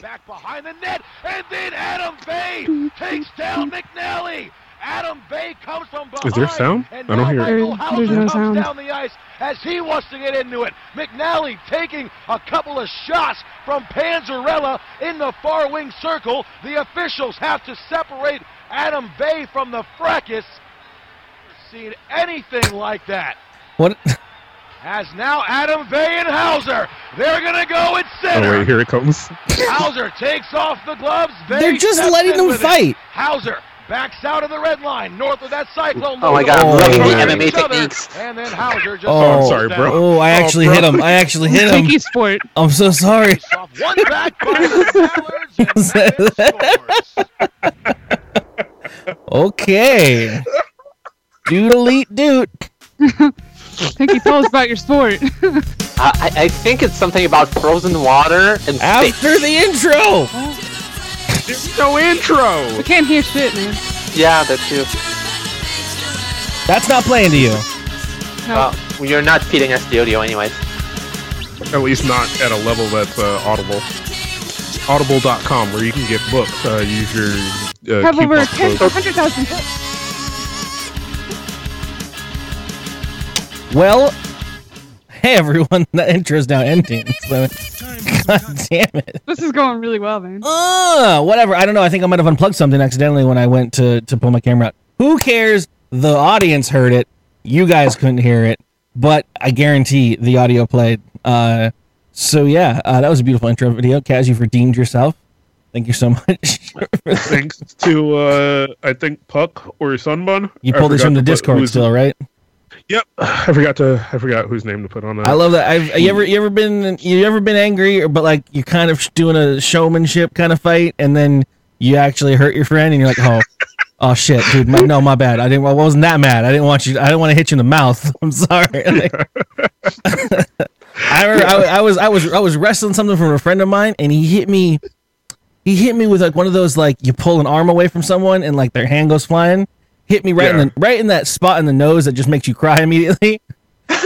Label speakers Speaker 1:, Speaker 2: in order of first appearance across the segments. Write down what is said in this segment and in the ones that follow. Speaker 1: back behind the net, and then Adam Bay takes down McNally. Adam Bay comes from behind.
Speaker 2: Is there sound?
Speaker 1: and
Speaker 2: I don't
Speaker 1: now
Speaker 2: hear it.
Speaker 1: Michael
Speaker 3: There-
Speaker 1: Hauser
Speaker 3: there's no
Speaker 1: comes
Speaker 3: sound.
Speaker 1: down the ice as he wants to get into it. McNally taking a couple of shots from Panzarella in the far wing circle. The officials have to separate Adam Bay from the fracas. Seen anything like that?
Speaker 4: What?
Speaker 1: As now Adam Bay and Hauser, they're gonna go at
Speaker 2: Oh
Speaker 1: center.
Speaker 2: wait, here it comes.
Speaker 1: Hauser takes off the gloves. Bay
Speaker 4: They're just
Speaker 1: steps
Speaker 4: letting
Speaker 1: in
Speaker 4: them
Speaker 1: with it.
Speaker 4: fight.
Speaker 1: Hauser backs out of the red line, north of that cyclone.
Speaker 5: Oh my
Speaker 1: They
Speaker 5: God,
Speaker 1: go
Speaker 4: I'm loving
Speaker 1: over
Speaker 4: these
Speaker 1: each
Speaker 5: MMA
Speaker 1: other,
Speaker 5: techniques.
Speaker 1: And then Hauser just
Speaker 4: Oh, I'm
Speaker 1: goes
Speaker 2: sorry,
Speaker 1: down.
Speaker 2: bro.
Speaker 4: Oh, I actually hit him. I actually hit him.
Speaker 6: Pinky sport.
Speaker 4: I'm so sorry.
Speaker 1: Off one back by the Mallards, and Magnus scores.
Speaker 4: Okay. Doot elite doot.
Speaker 6: Pinky tell us about your sport.
Speaker 5: I, I I think it's something about frozen water and steak.
Speaker 4: After the intro.
Speaker 2: There's no intro.
Speaker 6: We can't hear shit, man.
Speaker 5: Yeah, that too.
Speaker 4: That's not playing to you.
Speaker 6: No.
Speaker 5: Well, you're not feeding us the audio anyways.
Speaker 2: At least not at a level that's uh, audible. Audible.com, where you can get books. Uh, use your uh,
Speaker 6: Have over
Speaker 2: coupon
Speaker 6: 10
Speaker 2: code.
Speaker 6: 100,000 hits.
Speaker 4: Well, hey everyone, the intro's now ending. So, God damn it.
Speaker 6: This is going really well, man.
Speaker 4: Uh, whatever. I don't know. I think I might have unplugged something accidentally when I went to, to pull my camera out. Who cares? The audience heard it. You guys couldn't hear it, but I guarantee the audio played. Uh, so yeah, uh, that was a beautiful intro video. Kaz, you've redeemed yourself. Thank you so much.
Speaker 2: Thanks to uh, I think Puck or Sunbun.
Speaker 4: you
Speaker 2: I
Speaker 4: pulled this
Speaker 2: forgot
Speaker 4: from the
Speaker 2: to put
Speaker 4: Discord
Speaker 2: who's-
Speaker 4: still, right?
Speaker 2: Yep, I forgot to. I forgot whose name to put on that.
Speaker 4: I love that. I've you ever you ever been you ever been angry or but like you're kind of doing a showmanship kind of fight and then you actually hurt your friend and you're like, oh, oh shit, dude, my, no, my bad. I didn't. I wasn't that mad. I didn't want you. I didn't want to hit you in the mouth. I'm sorry. Like- I, remember, I, I was I was I was wrestling something from a friend of mine and he hit me. He hit me with like one of those like you pull an arm away from someone and like their hand goes flying. Hit me right in the right in that spot in the nose that just makes you cry immediately.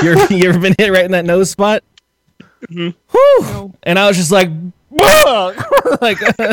Speaker 4: You ever, you ever been hit right in that nose spot?
Speaker 2: Mm-hmm.
Speaker 4: Whew. And I was just like, "Bruh!" like I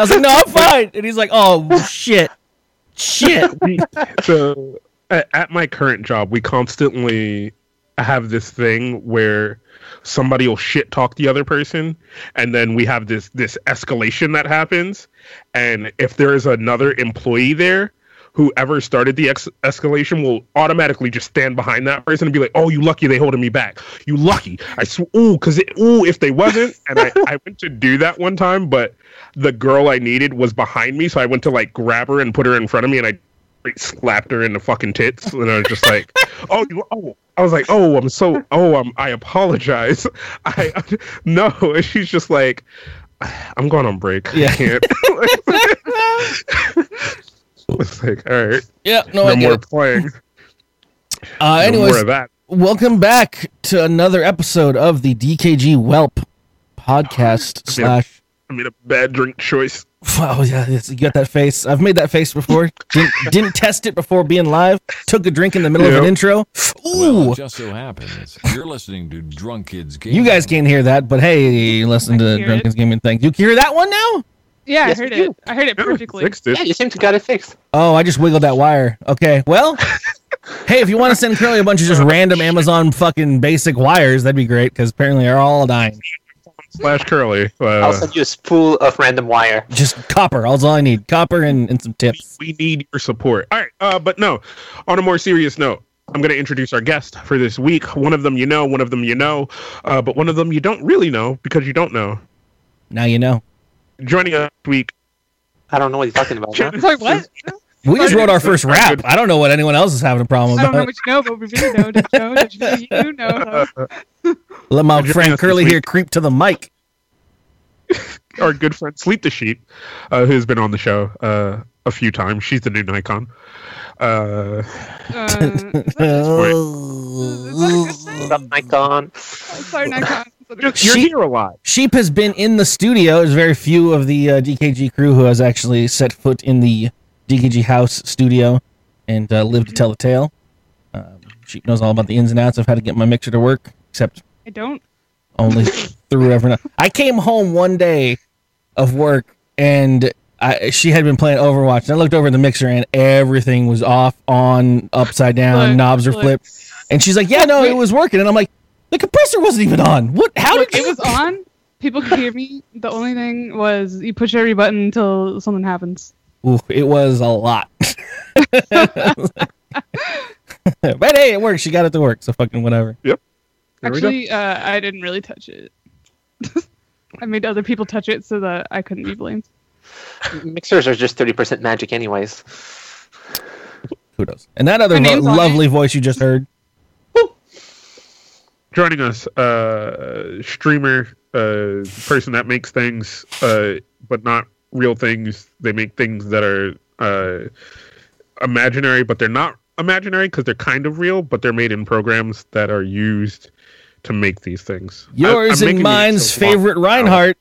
Speaker 4: was like, no, I'm fine. And he's like, oh shit, shit.
Speaker 2: We- so a- at my current job, we constantly have this thing where somebody will shit talk the other person, and then we have this this escalation that happens. And if there is another employee there, whoever started the ex- escalation will automatically just stand behind that person and be like, "Oh, you lucky they holding me back. You lucky." I sw- ooh, because ooh, if they wasn't, and I, I went to do that one time, but the girl I needed was behind me, so I went to like grab her and put her in front of me, and I straight slapped her in the fucking tits, and I was just like, "Oh, you, oh." I was like, "Oh, I'm so. Oh, I'm. I apologize. I no." And she's just like, "I'm going on break.
Speaker 4: Yeah.
Speaker 2: I can't." it's like, all right,
Speaker 4: Yeah, no,
Speaker 2: no
Speaker 4: I get
Speaker 2: more
Speaker 4: it.
Speaker 2: playing.
Speaker 4: Uh,
Speaker 2: No
Speaker 4: anyways,
Speaker 2: more of that.
Speaker 4: welcome back to another episode of the DKG Whelp podcast
Speaker 2: Yeah.
Speaker 4: slash
Speaker 2: I mean, a bad drink choice.
Speaker 4: Oh yeah, it's, you got that face. I've made that face before. Didn't, didn't test it before being live. Took a drink in the middle of an
Speaker 2: Yeah.
Speaker 4: intro.
Speaker 7: Well,
Speaker 4: Ooh,
Speaker 7: it just so happens you're listening to Drunk Kids Game.
Speaker 4: you guys can't hear that, but hey, listen
Speaker 6: I
Speaker 4: to
Speaker 6: hear
Speaker 4: Drunken's Gaming. Thank you. Can you hear that one now?
Speaker 6: Yeah,
Speaker 5: Yes,
Speaker 6: I heard
Speaker 5: we do.
Speaker 6: it. I heard it
Speaker 2: Yeah,
Speaker 6: perfectly.
Speaker 2: fixed it.
Speaker 5: Yeah, you seem to got it fixed.
Speaker 4: Oh, I just wiggled that wire. Okay, well, hey, if you want to send Curly a bunch of just random Amazon fucking basic wires, that'd be great because apparently they're all dying.
Speaker 2: Slash curly.
Speaker 5: I'll
Speaker 2: Uh,
Speaker 5: send you a spool of random wire.
Speaker 4: Just copper. That's all I need. Copper and, and some tips.
Speaker 2: we need your support. All right, uh, but no. On a more serious note, I'm going to introduce our guest for this week. One of them you know, one of them you know, uh, but one of them you don't really know because you don't know.
Speaker 4: Now you know.
Speaker 2: Joining us this week,
Speaker 5: I don't know what you're talking about. huh?
Speaker 6: It's like, what?
Speaker 4: We just wrote our first rap. I don't know what anyone else is having a problem
Speaker 6: I don't know
Speaker 4: about.
Speaker 6: what you know, but we really know. Did you know? Did you know? You know.
Speaker 4: Let my
Speaker 2: Joining
Speaker 4: friend
Speaker 2: us this
Speaker 4: Curly
Speaker 2: week.
Speaker 4: here creep to the mic.
Speaker 2: our good friend Sleep the Sheep, uh, who's been on the show uh, a few times. She's the new Nikon. Uh,
Speaker 6: Uh,
Speaker 4: Oh.
Speaker 5: What's up, Nikon?
Speaker 6: sorry, Nikon.
Speaker 2: you're
Speaker 4: She-
Speaker 2: here a lot.
Speaker 4: Sheep has been in the studio. There's very few of the uh, DKG crew who has actually set foot in the DKG house studio and uh, lived to tell the tale. Um, Sheep knows all about the ins and outs of how to get my mixer to work, except
Speaker 6: I don't.
Speaker 4: only through every night. I came home one day of work, and I, she had been playing Overwatch. And I looked over at the mixer, and everything was off, on, upside down,
Speaker 6: Look,
Speaker 4: Uh, knobs were
Speaker 6: look.
Speaker 4: flipped. And she's like, "Yeah, no, it was working." And I'm like, "The compressor wasn't even on. What? How
Speaker 6: Look,
Speaker 4: did
Speaker 6: it
Speaker 4: you?"
Speaker 6: was on. People could hear me. The only thing was you push every button until something happens.
Speaker 4: Ooh, it was a lot. but hey, it worked. She got it to work, so fucking whatever.
Speaker 2: There we go.
Speaker 6: Actually, uh, I didn't really touch it. I made other people touch it so that I couldn't be blamed.
Speaker 5: Mixers are just 30% magic, anyways.
Speaker 4: Kudos. And that other
Speaker 6: Her
Speaker 4: vo-
Speaker 6: name's on
Speaker 4: lovely voice you just heard.
Speaker 2: Joining us, uh, streamer, uh, person that makes things, uh, but not real things. They make things that are uh, imaginary, but they're not imaginary because they're kind of real, but they're made in programs that are used to make these things. I-
Speaker 4: Yours
Speaker 2: I'm making
Speaker 4: and
Speaker 2: these
Speaker 4: mine's
Speaker 2: so long,
Speaker 4: favorite Reinhardt.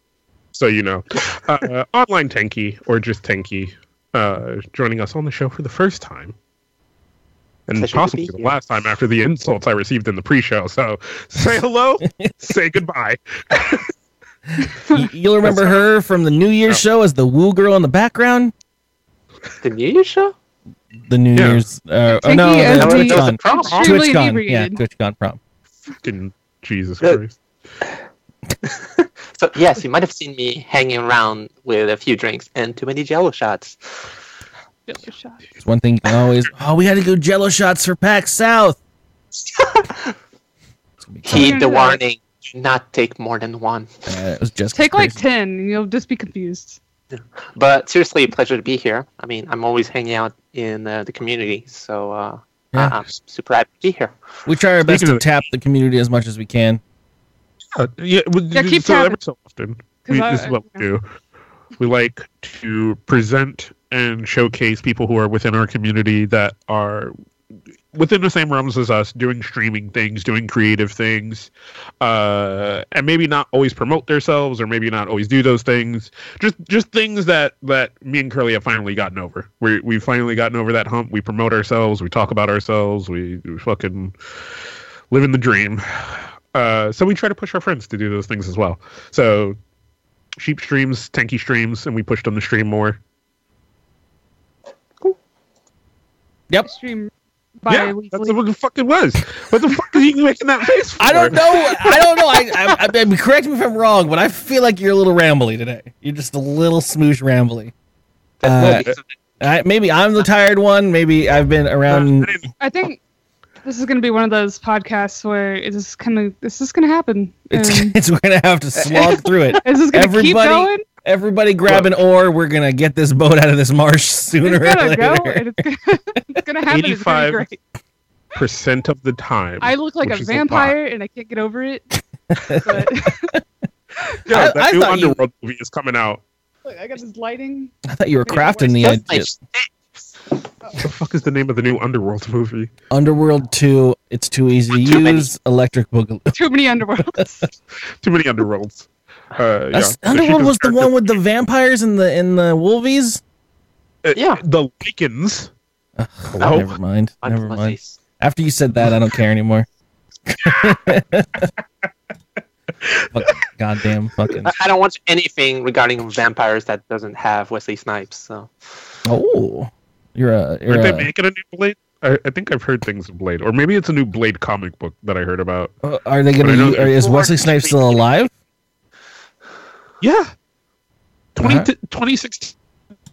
Speaker 2: So you know, uh, uh, online Tanky or just Tanky, uh, joining us on the show for the first time. And
Speaker 5: Pleasure to
Speaker 2: possibly
Speaker 5: be
Speaker 2: the
Speaker 5: here.
Speaker 2: last time after the insults I received in the pre-show. So say hello, say goodbye.
Speaker 4: Y- You'll remember her from the New Year's show as the woo girl in the background.
Speaker 5: The New Year's show?
Speaker 4: The New
Speaker 2: Yeah.
Speaker 4: Year's, uh, oh
Speaker 6: Thank
Speaker 4: no,
Speaker 6: you,
Speaker 4: the
Speaker 6: Anthony.
Speaker 5: That was, that was a
Speaker 4: TwitchCon,
Speaker 5: prom.
Speaker 6: Extremely
Speaker 4: TwitchCon, yeah,
Speaker 6: inebriated.
Speaker 4: TwitchCon prom.
Speaker 2: Fucking Jesus
Speaker 5: Good.
Speaker 2: Christ.
Speaker 5: So, yes, you might have seen me hanging around with a few drinks and too many jello shots.
Speaker 6: Just a shot.
Speaker 4: It's one thing you can always. Oh, we had to go Jello shots for Pack South. It's gonna be tough.
Speaker 5: Heed the
Speaker 6: Yeah.
Speaker 5: warning. Do not take more than one.
Speaker 4: Uh, it was just
Speaker 6: Take like
Speaker 4: crazy.
Speaker 6: ten, and you'll just be confused.
Speaker 5: But seriously, a pleasure to be here. I mean, I'm always hanging out in uh, the community, so uh,
Speaker 4: Yeah.
Speaker 5: I- I'm super happy to be here.
Speaker 4: we try our best
Speaker 2: Speaking
Speaker 4: to
Speaker 2: of-
Speaker 4: tap the community as much as we can.
Speaker 2: Uh, yeah, we,
Speaker 6: Yeah, keep
Speaker 2: so every
Speaker 6: tapping.
Speaker 2: so often.
Speaker 6: 'Cause
Speaker 2: we-
Speaker 6: I-
Speaker 2: this is what we do. We like to present and showcase people who are within our community that are within the same realms as us, doing streaming things, doing creative things, uh, and maybe not always promote themselves, or maybe not always do those things. Just just things that that me and Curly have finally gotten over. We we've finally gotten over that hump. We promote ourselves. We talk about ourselves. We, we fucking living the dream. Uh, so we try to push our friends to do those things as well. So sheep streams, tanky streams, and we push them to stream more.
Speaker 6: I stream bi-weekly.
Speaker 2: yeah, that's what it fucking was. What the fuck are you making that face for?
Speaker 4: I don't know. I don't know. I, I, I, mean, correct me if I'm wrong, but I feel like you're a little rambly today. You're just a little smoosh rambly. Uh, I, maybe I'm the tired one. Maybe I've been
Speaker 2: Um,
Speaker 4: around.
Speaker 6: I think this is going to be one of those podcasts where it's just kind of this is going to happen.
Speaker 4: It's,
Speaker 6: And
Speaker 4: it's we're gonna have to slog through it.
Speaker 6: is this going to keep
Speaker 4: everybody-
Speaker 6: going?
Speaker 4: Everybody grab an oar. We're gonna get this boat out of this marsh sooner
Speaker 6: It's
Speaker 4: or
Speaker 6: going to
Speaker 4: later.
Speaker 6: go. And it's going it's gonna happen. It's going to
Speaker 2: 85.
Speaker 6: be great.
Speaker 2: percent of the time.
Speaker 6: I look like
Speaker 2: Which
Speaker 6: a
Speaker 2: is a
Speaker 6: vampire, and I can't get over it. But
Speaker 2: yeah,
Speaker 4: I-
Speaker 2: that
Speaker 4: I
Speaker 2: new
Speaker 4: thought you-
Speaker 2: Underworld movie is coming out.
Speaker 6: look, I got this lighting.
Speaker 4: I thought you were
Speaker 6: Maybe it
Speaker 4: crafting
Speaker 6: works.
Speaker 4: the
Speaker 5: That's
Speaker 4: idea.
Speaker 5: my
Speaker 2: What the fuck is the name of the new Underworld movie?
Speaker 4: Underworld two. It's too easy to
Speaker 5: Too many.
Speaker 4: use. Electric Boogaloo.
Speaker 6: Too many underworlds.
Speaker 2: Too many Underworlds. Uh, yeah.
Speaker 4: That's-
Speaker 2: So she
Speaker 4: Underworld
Speaker 2: does
Speaker 4: was the
Speaker 2: character-
Speaker 4: one with the vampires and the and the wolvies.
Speaker 2: uh,
Speaker 5: Yeah.
Speaker 2: the Lycans.
Speaker 4: Oh, never mind. Never mind.
Speaker 5: Fantasies.
Speaker 4: After you said that, I don't care anymore. Fuck, goddamn fucking.
Speaker 5: I, I don't watch anything regarding vampires that doesn't have Wesley Snipes. So
Speaker 4: Oh, you're a you're uh,
Speaker 2: Aren't they
Speaker 4: a,
Speaker 2: making a new Blade? I, I think I've heard things of Blade, or maybe it's a new Blade comic book that I heard about.
Speaker 4: uh, are they
Speaker 2: But I
Speaker 4: gonna?
Speaker 2: know
Speaker 4: u- Are,
Speaker 2: they're
Speaker 4: is
Speaker 5: born
Speaker 4: Wesley
Speaker 5: to
Speaker 4: Snipes
Speaker 5: be-
Speaker 4: still alive?
Speaker 2: Yeah. 20,
Speaker 4: Uh-huh.
Speaker 2: 26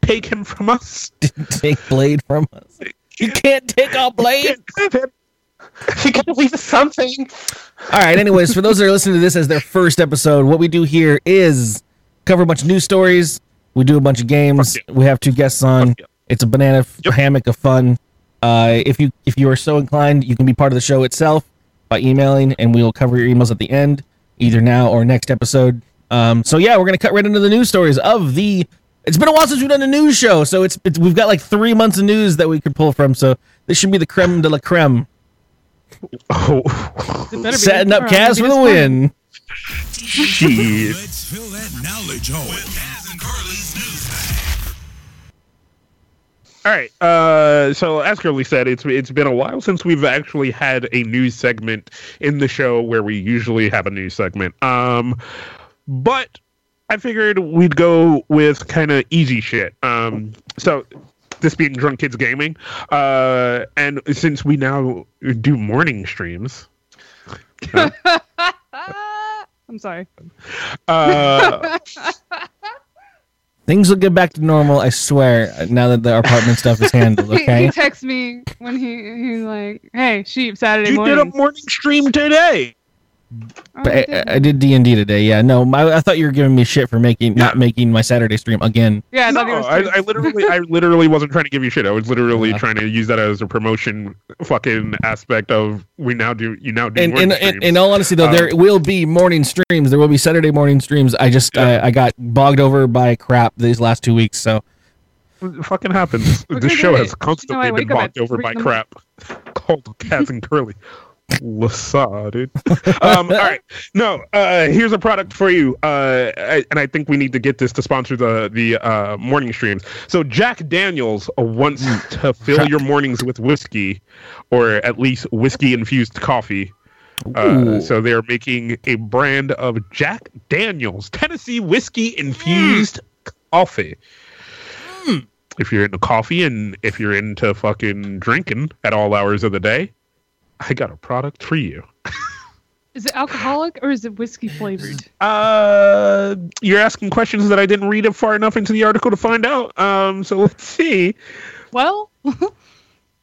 Speaker 2: take him from us.
Speaker 4: Didn't take Blade from us. You can't take our Blade.
Speaker 5: you gotta leave us something.
Speaker 4: All right. Anyways, for those that are listening to this as their first episode, what we do here is cover a bunch of news stories. We do a bunch of games.
Speaker 2: Fuck
Speaker 4: We have two guests on. It's a banana f-
Speaker 2: Yep.
Speaker 4: hammock of fun. Uh, if you if you are so inclined, you can be part of the show itself by emailing, and we will cover your emails at the end, either now or next episode. Um, so yeah, we're gonna cut right into the news stories of the. It's been a while since we've done a news show, so it's, it's we've got like three months of news that we could pull from. So this should be the creme de la creme,
Speaker 2: Oh,
Speaker 6: It better be
Speaker 4: setting up
Speaker 6: or I'm gonna
Speaker 4: Kaz
Speaker 6: be
Speaker 4: for the
Speaker 6: disappointed.
Speaker 4: win.
Speaker 2: jeez.
Speaker 3: Let's fill that knowledge hole. With Kaz and Curly's news
Speaker 2: All right. Uh, so as Curly said, it's it's been a while since we've actually had a news segment in the show where we usually have a news segment. Um, but I figured we'd go with kind of easy shit. Um, so this being drunk kids gaming, uh, and since we now do morning streams,
Speaker 6: Ah, I'm sorry.
Speaker 2: uh,
Speaker 4: Things will get back to normal, I swear, now that the apartment stuff is handled,
Speaker 6: He, he
Speaker 4: okay?
Speaker 6: texts me when he he's like, "Hey, sheep Saturday
Speaker 2: you
Speaker 6: morning."
Speaker 2: did a morning stream today.
Speaker 6: Oh, I
Speaker 4: But uh,
Speaker 6: didn't.
Speaker 4: I, I did D and D today. Yeah, no, my, I thought you were giving me shit for making not making my Saturday stream again.
Speaker 6: yeah, I
Speaker 2: no,
Speaker 6: thought he was
Speaker 2: I,
Speaker 6: tweeting.
Speaker 2: I literally, I literally wasn't trying to give you shit. I was literally
Speaker 4: Yeah.
Speaker 2: trying to use that as a promotion fucking aspect of we now do you now do
Speaker 4: And in,
Speaker 2: morning
Speaker 4: in,
Speaker 2: streams. Um,
Speaker 4: in all honesty, though, there will be morning streams. There will be Saturday morning streams. I just I, I got bogged over by crap these last two weeks. So
Speaker 2: It fucking happens.
Speaker 6: We're
Speaker 2: this
Speaker 6: gonna
Speaker 2: show
Speaker 6: do it.
Speaker 2: has constantly
Speaker 6: You know, I
Speaker 2: been
Speaker 6: wake up
Speaker 2: bogged
Speaker 6: at
Speaker 2: over
Speaker 6: three
Speaker 2: by
Speaker 6: in the
Speaker 2: crap called Cats and Curly. Lassa, dude. Um, all right. No, uh, here's a product for you. Uh, I, and I think we need to get this to sponsor the the uh, morning streams. So Jack Daniels wants to fill your mornings with whiskey, or at least whiskey infused coffee. Uh,
Speaker 4: Ooh.
Speaker 2: so they are making a brand of Jack Daniels Tennessee whiskey infused coffee. If you're into coffee and if you're into fucking drinking at all hours of the day, I got a product for you.
Speaker 6: Is it alcoholic or is it whiskey flavored?
Speaker 2: Uh, you're asking questions that I didn't read far enough into the article to find out. Um, so let's see.
Speaker 6: Well,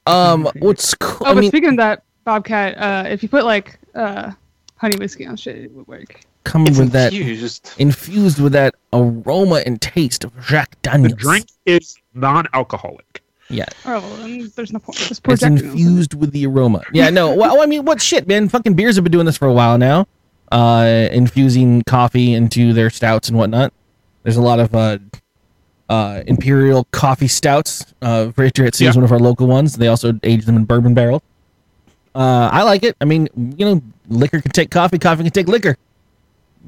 Speaker 4: Um, what's cool?
Speaker 6: oh,
Speaker 4: I
Speaker 6: but
Speaker 4: mean,
Speaker 6: speaking of that, Bobcat, uh, if you put like uh, honey whiskey on shit, it would work.
Speaker 4: coming
Speaker 5: It's
Speaker 4: with that
Speaker 5: infused.
Speaker 4: infused with that aroma and taste of Jack
Speaker 2: The
Speaker 4: Daniels.
Speaker 2: drink is non-alcoholic.
Speaker 4: yeah,
Speaker 6: Oh, well, then there's no point. Just pour
Speaker 4: it's
Speaker 6: Jack Daniels in.
Speaker 4: infused with the aroma. Yeah, no, well, oh, I mean, what shit, man? Fucking beers have been doing this for a while now, uh, infusing coffee into their stouts and whatnot. There's a lot of uh, uh, imperial coffee stouts. Uh, Victor at Sea is
Speaker 2: Yeah.
Speaker 4: one of our local ones. They also age them in bourbon barrel. Uh, I like it. I mean, you know, liquor can take coffee, coffee can take liquor.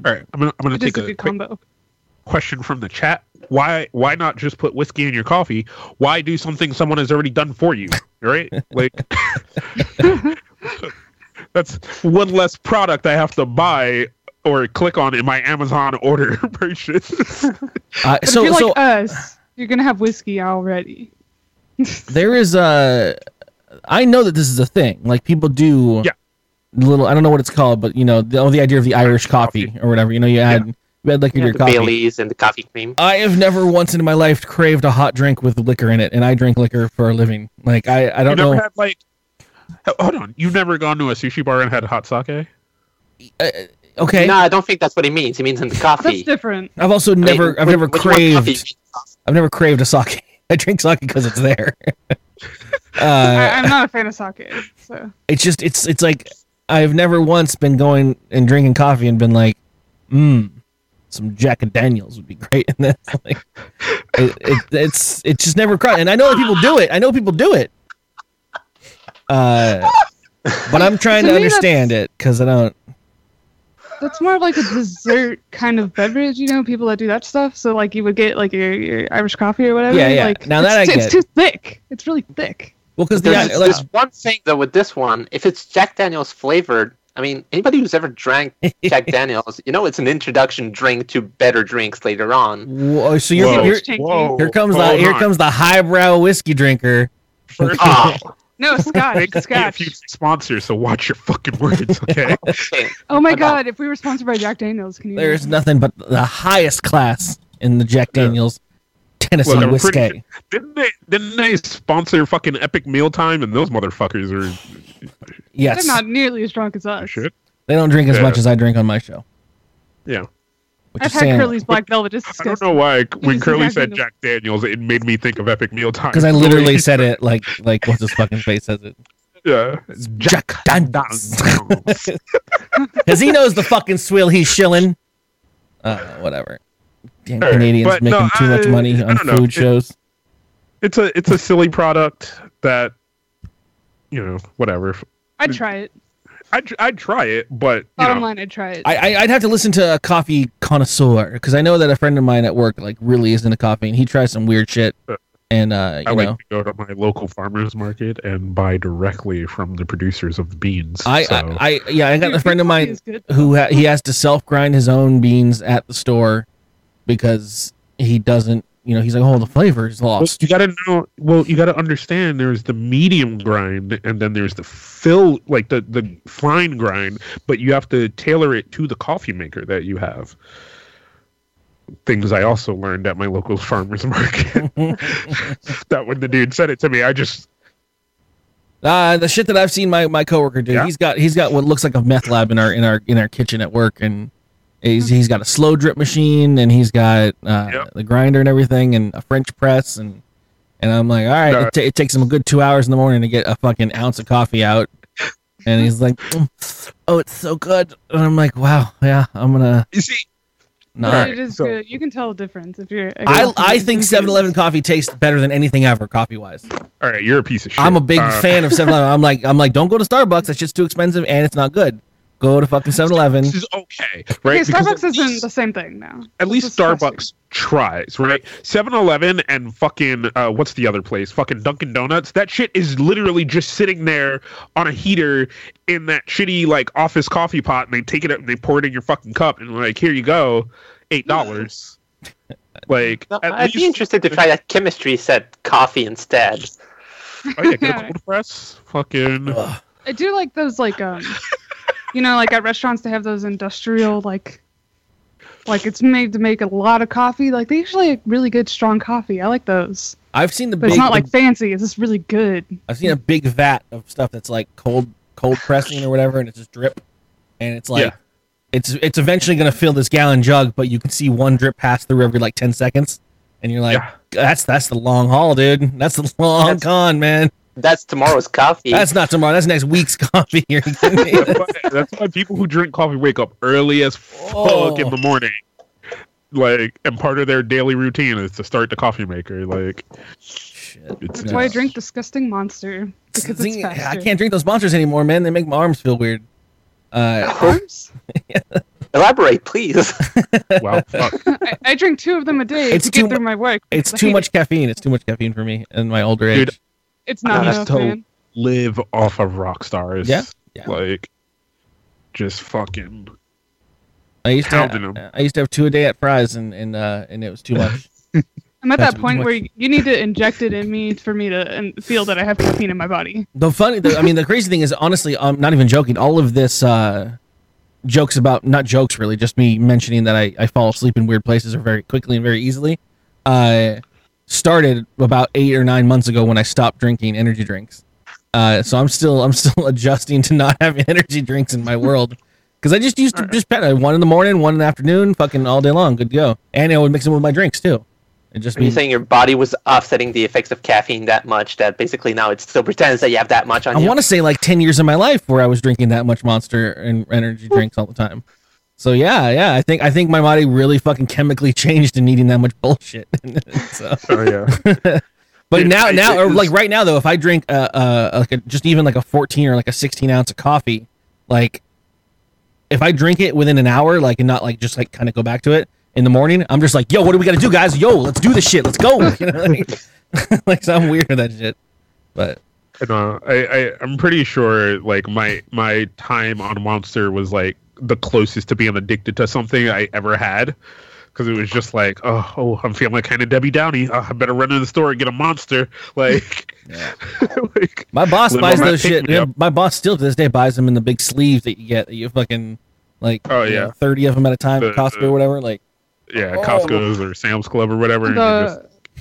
Speaker 2: All right, I'm gonna I'm gonna
Speaker 6: It is
Speaker 2: take
Speaker 6: a
Speaker 2: a,
Speaker 6: good
Speaker 2: quick
Speaker 6: combo.
Speaker 2: question from the chat. Why why not just put whiskey in your coffee? Why do something someone has already done for you? Right? Like that's one less product I have to buy or click on in my Amazon order purchase.
Speaker 4: Uh,
Speaker 6: But
Speaker 4: so,
Speaker 6: if you're
Speaker 4: so
Speaker 6: like us, you're gonna have whiskey already.
Speaker 4: there is a i know that this is a thing like people do
Speaker 2: Yeah.
Speaker 4: little i don't know what it's called but you know the, oh, the idea of the irish coffee, or whatever you know you add you add liquor to
Speaker 5: You know,
Speaker 4: your
Speaker 5: the
Speaker 4: coffee
Speaker 5: Baileys and the coffee cream.
Speaker 4: i have never once in my life craved a hot drink with liquor in it and i drink liquor for a living like i i
Speaker 2: You
Speaker 4: don't
Speaker 2: never
Speaker 4: know
Speaker 2: had like h- hold on, you've never gone to a sushi bar and had hot sake?
Speaker 4: okay
Speaker 5: No, I don't think that's what he means. He means in the
Speaker 6: That's
Speaker 5: coffee.
Speaker 6: different.
Speaker 4: i've also
Speaker 5: I mean,
Speaker 4: never i've
Speaker 5: when-
Speaker 4: never
Speaker 5: when you want coffee,
Speaker 4: craved
Speaker 5: you mean coffee.
Speaker 4: i've never craved a sake i drink sake because it's there
Speaker 6: I,
Speaker 4: uh,
Speaker 6: I'm not a fan of sake, so
Speaker 4: it's just it's it's like I've never once been going and drinking coffee and been like, mmm, some Jack and Daniels would be great. And then like, it, it, it's it's just never caught. And I know that people do it. I know people do it. Uh, but I'm trying
Speaker 6: To
Speaker 4: to,
Speaker 6: me,
Speaker 4: understand it because I don't.
Speaker 6: that's more of like a dessert kind of beverage. You know, people that do that stuff. So like you would get like your, your Irish coffee or whatever.
Speaker 4: Yeah, yeah.
Speaker 6: Like,
Speaker 4: Now
Speaker 6: it's,
Speaker 4: that I
Speaker 6: it's
Speaker 4: get.
Speaker 6: too thick. It's really thick.
Speaker 4: Well, because the
Speaker 5: There's,
Speaker 4: like,
Speaker 5: there's one thing though with this one. If it's Jack Daniels flavored, I mean, anybody who's ever drank Jack Daniels, you know, it's an introduction drink to better drinks later on.
Speaker 4: whoa, so you're,
Speaker 6: Whoa.
Speaker 4: you're
Speaker 6: changing.
Speaker 4: here comes the
Speaker 2: hold
Speaker 4: here
Speaker 2: on.
Speaker 4: comes the highbrow whiskey drinker.
Speaker 2: First
Speaker 5: Ah,
Speaker 6: No,
Speaker 2: They
Speaker 6: scotch,
Speaker 2: got me a
Speaker 6: scotch.
Speaker 2: few sponsors, so watch your fucking words, okay?
Speaker 5: okay.
Speaker 6: Oh my
Speaker 5: Enough.
Speaker 6: god! If we were sponsored by Jack Daniels, can you?
Speaker 4: There's nothing but the highest class in the Jack
Speaker 2: Yeah.
Speaker 4: Daniels Tennessee
Speaker 2: Look, I'm
Speaker 4: whiskey.
Speaker 2: pretty sure- Didn't they? Didn't they sponsor fucking Epic Meal Time? And those motherfuckers are oh,
Speaker 6: They're
Speaker 4: Yes,
Speaker 6: not nearly as drunk as us.
Speaker 2: shit.
Speaker 4: They don't drink as
Speaker 2: Yeah.
Speaker 4: much as I drink on my show.
Speaker 2: Yeah,
Speaker 4: Which
Speaker 6: I've
Speaker 4: is
Speaker 6: had
Speaker 4: saying
Speaker 6: Curly's Black Velvet. It's
Speaker 2: I don't
Speaker 6: disgusting.
Speaker 2: know why. When
Speaker 6: Jack
Speaker 2: Curly said
Speaker 6: Daniels.
Speaker 2: Jack Daniels, it made me think of Epic Meal Time.
Speaker 4: because I literally said it like like what's his fucking face says it.
Speaker 2: yeah.
Speaker 4: Jack Daniels because he knows the fucking swill he's shilling. Uh, whatever. Damn
Speaker 2: Sure,
Speaker 4: Canadians
Speaker 2: but
Speaker 4: making
Speaker 2: no,
Speaker 4: too much
Speaker 2: I-
Speaker 4: money
Speaker 2: I
Speaker 4: on
Speaker 2: don't know.
Speaker 4: food
Speaker 2: It-
Speaker 4: shows.
Speaker 2: it's a it's a silly product that you know whatever.
Speaker 6: I'd try it.
Speaker 2: I I'd try it, but you
Speaker 6: Bottom
Speaker 2: know,
Speaker 6: line, I'd try it.
Speaker 4: I, I I'd have to listen to a coffee connoisseur because I know that a friend of mine at work like really is into coffee and he tries some weird shit. And uh, you
Speaker 2: I like
Speaker 4: know,
Speaker 2: to go to my local farmers market and buy directly from the producers of the beans.
Speaker 4: I,
Speaker 2: so.
Speaker 4: I I yeah, I got
Speaker 6: Your-
Speaker 4: a friend
Speaker 6: your coffee
Speaker 4: of mine
Speaker 6: is good.
Speaker 4: who ha- he has to self grind his own beans at the store because he doesn't. You know, he's like, oh, the flavor is
Speaker 2: Well,
Speaker 4: lost.
Speaker 2: you gotta know. Well, you gotta understand. There's the medium grind, and then there's the fill, like the the fine grind. But you have to tailor it to the coffee maker that you have. Things I also learned at my local farmers market. that when the dude said it to me, I just
Speaker 4: Uh, the shit that I've seen my, my coworker do,
Speaker 2: Yeah.
Speaker 4: he's got he's got what looks like a meth lab in our in our in our kitchen at work, and he's, he's got a slow drip machine, and he's got uh,
Speaker 2: Yep.
Speaker 4: the grinder and everything, and a French press, and and I'm like, all right,
Speaker 2: No.
Speaker 4: it, ta- it takes him a good two hours in the morning to get a fucking ounce of coffee out, and he's like, "Mm, oh, it's so good, and I'm like, wow, yeah, I'm gonna
Speaker 2: you see.
Speaker 4: not.
Speaker 2: All right,
Speaker 6: it is
Speaker 2: so-
Speaker 6: good. You can tell the difference if you're.
Speaker 4: I, I think 7-Eleven coffee tastes better than anything ever coffee wise.
Speaker 2: All right, you're a piece of shit.
Speaker 4: I'm a big
Speaker 2: Uh,
Speaker 4: fan of 7-Eleven. I'm like, I'm like, don't go to Starbucks. That shit's too expensive and it's not good. Go to fucking 7-Eleven.
Speaker 2: This is okay, right?
Speaker 6: Okay,
Speaker 2: Because
Speaker 6: Starbucks
Speaker 2: at
Speaker 6: isn't
Speaker 2: least-
Speaker 6: the same thing now.
Speaker 2: at least
Speaker 6: disgusting.
Speaker 2: Starbucks tries, right? 7-Eleven and fucking uh, what's the other place? Fucking Dunkin' Donuts. That shit is literally just sitting there on a heater in that shitty like office coffee pot, and they take it up and they pour it in your fucking cup, and like, here you go, eight dollars. Like,
Speaker 5: No,
Speaker 2: at
Speaker 5: I'd be
Speaker 2: least-
Speaker 5: interested to try that chemistry set coffee instead.
Speaker 2: Oh, yeah, get a cold press. Fucking.
Speaker 4: Ugh.
Speaker 6: I do like those like um, you know, like at restaurants they have those industrial like, like it's made to make a lot of coffee. Like they usually have really good strong coffee. I like those,
Speaker 4: I've seen the
Speaker 6: but
Speaker 4: big.
Speaker 6: it's not like fancy. It's just really good.
Speaker 4: I've seen a big vat of stuff that's like cold, cold pressing or whatever, and it's just drip, and it's like,
Speaker 2: Yeah.
Speaker 4: it's it's eventually gonna fill this gallon jug, but you can see one drip pass through every like ten seconds, and you're like,
Speaker 2: Yeah.
Speaker 4: that's that's the long haul, dude. That's the long
Speaker 5: That's-
Speaker 4: con, man.
Speaker 5: That's tomorrow's coffee.
Speaker 4: That's not tomorrow. That's next week's coffee. Are you kidding me?
Speaker 2: that's, why, that's why people who drink coffee wake up early as fuck
Speaker 4: Oh.
Speaker 2: in the morning. Like, and part of their daily routine is to start the coffee maker. Like,
Speaker 4: Shit.
Speaker 2: it's
Speaker 6: That's why I
Speaker 2: just-
Speaker 6: drink disgusting monster because it's
Speaker 4: Zing-
Speaker 6: faster.
Speaker 4: I can't drink those monsters anymore, man. They make my arms feel weird. Uh,
Speaker 6: Arms?
Speaker 5: Elaborate, please.
Speaker 2: Well, fuck.
Speaker 6: I, I drink two of them a day
Speaker 4: It's
Speaker 6: to get
Speaker 4: too
Speaker 6: through my work.
Speaker 4: it's
Speaker 6: because I
Speaker 4: too
Speaker 6: hate
Speaker 4: much caffeine. It's too much caffeine for me in my older age.
Speaker 2: Dude,
Speaker 6: it. It's not
Speaker 2: I
Speaker 6: enough,
Speaker 2: don't-
Speaker 6: man.
Speaker 2: live off of rock stars.
Speaker 4: Yeah, yeah.
Speaker 2: Like, just fucking.
Speaker 4: I used
Speaker 2: pounding 'em.
Speaker 4: to I used to have two a day at fries, and and uh, and it was too much.
Speaker 6: I'm at
Speaker 4: That's
Speaker 6: that
Speaker 4: too
Speaker 6: point
Speaker 4: much.
Speaker 6: where you you need to inject it in me for me to and feel that I have caffeine in my body.
Speaker 4: the funny, the, I mean, the crazy thing is, honestly, I'm not even joking. All of this uh, jokes about not jokes really, just me mentioning that I I fall asleep in weird places or very quickly and very easily. Uh, started about eight or nine months ago when I stopped drinking energy drinks. Uh, so I'm still I'm still adjusting to not having energy drinks in my world because I just used to just pet uh, one in the morning, one in the afternoon, fucking all day long, good to go. And I would mix them with my drinks too. It just
Speaker 5: Are you
Speaker 4: means
Speaker 5: saying your body was offsetting the effects of caffeine that much that basically now it still pretends that you have that much on
Speaker 4: I
Speaker 5: you?
Speaker 4: want to say like 10 years of my life where I was drinking that much monster and energy drinks all the time. So yeah, yeah, I think I think my body really fucking chemically changed in eating that much bullshit. so,
Speaker 2: Oh yeah.
Speaker 4: but
Speaker 2: Dude,
Speaker 4: now,
Speaker 2: it-
Speaker 4: now, or
Speaker 2: it is-
Speaker 4: like right now though, if I drink uh, uh like a, just even like a 14 or like a 16 ounce of coffee, like if I drink it within an hour, like and not like just like kind of go back to it in the morning, I'm just like, yo, what do we gotta do, guys? Yo, let's do this shit. Let's go. You know, like, like so I'm weird with that shit. But
Speaker 2: And, uh, I, I I'm pretty sure like my my time on Monster was like the closest to being addicted to something I ever had. Because it was just like, oh, oh, I'm feeling kind of Debbie Downy. Uh, I better run to the store and get a monster. Like, like
Speaker 4: My boss
Speaker 2: Live
Speaker 4: buys
Speaker 2: on that
Speaker 4: those
Speaker 2: pig
Speaker 4: shit.
Speaker 2: meal.
Speaker 4: yeah, my boss still to this day buys them in the big sleeves that you get that you fucking like
Speaker 2: Oh,
Speaker 4: you know,
Speaker 2: yeah.
Speaker 4: 30 of them at a time at
Speaker 2: The-
Speaker 4: Costco or whatever. Like
Speaker 2: yeah, Costco's or Sam's Club or whatever. and you just
Speaker 6: Oh. The,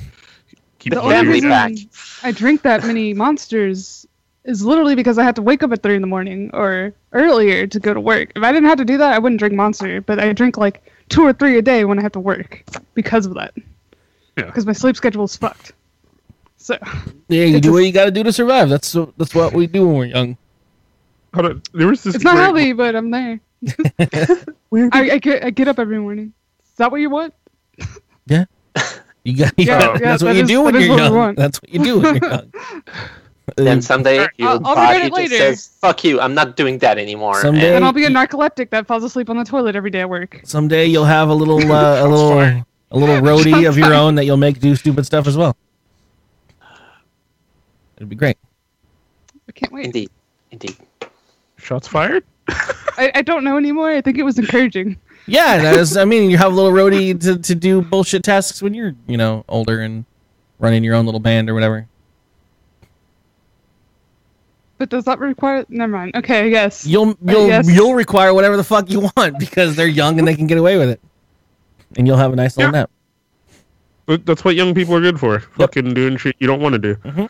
Speaker 2: keep
Speaker 6: the
Speaker 5: only
Speaker 2: plugging
Speaker 6: only
Speaker 2: it
Speaker 6: reason
Speaker 2: down.
Speaker 5: back.
Speaker 6: I drink that many monsters is literally because I had to wake up at three in the morning or earlier to go to work. If I didn't have to do that, I wouldn't drink monster. But I drink like two or three a day when I have to work because of that.
Speaker 2: Yeah.
Speaker 6: Because my sleep schedule is fucked. So
Speaker 4: yeah, you
Speaker 6: It's
Speaker 4: do
Speaker 6: just-
Speaker 4: what you got to do to survive. That's that's what we do when we're young.
Speaker 2: Hold on, There was this
Speaker 6: it's not
Speaker 2: great-
Speaker 6: healthy, but I'm there. I, I get I get up every morning. Is that what you want?
Speaker 4: You got you
Speaker 6: Yeah,
Speaker 4: got-
Speaker 6: yeah,
Speaker 4: that's what
Speaker 6: that
Speaker 4: you
Speaker 6: is-
Speaker 4: do when
Speaker 6: that is
Speaker 4: you're
Speaker 6: what we
Speaker 4: young.
Speaker 6: want.
Speaker 4: That's what you do when you're young.
Speaker 5: Then someday your
Speaker 6: I'll- I'll
Speaker 5: body
Speaker 6: regret it
Speaker 5: just
Speaker 6: later.
Speaker 5: says, "Fuck you, I'm not doing that anymore."
Speaker 4: Someday-
Speaker 5: And
Speaker 6: Then I'll be a narcoleptic that falls asleep on the toilet every day at work.
Speaker 4: Someday you'll have a little uh, a little a little roadie of your own that you'll make do stupid stuff as well. It'd be great.
Speaker 6: I can't wait.
Speaker 5: indeed, indeed.
Speaker 2: shots fired.
Speaker 6: I, I don't know anymore. I think it was encouraging.
Speaker 4: Yeah, that is. I mean, you have a little roadie to, to do bullshit tasks when you're, you know, older and running your own little band or whatever.
Speaker 6: But does that require? Never mind. Okay, yes.
Speaker 4: You'll you'll
Speaker 6: yes.
Speaker 4: you'll require whatever the fuck you want because they're young and they can get away with it, and you'll have a nice little
Speaker 2: Yeah.
Speaker 4: nap.
Speaker 2: But That's what young people are good for. Fucking doing shit you don't want to do.
Speaker 6: Mm-hmm.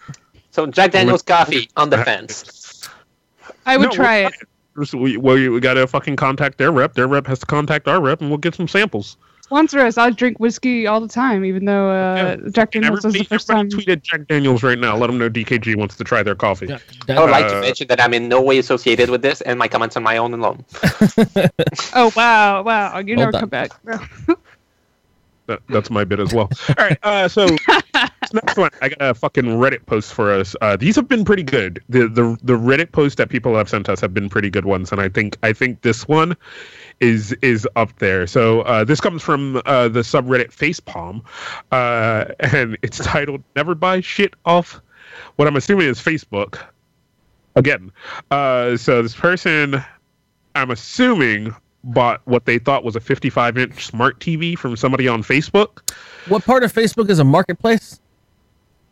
Speaker 5: So Jack Daniels coffee on the fence.
Speaker 6: I would
Speaker 2: No,
Speaker 6: try
Speaker 2: we'll
Speaker 6: it.
Speaker 2: So we, well, we gotta fucking contact their rep. Their rep has to contact our rep, and we'll get some samples.
Speaker 6: Sponsor us. I drink whiskey all the time, even though uh, Jack Daniels was
Speaker 2: everybody
Speaker 6: the first time.
Speaker 2: everybody tweet at Jack Daniels right now. Let them know DKG wants to try their coffee.
Speaker 5: I would like to
Speaker 2: Uh,
Speaker 5: mention that I'm in no way associated with this, and my comments are my own alone.
Speaker 6: Oh wow, wow! You
Speaker 4: Well
Speaker 6: never
Speaker 4: done.
Speaker 6: come back. bro.
Speaker 2: That, that's my bit as well. All right. Uh, so this next one, I got a fucking Reddit post for us. Uh, these have been pretty good. The, the the Reddit posts that people have sent us have been pretty good ones, and I think I think this one is is up there. So uh, this comes from uh, the subreddit Facepalm, uh, and it's titled "Never Buy Shit Off." What I'm assuming is Facebook. Again, uh, so this person, I'm assuming, bought what they thought was a 55 inch smart TV from somebody on Facebook.
Speaker 4: What part of Facebook is a marketplace?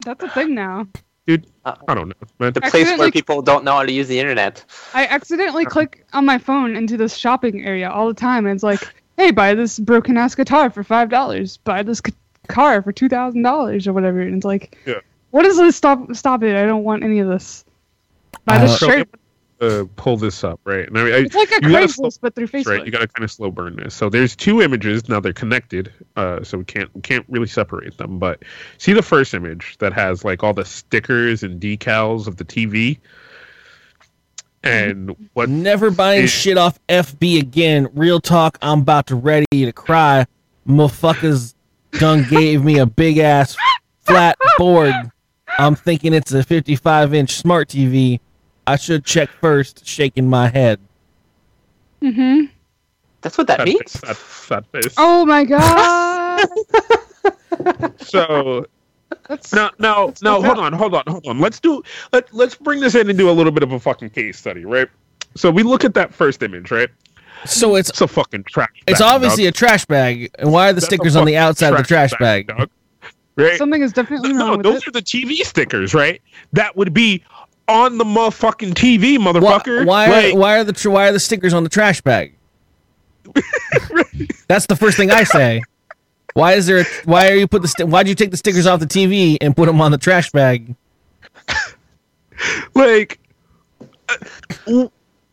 Speaker 6: That's a thing now.
Speaker 2: Dude,
Speaker 5: Uh,
Speaker 2: I don't know, man.
Speaker 5: The place where
Speaker 6: Accidentally-
Speaker 5: people don't know how to use the internet.
Speaker 6: I accidentally click on my phone into this shopping area all the time, and it's like, "Hey, buy this broken ass guitar for five dollars. Buy this c- car for two thousand dollars or whatever." And it's like,
Speaker 2: Yeah.
Speaker 6: "What is this? Stop! Stop it! I don't want any of this. Buy
Speaker 4: Uh,
Speaker 6: this
Speaker 2: So-
Speaker 6: shirt."
Speaker 2: Uh, pull this up, right? And I mean, I,
Speaker 6: It's like a
Speaker 2: you gotta slow-
Speaker 6: Craigslist, but through
Speaker 2: that's
Speaker 6: Facebook.
Speaker 2: right. You got to kind of slow burn this. So there's two images now. They're connected, uh, so we can't we can't really separate them. But see the first image that has like all the stickers and decals of the TV,
Speaker 6: Mm-hmm.
Speaker 2: and what
Speaker 4: Never buying
Speaker 2: It-
Speaker 4: shit off FB again. Real talk. I'm about to ready to cry. Motherfuckers done gave me a big ass flat board. I'm thinking it's a 55 inch smart TV. I should check first. Shaking my head.
Speaker 6: mm-hmm.
Speaker 5: That's what that
Speaker 2: that
Speaker 5: means.
Speaker 2: face, that, that face.
Speaker 6: Oh my god!
Speaker 2: So
Speaker 6: That's
Speaker 2: No, no,
Speaker 6: Let's
Speaker 2: no.
Speaker 6: look
Speaker 2: Hold
Speaker 6: up.
Speaker 2: on, hold on, hold on. Let's do let let's bring this in and do a little bit of a fucking case study, right? So we look at that first image, right?
Speaker 4: So it's
Speaker 2: It's a fucking trash.
Speaker 4: it's
Speaker 2: bag,
Speaker 4: obviously
Speaker 2: dog.
Speaker 4: a trash bag. And why are the
Speaker 2: That's a
Speaker 4: stickers on the
Speaker 2: fucking
Speaker 4: outside of the trash bag?
Speaker 2: dog, right?
Speaker 6: something is definitely
Speaker 2: no,
Speaker 6: wrong with
Speaker 2: those
Speaker 6: it.
Speaker 2: are the TV stickers, right? That would be on the motherfucking TV,
Speaker 4: Why,
Speaker 2: motherfucker.
Speaker 4: why,
Speaker 2: Like,
Speaker 4: are, why are the tr- why are the stickers on the trash bag? That's the first thing I say. Why is there? A, why are you put the? Sti- why'd you take the stickers off the TV and put them on the trash bag?
Speaker 2: like uh,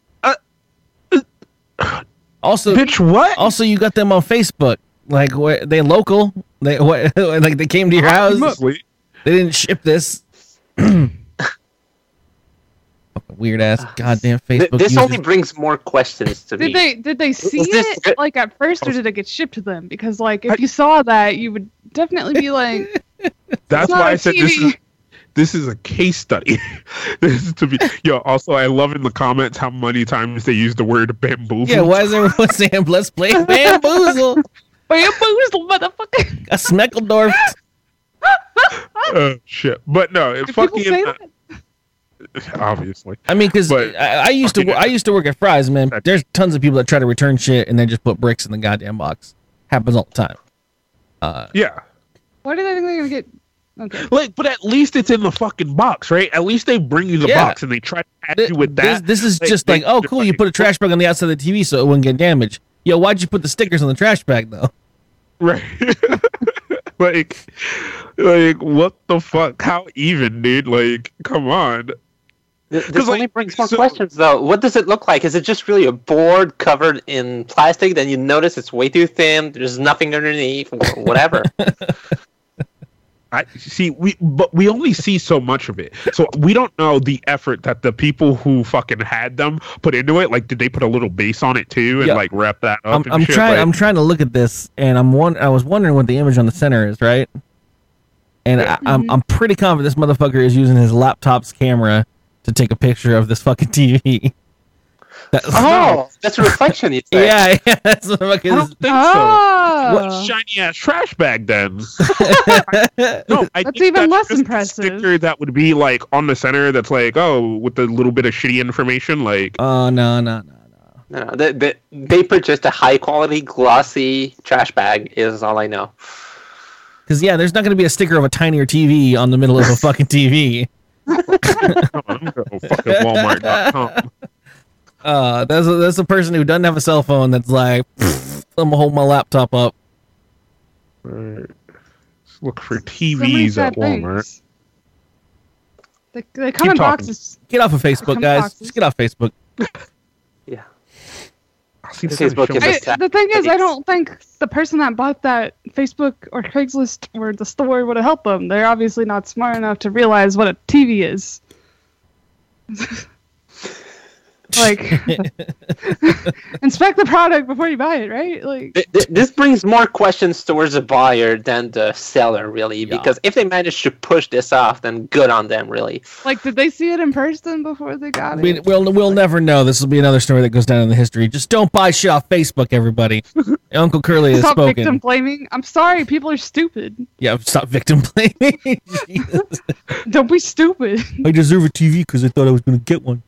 Speaker 4: Also,
Speaker 2: bitch, what?
Speaker 4: also you got them on Facebook. Like wha- they local. They what? Like they came to your house.
Speaker 2: Honestly,
Speaker 4: They didn't ship this. Fucking Weird ass goddamn
Speaker 5: Th-
Speaker 4: Facebook.
Speaker 5: this
Speaker 4: users.
Speaker 5: only brings more questions to me.
Speaker 6: Did they did they see
Speaker 5: this
Speaker 6: it
Speaker 5: good?
Speaker 6: like at first, or did it get shipped to them? Because like if you saw that, you would definitely be like,
Speaker 2: That's
Speaker 6: It's not
Speaker 2: why
Speaker 6: on
Speaker 2: I said this
Speaker 6: TV.
Speaker 2: is this is a case study. this is to be yo. Also, I love in the comments how many times they use the word bamboo.
Speaker 4: yeah, why is everyone saying let's play bamboozle?
Speaker 6: "Bamboozle, motherfucker!"
Speaker 4: A Smeckledorf.
Speaker 2: Uh, shit. But no, it
Speaker 6: Do people
Speaker 2: fucking uh,
Speaker 6: say that?
Speaker 2: obviously.
Speaker 4: I mean, because
Speaker 2: But-
Speaker 4: I, I used to
Speaker 2: Okay.
Speaker 4: wo- I used to work at Fry's, man.
Speaker 2: That-
Speaker 4: There's tons of people that try to return shit and then just put bricks in the goddamn box. Happens all the time.
Speaker 2: Yeah.
Speaker 6: Why do they think they're gonna get? Okay.
Speaker 2: Like, but at least it's in the fucking box, right? At least they bring you the
Speaker 4: Yeah.
Speaker 2: box and they try to add
Speaker 4: Th-
Speaker 2: you with
Speaker 4: this,
Speaker 2: that.
Speaker 4: this is
Speaker 2: They-
Speaker 4: just
Speaker 2: they-
Speaker 4: like, oh,
Speaker 2: they're
Speaker 4: cool, you
Speaker 2: fucking-
Speaker 4: put a trash bag on the outside of the TV so it wouldn't get damaged. Yo, why'd you put the stickers on the trash bag though?
Speaker 2: Right. like like what the fuck? How even, dude? Like, come on.
Speaker 5: Th- This
Speaker 2: 'Cause, like,
Speaker 5: only brings more
Speaker 2: so-
Speaker 5: questions, though. What does it look like? Is it just really a board covered in plastic? Then you notice it's way too thin. There's nothing underneath. wh- Whatever.
Speaker 2: I see we but we only see so much of it. So we don't know the effort that the people who fucking had them put into it. Like did they put a little base on it too and
Speaker 4: Yeah.
Speaker 2: like wrap that up
Speaker 4: I'm,
Speaker 2: and
Speaker 4: I'm
Speaker 2: shit?
Speaker 4: trying
Speaker 2: Like,
Speaker 4: I'm trying to look at this and I'm one I was wondering what the image on the center is, right? And I, I'm I'm pretty confident this motherfucker is using his laptop's camera to take a picture of this fucking TV. That-
Speaker 5: oh, that's a reflection. You say.
Speaker 4: yeah, yeah, that's what the fuck
Speaker 2: I
Speaker 4: is.
Speaker 2: don't think so. What
Speaker 6: Oh,
Speaker 2: shiny ass trash bag then? no, I
Speaker 6: That's
Speaker 2: think
Speaker 6: even less
Speaker 2: just a
Speaker 6: impressive.
Speaker 2: Sticker that would be
Speaker 4: Uh.
Speaker 2: like on the center that's like, oh, with a little bit of shitty information, like
Speaker 4: Oh no, no, no, no.
Speaker 5: no, no. They, they, they purchased a high quality glossy trash bag. Is all I know.
Speaker 4: Because yeah, there's not going to be a sticker of a tinier TV on the middle of a fucking TV.
Speaker 2: I'm gonna go fucking Walmart.com.
Speaker 4: Uh, that's a, that's a person who doesn't have a cell phone. That's like, I'm gonna hold my laptop up.
Speaker 2: Alright. Let's Look for
Speaker 6: So many
Speaker 2: TVs at
Speaker 6: sad
Speaker 2: Walmart.
Speaker 6: things. They, they come
Speaker 2: Keep
Speaker 6: in
Speaker 2: talking.
Speaker 6: boxes.
Speaker 4: Get off of Facebook,
Speaker 6: Come
Speaker 4: guys.
Speaker 6: boxes.
Speaker 4: Just get off Facebook.
Speaker 5: Yeah.
Speaker 2: I see
Speaker 5: This
Speaker 2: this
Speaker 5: Facebook is
Speaker 2: is
Speaker 5: a-
Speaker 6: I, the thing is, I
Speaker 5: It's-
Speaker 6: don't think the person that bought that Facebook or Craigslist or the store would have helped them. They're obviously not smart enough to realize what a TV is. like, inspect the product before you buy it, right? Like,
Speaker 5: Th- th- This brings more questions towards the buyer than the seller, really,
Speaker 4: Yeah.
Speaker 5: because if they manage to push this off, then good on them, really.
Speaker 6: like, did they see it in person before they
Speaker 4: I
Speaker 6: got
Speaker 4: mean,
Speaker 6: it?
Speaker 4: we'll we'll never know. This will be another story that goes down in the history. Just don't buy shit off Facebook, everybody. Uncle Curly has
Speaker 6: Stop
Speaker 4: spoken.
Speaker 6: victim blaming. I'm sorry, people are stupid.
Speaker 4: Yeah, stop victim blaming.
Speaker 6: Don't be stupid.
Speaker 4: I deserve a TV because I thought I was going to get one.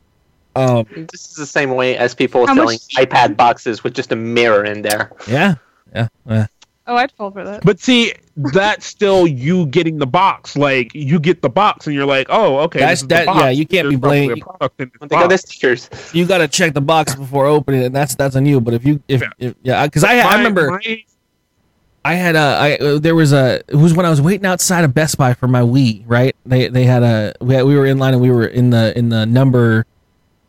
Speaker 4: Um,
Speaker 5: This is the same way as people
Speaker 6: How
Speaker 5: selling
Speaker 6: much-
Speaker 5: iPad boxes with just a mirror in there.
Speaker 4: yeah, yeah. yeah.
Speaker 6: Oh, I'd fall for that.
Speaker 2: But see, that's still you getting the box. Like you get the box, and you're like, "Oh, okay." this
Speaker 4: That's-
Speaker 2: is
Speaker 4: that-
Speaker 2: The box.
Speaker 4: yeah, you can't be
Speaker 2: probably
Speaker 4: blamed-
Speaker 2: a product in this
Speaker 5: When they got the
Speaker 2: box.
Speaker 5: stickers,
Speaker 4: You got to check the box before opening it. And that's that's on you. But if you if
Speaker 2: Yeah.
Speaker 4: if- yeah, because I I
Speaker 2: My-
Speaker 4: remember
Speaker 2: my-
Speaker 4: I had a I uh, there was a it was when I was waiting outside of Best Buy for my Wii. Right? They they had a we had, we were in line and we were in the in the number.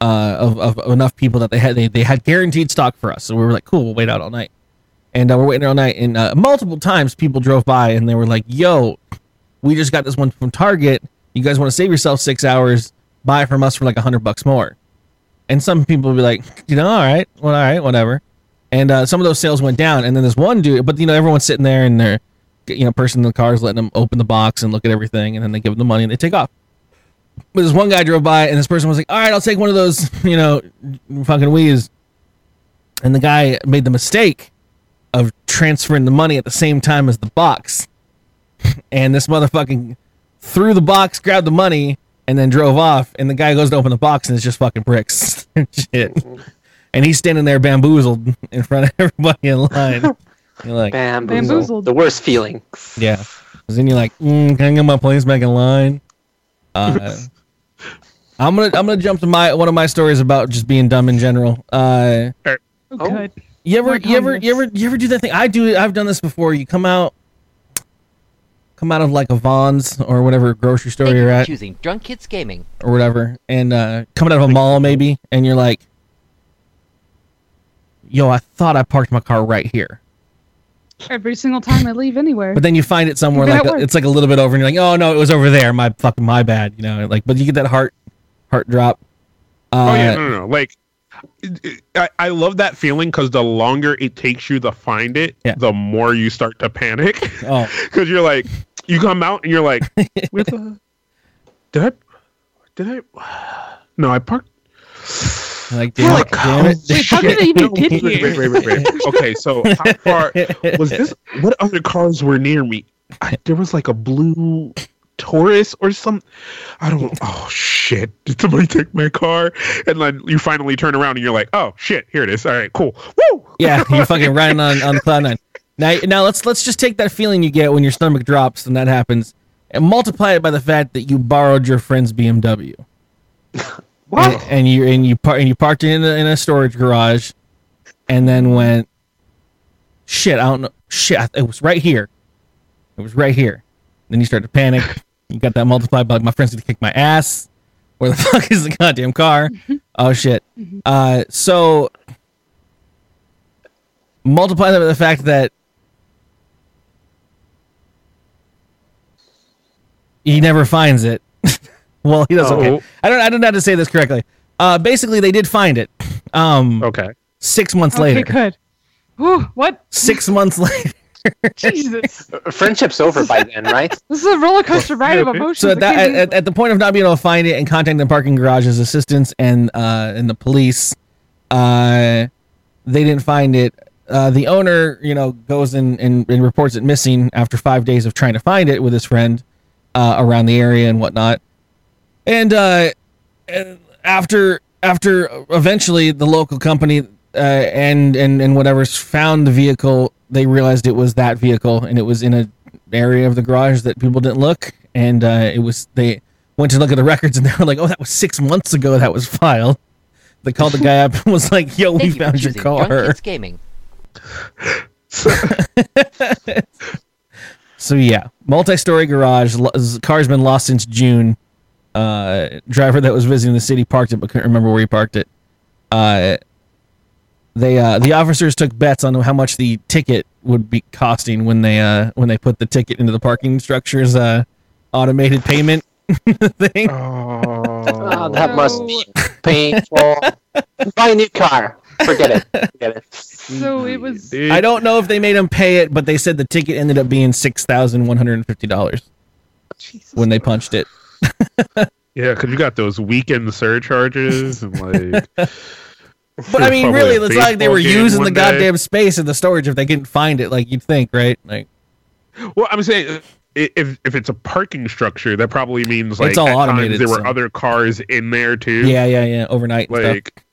Speaker 4: Uh, of, of enough people that they had they, they had guaranteed stock for us so we were like cool we'll wait out all night and uh, we're waiting all night and uh, multiple times people drove by and they were like yo we just got this one from target you guys want to save yourself six hours buy from us for like a hundred bucks more and some people would be like you know all right well all right whatever and uh, some of those sales went down and then this one dude but you know everyone's sitting there and they're you know person in the car is letting them open the box and look at everything and then they give them the money and they take off but this one guy drove by and this person was like all right i'll take one of those you know fucking wheeze and the guy made the mistake of transferring the money at the same time as the box. And this motherfucking threw the box, grabbed the money, and then drove off. And the guy goes to open the box and it's just fucking bricks and shit. And he's standing there bamboozled in front of everybody in line. You're like,
Speaker 5: bamboozled.
Speaker 6: Bamboozled.
Speaker 5: The worst feeling.
Speaker 4: yeah. 'Cause then you're like, mm, can I get my place back in line? Uh, I'm gonna I'm gonna jump to my one of my stories about just being dumb in general. Uh,
Speaker 6: Oh,
Speaker 5: Oh.
Speaker 6: good.
Speaker 4: you ever,
Speaker 6: Work
Speaker 4: you
Speaker 6: on
Speaker 4: ever, you
Speaker 6: this.
Speaker 4: ever, you ever do that thing? I do. I've done this before. You come out, come out of like a Vons or whatever grocery store
Speaker 8: Thank you
Speaker 4: you're
Speaker 8: for
Speaker 4: at
Speaker 8: choosing Drunk Kids Gaming.
Speaker 4: or whatever, and uh, coming out of a mall maybe, and you're like, "Yo, I thought I parked my car right here,"
Speaker 6: Every single time I leave anywhere.
Speaker 4: but then you find it somewhere
Speaker 6: Even
Speaker 4: like
Speaker 6: at work.
Speaker 4: it's like a little bit over, and you're like, "Oh no, it was over there. My fucking my bad," you know. Like, but you get that heart, heart drop. Uh,
Speaker 2: oh yeah, no, no, no. Like, it- it- I, I love that feeling because the longer it takes you to find it,
Speaker 4: Yeah.
Speaker 2: the more you start to panic
Speaker 4: Oh.
Speaker 2: because you're like, you come out and you're like, Where the, did I, did I? No, I parked.
Speaker 4: Like, damn, it,
Speaker 2: Fuck.
Speaker 4: damn it.
Speaker 6: Wait, how did I even get here?
Speaker 2: Wait, wait, wait, wait. Okay, so how far was this? What other cars were near me? I, there was like a blue Taurus or some. I don't. Oh shit! Did somebody take my car? And then you finally turn around and you're like, oh shit, here it is. All right, cool. Woo!
Speaker 4: Yeah, you're fucking riding on on cloud nine. Now, now let's let's just take that feeling you get when your stomach drops and that happens, and multiply it by the fact that you borrowed your friend's BMW
Speaker 5: What?
Speaker 4: and, and you and you par- and you parked it in a, in a storage garage, and then went, shit, I don't know, shit, I- it was right here, it was right here. Then you start to panic. You got that multiplied by like, my friend's gonna kick my ass. Where the fuck is the goddamn car? Oh shit. Uh, so multiply that by the fact that he never finds it. well, he doesn't.
Speaker 2: Oh.
Speaker 4: Okay. I don't. I don't know how to say this correctly. Uh, basically, they did find it. Um,
Speaker 2: Okay.
Speaker 4: six months
Speaker 6: okay,
Speaker 4: later.
Speaker 6: good. Whew, what?
Speaker 4: Six months later.
Speaker 6: Jesus.
Speaker 5: Friendship's over by then, right?
Speaker 6: This is a roller coaster ride of
Speaker 2: yeah, dude.
Speaker 6: emotions.
Speaker 4: So
Speaker 6: I
Speaker 4: at, that, uh,
Speaker 6: can't
Speaker 4: at,
Speaker 6: believe-
Speaker 4: at, at the point of not being able to find it and contacting the parking garage's assistants and uh, and the police, uh, they didn't find it. Uh, the owner, you know, goes in and, and reports it missing after five days of trying to find it with his friend uh, around the area and whatnot. uh, And uh, and after after eventually the local company uh, and and and whatever's found the vehicle, they realized it was that vehicle, and it was in a area of the garage that people didn't look, and uh, it was they went to look at the records, and they were like, "Oh, that was six months ago. That was filed." They called the guy up and was like, "Yo, we
Speaker 8: Thank you for
Speaker 4: found your
Speaker 8: choosing Drunk
Speaker 4: car."
Speaker 8: Kids Gaming.
Speaker 4: So yeah, multi-story garage. lo- z- Car's been lost since June. Uh, driver that was visiting the city parked it, but couldn't remember where he parked it. Uh, they uh, the officers took bets on how much the ticket would be costing when they uh, when they put the ticket into the parking structure's uh, automated payment thing.
Speaker 5: Oh,
Speaker 2: Oh,
Speaker 5: that must be painful. Buy a new car. Forget it. Forget it.
Speaker 6: So it was.
Speaker 2: Mm, dude.
Speaker 4: I don't know if they made him pay it, but they said the ticket ended up being six thousand one hundred and fifty dollars
Speaker 6: Jesus.
Speaker 4: when they punched it.
Speaker 2: Yeah, because you got those weekend surcharges and like.
Speaker 4: But I mean,
Speaker 2: probably
Speaker 4: really,
Speaker 2: a
Speaker 4: it's like they
Speaker 2: baseball
Speaker 4: were
Speaker 2: game
Speaker 4: using the
Speaker 2: one day.
Speaker 4: goddamn space in the storage if they couldn't find it, like you'd think, right? Like
Speaker 2: Well, I'm saying uh, i- if if it's a parking structure, that probably means like
Speaker 4: all
Speaker 2: at times
Speaker 4: automated,
Speaker 2: there were
Speaker 4: so-
Speaker 2: other cars in there too.
Speaker 4: yeah, yeah, yeah, overnight. and stuff.
Speaker 2: like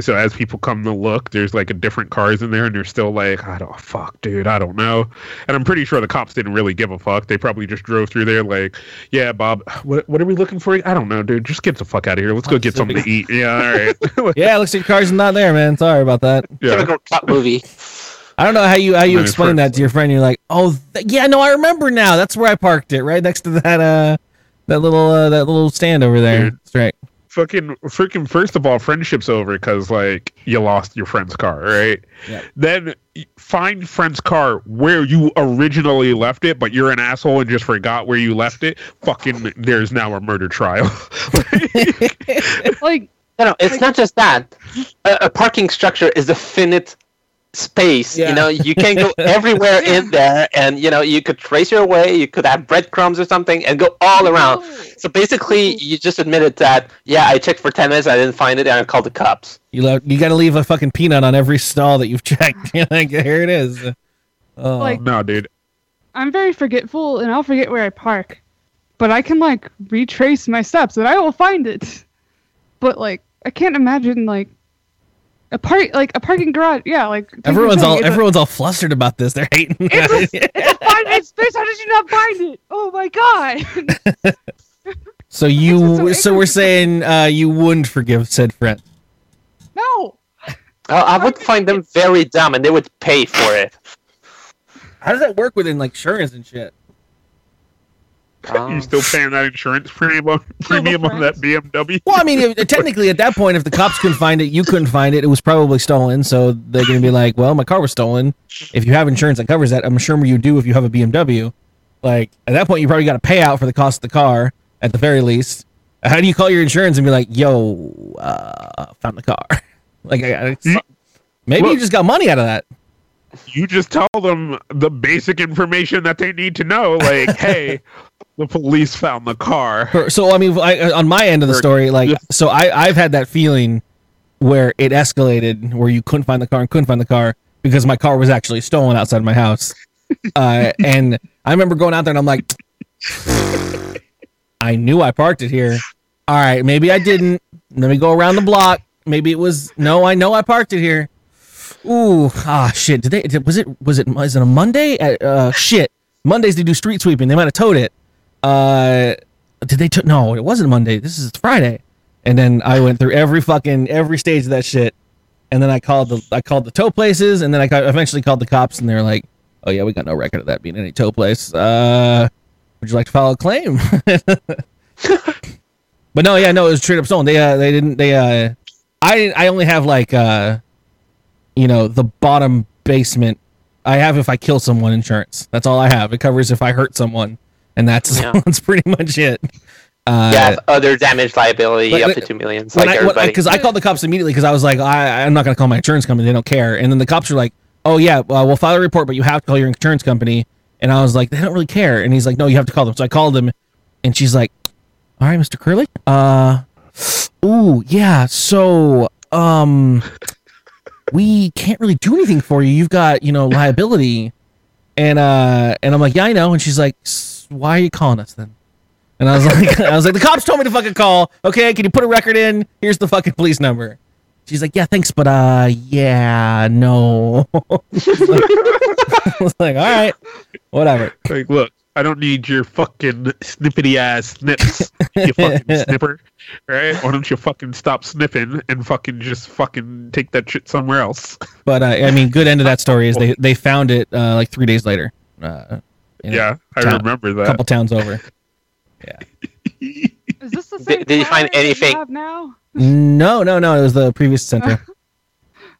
Speaker 2: so as people come to look there's like a different cars in there and they're still like i don't fuck dude i don't know and i'm pretty sure the cops didn't really give a fuck they probably just drove through there like yeah bob what, what are we looking for i don't know dude just get the fuck out of here let's go get something to eat yeah all right
Speaker 4: yeah, looks like your car's not there, man. Sorry about that.
Speaker 2: yeah.
Speaker 5: Typical cop movie.
Speaker 4: I don't know how you how you
Speaker 2: Man, it's
Speaker 4: explain that to your friend. You're like, oh, th- yeah, no, I remember now. That's where I parked it, right next to that uh that little uh, that little stand over there.
Speaker 2: Dude.
Speaker 4: That's right.
Speaker 2: fucking freaking first of all friendship's over because like you lost your friend's car right
Speaker 4: Yep.
Speaker 2: then y- find friend's car where you originally left it but you're an asshole and just forgot where you left it fucking there's now a murder trial
Speaker 6: Like,
Speaker 5: No, no, it's not just that. A, a parking structure is a finite space.
Speaker 4: Yeah.
Speaker 5: You know, you can go everywhere in there, and you know, you could trace your way. You could have breadcrumbs or something, and go all around. So basically, you just admitted that. Yeah, I checked for ten minutes, I didn't find it, and I called the cops.
Speaker 4: You lo- you got to leave a fucking peanut on every stall that you've checked. You're like, here it is. Oh,
Speaker 6: Like-
Speaker 2: no dude
Speaker 6: I'm very forgetful, and I'll forget where I park, but I can like retrace my steps, and I will find it. But like, I can't imagine like a park, like a parking garage. Yeah, like Taylor
Speaker 4: everyone's
Speaker 6: said,
Speaker 4: all
Speaker 6: it's a-
Speaker 4: everyone's all flustered about this. They're hating.
Speaker 6: find that space. How did you not find it? Oh my god!
Speaker 4: So
Speaker 6: That's
Speaker 4: you
Speaker 6: what's so
Speaker 4: so we're
Speaker 6: ignorant.
Speaker 4: saying uh, you wouldn't forgive said friend.
Speaker 6: no.
Speaker 5: Uh, I would find them very dumb, and they would pay for it.
Speaker 4: How does that work within like insurance and shit?
Speaker 5: Um,
Speaker 2: you still paying that insurance premium premium on that bmw
Speaker 4: Well, I mean, if, technically at that point, if the cops couldn't find it, you couldn't find it. It was probably stolen, so they're gonna be like, "Well, my car was stolen. If you have insurance that covers that, I'm sure you do. If you have a BMW, like at that point, you probably got to pay out for the cost of the car at the very least. How do you call your insurance and be like, "Yo, uh, found the car"? Like, I, I,
Speaker 2: You-
Speaker 4: maybe you
Speaker 2: look.
Speaker 4: just got money out of that.
Speaker 2: you just tell them the basic information that they need to know like hey the police found the car
Speaker 4: Per- So I mean, I, uh, on my end of the
Speaker 2: Or-
Speaker 4: story, like,
Speaker 2: yeah.
Speaker 4: so I I've had that feeling where it escalated, where you couldn't find the car and couldn't find the car because my car was actually stolen outside my house, uh, and I remember going out there and I'm like, I knew I parked it here. All right, maybe I didn't. Let me go around the block. Maybe it was no. I know I parked it here. Ooh, ah, shit. Did they? Did, was it? Was it? Was it a Monday? Uh, uh, shit. Mondays they do street sweeping. They might have towed it. Uh, did they? tow no, it wasn't Monday. This is Friday. And then I went through every fucking every stage of that shit. And then I called the I called the tow places, and then I got, eventually called the cops, and they're like, "Oh yeah, we got no record of that being any tow place. Uh, would you like to file a claim?" but no, yeah, no, it was straight up stolen. They uh, they didn't they uh, I didn't, I only have like uh, you know, the bottom basement. I have if I kill someone insurance. That's all I have. It covers if I hurt someone, and that's
Speaker 5: Yeah.
Speaker 4: that's pretty much it. Uh,
Speaker 5: yeah, other damage liability
Speaker 4: But-
Speaker 5: up
Speaker 4: but-
Speaker 5: to two millions,
Speaker 4: when
Speaker 5: like
Speaker 4: I- when I,
Speaker 5: everybody.
Speaker 4: because I called the cops immediately because I was like, I, I'm not going to call my insurance company. They don't care. And then the cops were like, Oh yeah, well, we'll file a report, but you have to call your insurance company. And I was like, They don't really care. And he's like, No, you have to call them. So I called them, and she's like, All right, Mr. Curley. Uh, ooh, yeah. So, um, we can't really do anything for you. You've got you know liability, and uh, and I'm like, Yeah, I know. And she's like, "S- Why are you calling us then? And I was like, I was like, the cops told me to fucking call. Okay, can you put a record in? Here's the fucking police number. She's like, yeah, thanks, but uh, yeah, no. I was like, all right, whatever.
Speaker 2: Like, look, I don't need your fucking snippity ass snips, you fucking snipper. Right? Why don't you fucking stop snipping and fucking just fucking take that shit somewhere else?
Speaker 4: But uh, I mean, good end of that story is they they found it uh, like three days later. Uh, in a
Speaker 2: Yeah, I
Speaker 4: town-
Speaker 2: remember
Speaker 4: a
Speaker 2: that.
Speaker 4: couple towns over.
Speaker 6: Is this the same
Speaker 5: Did- did you find
Speaker 6: tower that
Speaker 5: anything?
Speaker 6: have now?
Speaker 4: No, no, no. It was the previous center.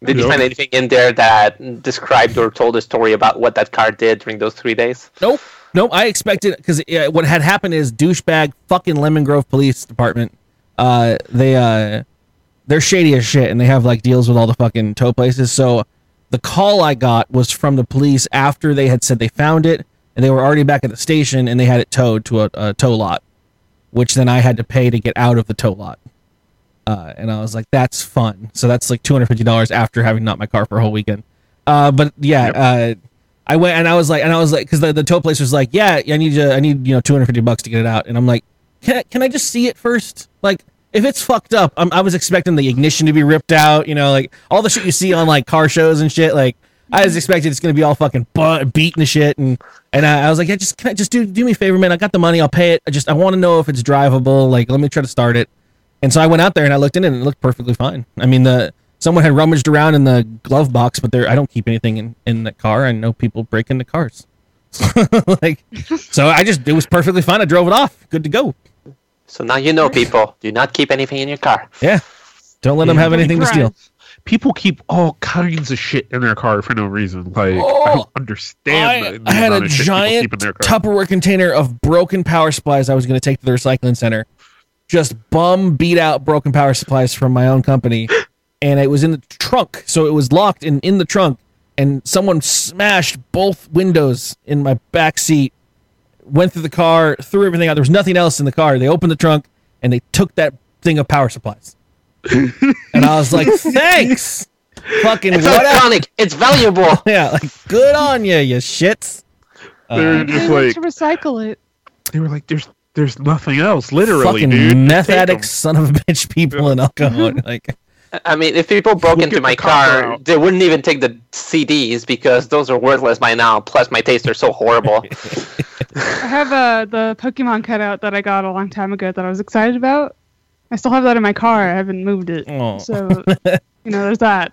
Speaker 5: Did you
Speaker 2: Nope.
Speaker 5: find anything in there that described or told a story about what that car did during those three days?
Speaker 4: Nope. Nope. I expected because uh, what had happened is douchebag fucking Lemon Grove Police Department. Uh, they uh, they're shady as shit, and they have like deals with all the fucking tow places. So the call I got was from the police after they had said they found it, and they were already back at the station, and they had it towed to a, a tow lot, which then I had to pay to get out of the tow lot. Uh, and I was like, "That's fun." So that's like two hundred fifty dollars after having not my car for a whole weekend. Uh, but yeah, uh, I went and I was like, and I was like, because the, the tow place was like, yeah, I need you, I need you know, two hundred fifty bucks to get it out, and I'm like, can I, can I just see it first? Like, if it's fucked up, I'm, I was expecting the ignition to be ripped out, you know, like all the shit you see on like car shows and shit. Like, I was expecting it's gonna be all fucking but beaten to shit, and and I, I was like, yeah, just can I just do do me a favor, man? I got the money, I'll pay it. I just I want to know if it's drivable. Like, let me try to start it. And so I went out there and I looked in it and it looked perfectly fine. I mean, the someone had rummaged around in the glove box, but there I don't keep anything in in the car. I know people break into cars. like so I just it was perfectly fine. I drove it off. Good to go.
Speaker 5: So now you know, people, do not keep anything in your car.
Speaker 4: Yeah. Don't let them have
Speaker 6: Don't
Speaker 4: anything to
Speaker 6: drive.
Speaker 4: steal.
Speaker 2: People keep all kinds of shit in their car for no reason. Like, I don't
Speaker 4: Oh,
Speaker 2: understand.
Speaker 4: I,
Speaker 2: the
Speaker 4: I had
Speaker 2: amount
Speaker 4: a
Speaker 2: of shit people keep
Speaker 4: giant
Speaker 2: in their car.
Speaker 4: Tupperware container of broken power supplies I was going to take to the recycling center. Just bum beat out broken power supplies from my own company, and it was in the trunk, so it was locked in in the trunk. And someone smashed both windows in my back seat. Went through the car, threw everything out. There was nothing else in the car. They opened the trunk and they took that thing of power supplies. and I was like, "Thanks, fucking
Speaker 5: It's
Speaker 4: whatever."
Speaker 5: electronic. It's valuable.
Speaker 4: Yeah, like good on you, you shits.
Speaker 2: they were
Speaker 6: They
Speaker 2: just
Speaker 6: went
Speaker 2: like,
Speaker 6: to recycle it.
Speaker 2: they were like, there's, there's nothing else, literally,
Speaker 4: fucking
Speaker 2: dude.
Speaker 4: meth
Speaker 2: Take 'em.
Speaker 4: addicts, son of a bitch, people and alcohol. Like,
Speaker 5: I mean, if people broke
Speaker 2: We'll
Speaker 5: into
Speaker 2: get
Speaker 5: my
Speaker 2: the copper
Speaker 5: car,
Speaker 2: out.
Speaker 5: they wouldn't even take the CDs because those are worthless by now. Plus, my tastes are so horrible.
Speaker 6: I have uh, the Pokemon cutout that I got a long time ago that I was excited about. I still have that in my car. I haven't moved it.
Speaker 4: Aw.
Speaker 6: So, you know, there's that.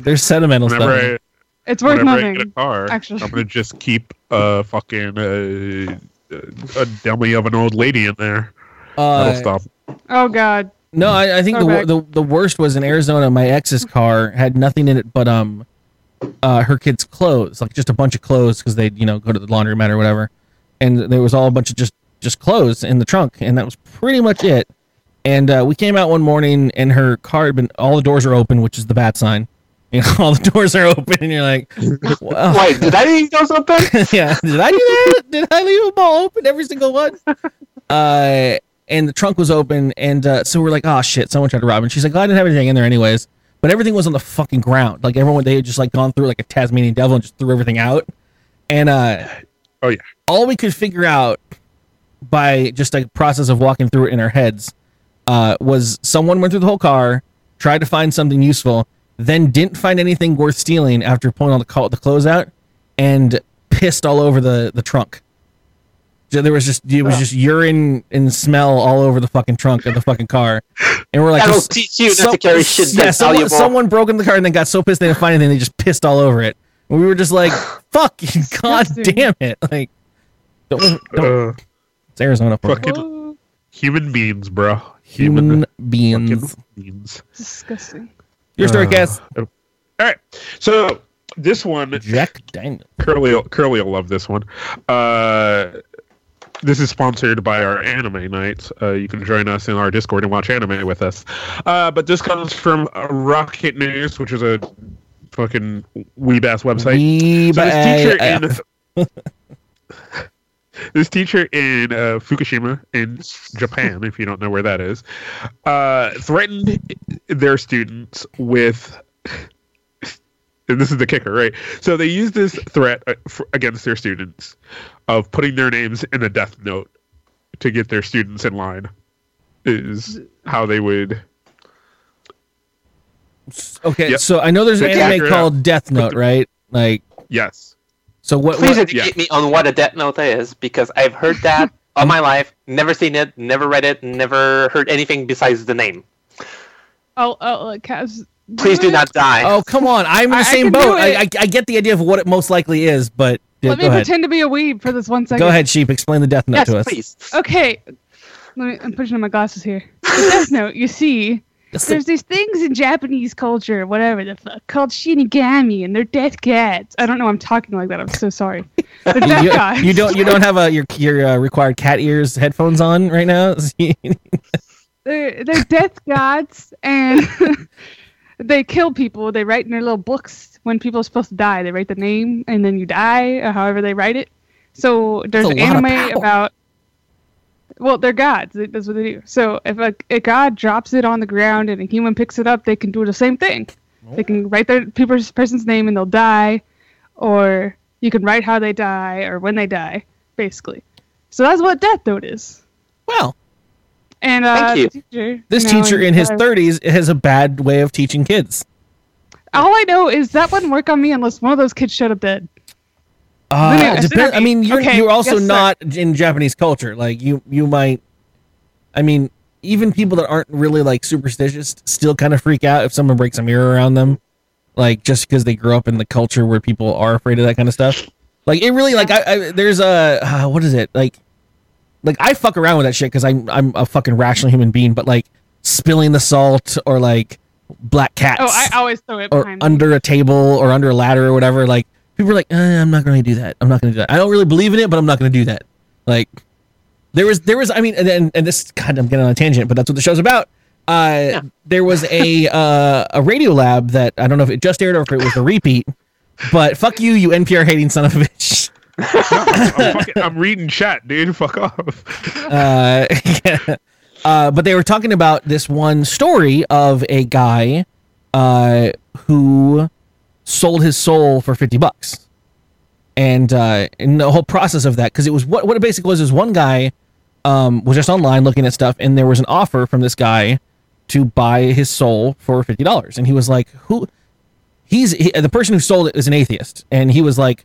Speaker 4: there's sentimental
Speaker 2: Whenever
Speaker 4: stuff.
Speaker 2: I,
Speaker 6: it's worth
Speaker 2: whenever I get a
Speaker 6: moving.
Speaker 2: car,
Speaker 6: actually.
Speaker 2: I'm gonna just keep a fucking uh, a dummy of an old lady in there. That'll
Speaker 4: Uh,
Speaker 2: stop.
Speaker 6: Oh, God.
Speaker 4: no, I, I think the, wor- the the worst was in Arizona. My ex's car had nothing in it but um, uh, her kid's clothes, like just a bunch of clothes because they'd you know go to the laundromat or whatever, and there was all a bunch of just just clothes in the trunk, and that was pretty much it. And uh, we came out one morning, and her car had been all the doors are open, which is the bat sign. You know, all the doors are open, and you're like, wow.
Speaker 5: Wait, did I leave those open?
Speaker 4: yeah. Did I do that? Did I leave them all open, every single one? Uh, and the trunk was open, and uh, so we're like, oh shit, someone tried to rob. And she's like, oh, I didn't have anything in there, anyways. But everything was on the fucking ground. Like everyone, they had just like gone through like a Tasmanian devil and just threw everything out. And uh,
Speaker 2: Oh, yeah.
Speaker 4: all we could figure out by just like process of walking through it in our heads uh, was someone went through the whole car, tried to find something useful, then didn't find anything worth stealing after pulling all the, call- the clothes out, and pissed all over the, the trunk. So there was just it was just urine and smell all over the fucking trunk of the fucking car, and we're like,
Speaker 5: That'll
Speaker 4: "This-
Speaker 5: teach you not
Speaker 4: some-
Speaker 5: to carry shit
Speaker 4: yeah,
Speaker 5: that's
Speaker 4: someone,
Speaker 5: valuable.
Speaker 4: someone broke in the car and then got so pissed they didn't find anything, they just pissed all over it. And we were just like, "Fuck, god damn it!" Like, don't, don't,
Speaker 2: Uh,
Speaker 4: it's Arizona for
Speaker 2: fucking
Speaker 6: Whoa,
Speaker 2: human beings, bro.
Speaker 4: human
Speaker 2: fucking
Speaker 4: beings.
Speaker 2: beings.
Speaker 6: disgusting.
Speaker 4: Your story,
Speaker 2: Uh,
Speaker 4: Cass.
Speaker 2: All right. So this one,
Speaker 4: Jack Daniel.
Speaker 2: Curly, Curly will love this one. Uh, this is sponsored by our anime night. Uh, you can join us in our Discord and watch anime with us. Uh, but this comes from uh, Rocket News, which is a fucking weeb ass website. So this teacher in this teacher in uh, Fukushima in Japan, if you don't know where that is, uh, threatened their students with. And this is the kicker, right? So they used this threat uh, f against their students of putting their names in a death note to get their students in line. Is how they would
Speaker 4: Okay,
Speaker 2: Yep.
Speaker 4: so I know there's an
Speaker 2: Figure
Speaker 4: anime
Speaker 2: it
Speaker 4: called Death Note, right? Like,
Speaker 2: Yes.
Speaker 4: so what?
Speaker 5: Please
Speaker 4: what
Speaker 5: educate me on what a Death Note is, because I've heard that all my life, never seen it, never read it, never heard anything besides the name.
Speaker 6: I'll, I'll like, Kaz,
Speaker 5: Please do
Speaker 6: it.
Speaker 5: not die.
Speaker 4: oh, come on! I'm in the
Speaker 6: I- I
Speaker 4: same
Speaker 6: can do
Speaker 4: boat. I, I,
Speaker 6: it.
Speaker 4: I get the idea of what it most likely is, but yeah,
Speaker 6: Let
Speaker 4: go
Speaker 6: me
Speaker 4: ahead.
Speaker 6: pretend to be a weeb for this one second.
Speaker 4: Go ahead, sheep. Explain the Death Note
Speaker 5: yes,
Speaker 4: to us.
Speaker 5: please.
Speaker 6: Okay. Let me, I'm pushing on my glasses here. The Death Note, you see,
Speaker 4: It's the-
Speaker 6: there's these things in Japanese culture, whatever the fuck, called shinigami, and they're death gods. I don't know. I'm talking like that. I'm so sorry. They're death
Speaker 4: you,
Speaker 6: gods.
Speaker 4: you don't you don't have a your your uh, required cat ears headphones on right now.
Speaker 6: They're they're death gods, and they kill people. They write in their little books when people are supposed to die. They write the name, and then you die, or however they write it. So there's
Speaker 4: That's
Speaker 6: an
Speaker 4: a lot of
Speaker 6: anime
Speaker 4: power.
Speaker 6: about. Well, they're gods. Th- That's what they do. So if a, a god drops it on the ground and a human picks it up, they can do the same thing. They
Speaker 4: Oh.
Speaker 6: can write their people's person's name and they'll die, or you can write how they die or when they die, basically. So that's what Death Note is.
Speaker 4: well,
Speaker 6: And uh,
Speaker 5: Thank you.
Speaker 6: the teacher,
Speaker 4: this
Speaker 6: you know,
Speaker 4: teacher
Speaker 6: and
Speaker 4: in his
Speaker 6: whatever.
Speaker 4: 30s has a bad way of teaching kids.
Speaker 6: All I know is that wouldn't work on me unless one of those kids showed up dead.
Speaker 4: Uh,
Speaker 6: No, no, I
Speaker 4: depen-
Speaker 6: said I
Speaker 4: I mean,
Speaker 6: mean-
Speaker 4: you're
Speaker 6: okay,
Speaker 4: you're also
Speaker 6: yes, sir.
Speaker 4: not in Japanese culture. Like you you might, I mean, even people that aren't really like superstitious still kind of freak out if someone breaks a mirror around them, like just because they grew up in the culture where people are afraid of that kind of stuff. Like it really like I, I there's a uh, what is it like, like I fuck around with that shit because I'm I'm a fucking rational human being, but like spilling the salt or like black cats
Speaker 6: Oh, I always throw it
Speaker 4: or
Speaker 6: behind. me.
Speaker 4: under a table or under a ladder or whatever. Like people are like, eh, I'm not going to do that. I'm not going to do that. I don't really believe in it, but I'm not going to do that. Like there was, there was. I mean, and and, and this God, I'm getting on a tangent, but that's what the show's about. Uh, there was a uh, a radio lab that I don't know if it just aired or if it was a repeat, but fuck you, you NPR hating son of a bitch.
Speaker 2: No, I'm, fucking, I'm reading chat, dude. Fuck off.
Speaker 4: uh, uh, but they were talking about this one story of a guy uh, who sold his soul for 50 bucks and uh, and the whole process of that because it was what, what it basically was is one guy um, was just online looking at stuff and there was an offer from this guy to buy his soul for $50 and he was like who he's he, the person who sold it is an atheist and he was like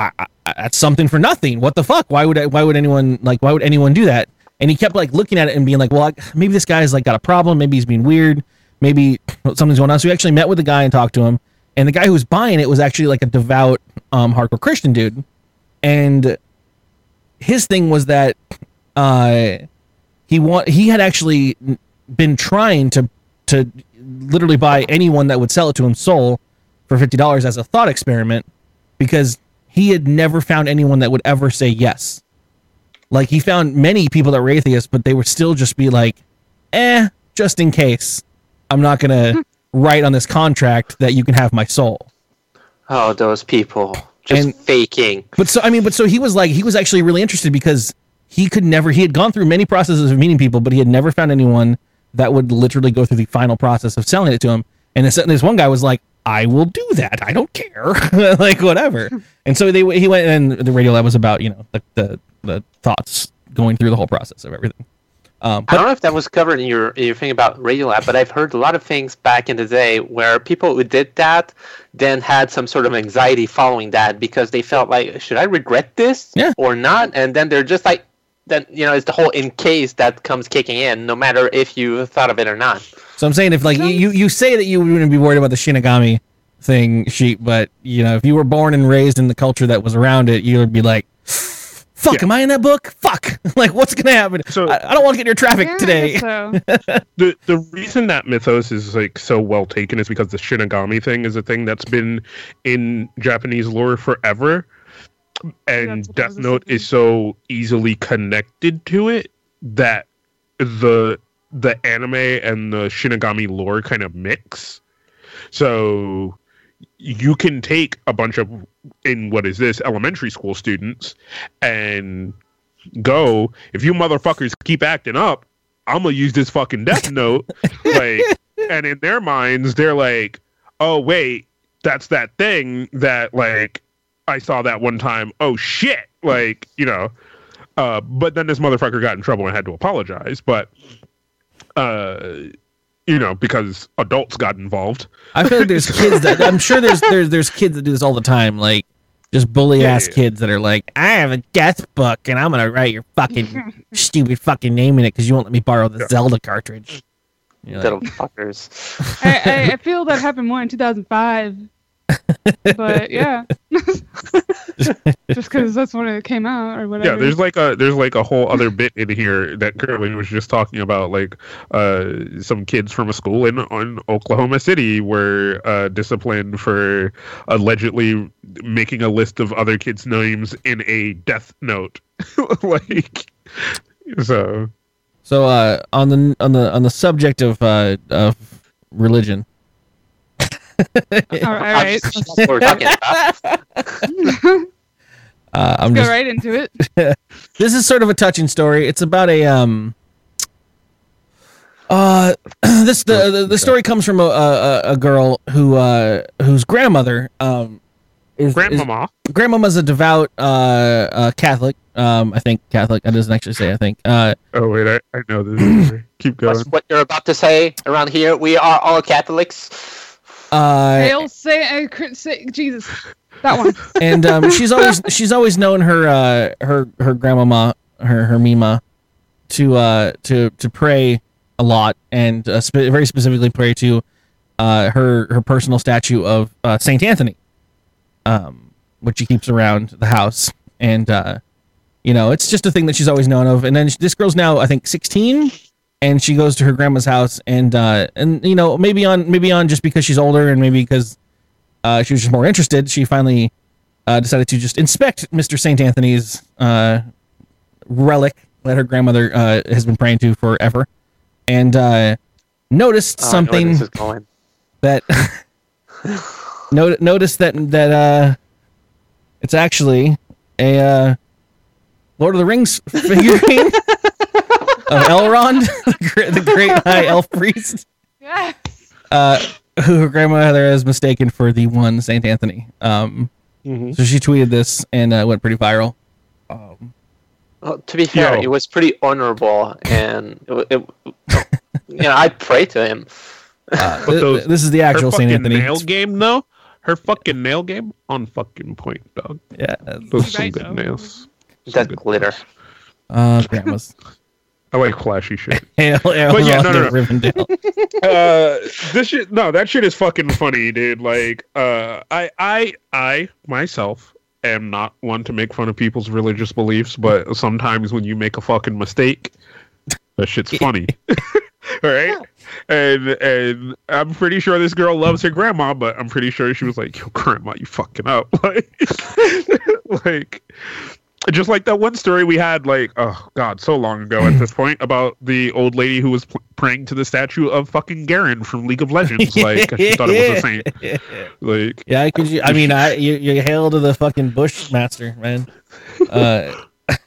Speaker 4: I- that's something for nothing. What the fuck? Why would I, why would anyone like why would anyone do that? And he kept like looking at it and being like, well, I, maybe this guy's like got a problem. Maybe he's being weird. Maybe something's going on. So we actually met with the guy and talked to him. And the guy who was buying it was actually like a devout, um, hardcore Christian dude. And his thing was that uh, he want he had actually been trying to to literally buy anyone that would sell it to him soul for fifty dollars as a thought experiment because he had never found anyone that would ever say yes. Like he found many people that were atheists, but they would still just be like, "Eh, just in case, I'm not gonna write on this contract that you can have my soul."
Speaker 5: Oh, those people. Just
Speaker 4: And-
Speaker 5: faking.
Speaker 4: But so I mean, but so he was like he was actually really interested because he could never he had gone through many processes of meeting people, but he had never found anyone that would literally go through the final process of selling it to him. And this, this one guy was like, "I will do that. I don't care, like whatever." And so they he went and the radio lab was about you know the the, the thoughts going through the whole process of everything. Um,
Speaker 5: I don't know if that was covered in your in your thing about Radiolab, but I've heard a lot of things back in the day where people who did that then had some sort of anxiety following that because they felt like, should I regret this
Speaker 4: Yeah.
Speaker 5: or not? And then they're just like, then you know, it's the whole in case that comes kicking in, no matter if you thought of it or not.
Speaker 4: So I'm saying if like you, you you say that you wouldn't be worried about the Shinigami thing sheet, but you know if you were born and raised in the culture that was around it, you would be like, "Fuck,
Speaker 2: Yeah.
Speaker 4: am I in that book? Fuck, like what's gonna happen?
Speaker 2: So-
Speaker 4: I, I don't want to get near traffic
Speaker 6: Yeah, I
Speaker 4: today."
Speaker 6: guess So.
Speaker 2: the the reason that mythos is like so well taken is because the Shinigami thing is a thing that's been in Japanese lore forever, and
Speaker 6: That's what I was
Speaker 2: Death Note
Speaker 6: thinking.
Speaker 2: is so easily connected to it that the the anime and the Shinigami lore kind of mix. So you can take a bunch of in what is this elementary school students and go if you motherfuckers keep acting up i'm gonna use this fucking death note like and in their minds they're like oh wait that's that thing that like i saw that one time oh shit like you know uh but then this motherfucker got in trouble and had to apologize but uh you know, because adults got involved.
Speaker 4: I feel like there's kids that I'm sure there's there's there's kids that do this all the time, like just bully
Speaker 2: Yeah,
Speaker 4: ass
Speaker 2: yeah.
Speaker 4: kids that are like, I have a death book and I'm gonna write your fucking stupid fucking name in it because you won't let me borrow the
Speaker 2: Yeah.
Speaker 4: Zelda cartridge. And you're like,
Speaker 5: Little fuckers.
Speaker 6: I, I, I feel that happened more in 2005. But yeah, just because that's when it came out or whatever.
Speaker 2: Yeah, there's like a there's like a whole other bit in here that Curly was just talking about, like uh, some kids from a school in on Oklahoma City were uh, disciplined for allegedly making a list of other kids' names in a death note, like so.
Speaker 4: So uh, on the on the on the subject of uh, of religion,
Speaker 6: all right,
Speaker 5: That's what we're talking about.
Speaker 4: uh, I'm
Speaker 6: go
Speaker 4: just
Speaker 6: right into it.
Speaker 4: this is sort of a touching story. It's about a um. Uh, this the, the the story comes from a a, a- a girl who uh whose grandmother um is is-
Speaker 2: Grandmama,
Speaker 4: grandmama's a devout uh, uh Catholic. Um, I think Catholic. That doesn't actually say. I think. Uh,
Speaker 2: oh wait, I, I know this. Keep going.
Speaker 5: What's what you're about to say around here? We are all Catholics.
Speaker 4: uh,
Speaker 6: Hail Saint, uh, Cri- Saint Jesus. That one.
Speaker 4: and um, she's always she's always known her uh, her her grandmama her her mima to uh, to to pray a lot and uh, spe- very specifically pray to uh, her her personal statue of uh, Saint Anthony, um, which she keeps around the house, and uh, you know it's just a thing that she's always known of. And then sh this girl's now I think sixteen, and she goes to her grandma's house, and uh, and you know maybe on maybe on just because she's older, and maybe because uh, she was just more interested, she finally uh, decided to just inspect Mr. St. Anthony's uh, relic that her grandmother uh, has been praying to forever and uh, noticed
Speaker 5: Oh, I know where
Speaker 4: something
Speaker 5: this is going.
Speaker 4: that not, notice that that uh it's actually a uh, Lord of the Rings figurine of Elrond, the great, the great high elf priest,
Speaker 6: Yes.
Speaker 4: uh, who her grandmother has mistaken for the one Saint Anthony. Um,
Speaker 2: Mhm.
Speaker 4: So she tweeted this and uh, went pretty viral. Um,
Speaker 5: Well, to be fair,
Speaker 2: Yo.
Speaker 5: it was pretty honorable, and it, wa- it, you know, I pray to him.
Speaker 4: uh,
Speaker 2: But
Speaker 4: th-
Speaker 2: those-
Speaker 4: this is the actual
Speaker 2: her
Speaker 4: Saint
Speaker 2: fucking
Speaker 4: Anthony.
Speaker 2: nail game though. Her fucking nail game on fucking point, dog.
Speaker 4: Yeah,
Speaker 2: Those
Speaker 6: You
Speaker 2: some
Speaker 6: right,
Speaker 2: good
Speaker 6: though.
Speaker 2: nails. Some
Speaker 5: That
Speaker 2: good
Speaker 5: glitter.
Speaker 2: nails.
Speaker 4: uh, grandma's.
Speaker 2: I like flashy shit.
Speaker 4: Hail, Elrond
Speaker 2: But yeah, no, no,
Speaker 4: of Rivendell.
Speaker 2: uh this shit no that shit is fucking funny dude like uh i i i myself am not one to make fun of people's religious beliefs but sometimes when you make a fucking mistake that shit's funny all right and and i'm pretty sure this girl loves her grandma but i'm pretty sure she was like yo grandma you fucking up like like just like that one story we had like oh god so long ago at this point about the old lady who was pl- praying to the statue of fucking Garen from League of Legends like she thought it was a saint like
Speaker 4: Yeah, I could. You, I mean, I you, you hail to the fucking bushmaster, man. Uh,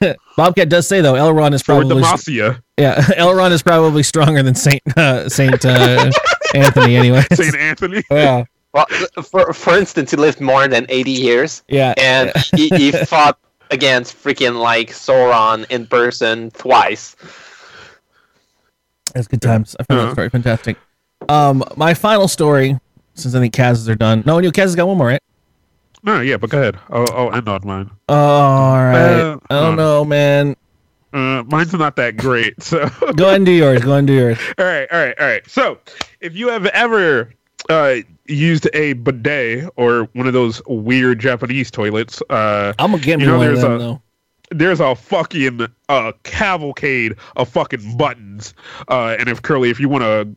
Speaker 4: Bobcat does say though, Elrond is
Speaker 2: for
Speaker 4: probably
Speaker 2: Demacia
Speaker 4: yeah, Elrond is probably stronger than Saint uh, Saint uh, Anthony, anyway.
Speaker 2: Saint Anthony
Speaker 4: Yeah,
Speaker 5: Well, for for instance, he lived more than eighty years,
Speaker 4: yeah,
Speaker 5: and he, he fought against freaking like Sauron in person twice.
Speaker 4: it's good times. I found
Speaker 2: Uh-huh.
Speaker 4: that story fantastic. Um, my final story, since I think Kaz's are done. No, you Kaz has got one more, right?
Speaker 2: no yeah but go ahead I'll, I'll end on mine
Speaker 4: Oh, all right.
Speaker 2: Uh,
Speaker 4: oh
Speaker 2: huh.
Speaker 4: no, man.
Speaker 2: uh, mine's not that great so
Speaker 4: Go ahead and do yours. Go ahead and do yours.
Speaker 2: all right, all right, all right. So, if you have ever uh, used a bidet or one of those weird Japanese toilets, uh,
Speaker 4: I'm gonna get me
Speaker 2: You know,
Speaker 4: one of
Speaker 2: there's
Speaker 4: them
Speaker 2: a-
Speaker 4: though.
Speaker 2: there's a fucking uh, cavalcade of fucking buttons. Uh, and if Curly, if you want to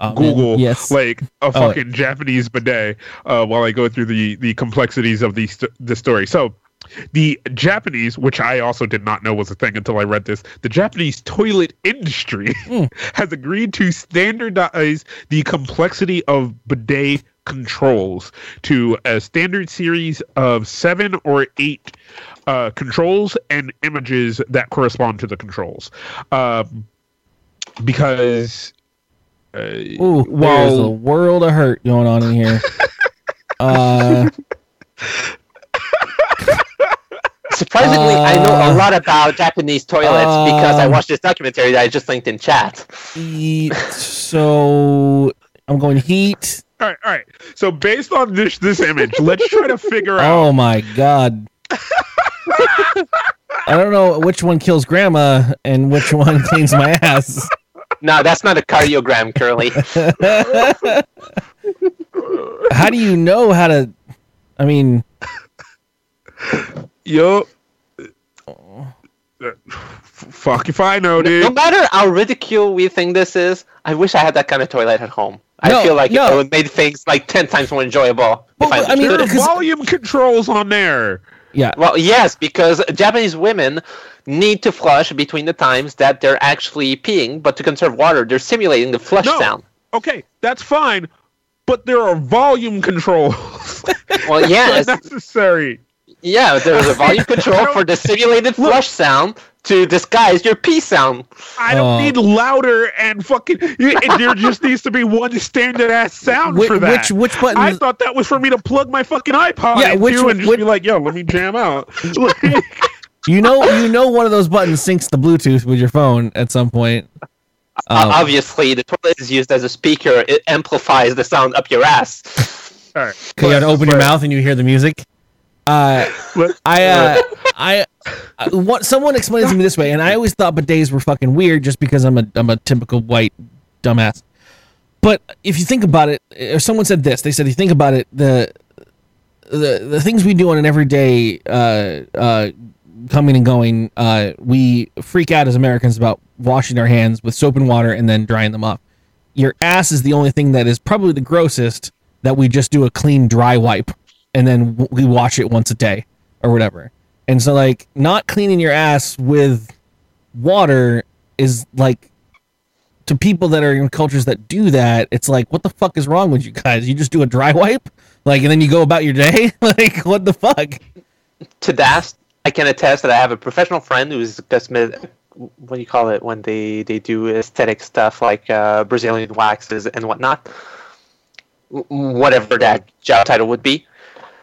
Speaker 4: Oh, man.
Speaker 2: Google
Speaker 4: Yes.
Speaker 2: like a fucking Japanese bidet uh, while I go through the the complexities of the st- the story. So the Japanese, which I also did not know was a thing until I read this, the Japanese toilet industry has agreed to standardize the complexity of bidet controls to a standard series of seven or eight uh, controls and images that correspond to the controls. Um, because uh,
Speaker 4: Ooh, there's
Speaker 2: while-
Speaker 4: a world of hurt going on in here. uh,
Speaker 5: Surprisingly, I know a
Speaker 4: Uh,
Speaker 5: lot about Japanese toilets because I
Speaker 4: um,
Speaker 5: watched this documentary that I just linked in chat.
Speaker 4: Heat. So I'm going heat.
Speaker 2: All right, all right. So based on this this image, let's try to figure out.
Speaker 4: Oh my god. I don't know which one kills grandma and which one cleans my ass.
Speaker 5: No, that's not a cardiogram, Curly.
Speaker 4: How do you know how to? I mean,
Speaker 2: Yo, F- Uh, fuck if I know,
Speaker 5: no
Speaker 2: dude.
Speaker 5: matter how ridicule we think this is, I wish I had that kind of toilet at home. I
Speaker 4: No,
Speaker 5: feel like
Speaker 4: no.
Speaker 5: it would made things like ten times more enjoyable.
Speaker 4: But
Speaker 5: if I,
Speaker 4: I mean,
Speaker 5: understood
Speaker 2: There
Speaker 5: it.
Speaker 2: are
Speaker 4: because-
Speaker 2: volume controls on there.
Speaker 4: yeah.
Speaker 5: Well, yes, because Japanese women need to flush between the times that they're actually peeing, but to conserve water, they're simulating the flush
Speaker 2: No.
Speaker 5: sound.
Speaker 2: Okay, that's fine, but there are volume controls.
Speaker 5: Well, yes,
Speaker 2: necessary.
Speaker 5: yeah, there's a volume control for the simulated flush sound to disguise your pee sound.
Speaker 2: I don't
Speaker 4: Uh,
Speaker 2: need louder and fucking. y- and there just needs to be one standard ass sound
Speaker 4: Whi-
Speaker 2: for that.
Speaker 4: which- which button
Speaker 2: I
Speaker 4: is-
Speaker 2: thought that was for me to plug my fucking iPod
Speaker 4: Yeah,
Speaker 2: into
Speaker 4: which-
Speaker 2: and just
Speaker 4: which-
Speaker 2: be like, "Yo, let me jam out." Like,
Speaker 4: You know, you know, one of those buttons syncs the Bluetooth with your phone at some point.
Speaker 5: Uh,
Speaker 4: Um,
Speaker 5: obviously, the toilet is used as a speaker. It amplifies the sound up your ass.
Speaker 2: all right,
Speaker 4: Cause you have to open your mouth and you hear the music. Uh,
Speaker 2: Let-
Speaker 4: I, uh, I, I, what someone explained it to me this way, and I always thought bidets were fucking weird just because I'm a, I'm a typical white dumbass. But if you think about it, or someone said this, they said, if you think about it, the, the, the things we do on an everyday, uh, uh, coming and going, uh, we freak out as Americans about washing our hands with soap and water and then drying them off. Your ass is the only thing that is probably the grossest that we just do a clean dry wipe and then w- we wash it once a day or whatever. And so like not cleaning your ass with water is like to people that are in cultures that do that, it's like what the fuck is wrong with you guys? You just do a dry wipe like and then you go about your day? like what the fuck?
Speaker 5: to that, I can attest that I have a professional friend who's cosmetic. What do you call it when they they do aesthetic stuff like uh, Brazilian waxes and whatnot? W- Whatever that job title would be.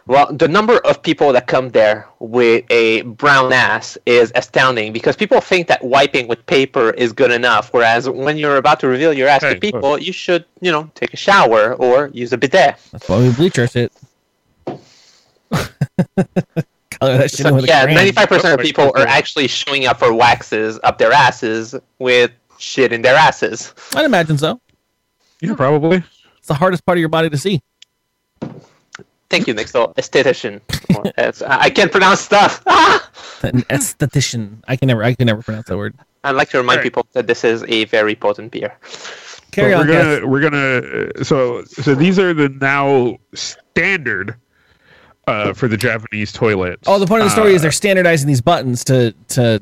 Speaker 5: Well, the number of people that come there with a brown ass is astounding because people think that wiping with paper is good enough. Whereas when you're about to reveal your ass
Speaker 2: Hey,
Speaker 5: to
Speaker 2: look.
Speaker 5: people, you should, you know, take a shower or use a bidet.
Speaker 4: That's why we bleach our shit. Color that shit in
Speaker 5: So,
Speaker 4: with a
Speaker 5: yeah,
Speaker 4: crayon.
Speaker 5: ninety-five percent of
Speaker 2: Like,
Speaker 5: people are
Speaker 2: okay.
Speaker 5: actually showing up for waxes up their asses with shit in their asses.
Speaker 4: I'd imagine so.
Speaker 2: yeah, probably.
Speaker 4: It's the hardest part of your body to see.
Speaker 5: Thank you, Nixel, esthetician. Or, uh, I I can't pronounce stuff. Ah!
Speaker 4: An esthetician. I can never I can never pronounce that word.
Speaker 5: I'd like to remind
Speaker 2: Alright.
Speaker 5: people that this is a very potent beer.
Speaker 2: But
Speaker 4: Carry on.
Speaker 2: we're
Speaker 4: Cass.
Speaker 2: gonna we're gonna uh, so so these are the now standard uh, for the Japanese toilets.
Speaker 4: Oh, the point of the story
Speaker 2: Uh,
Speaker 4: is they're standardizing these buttons to to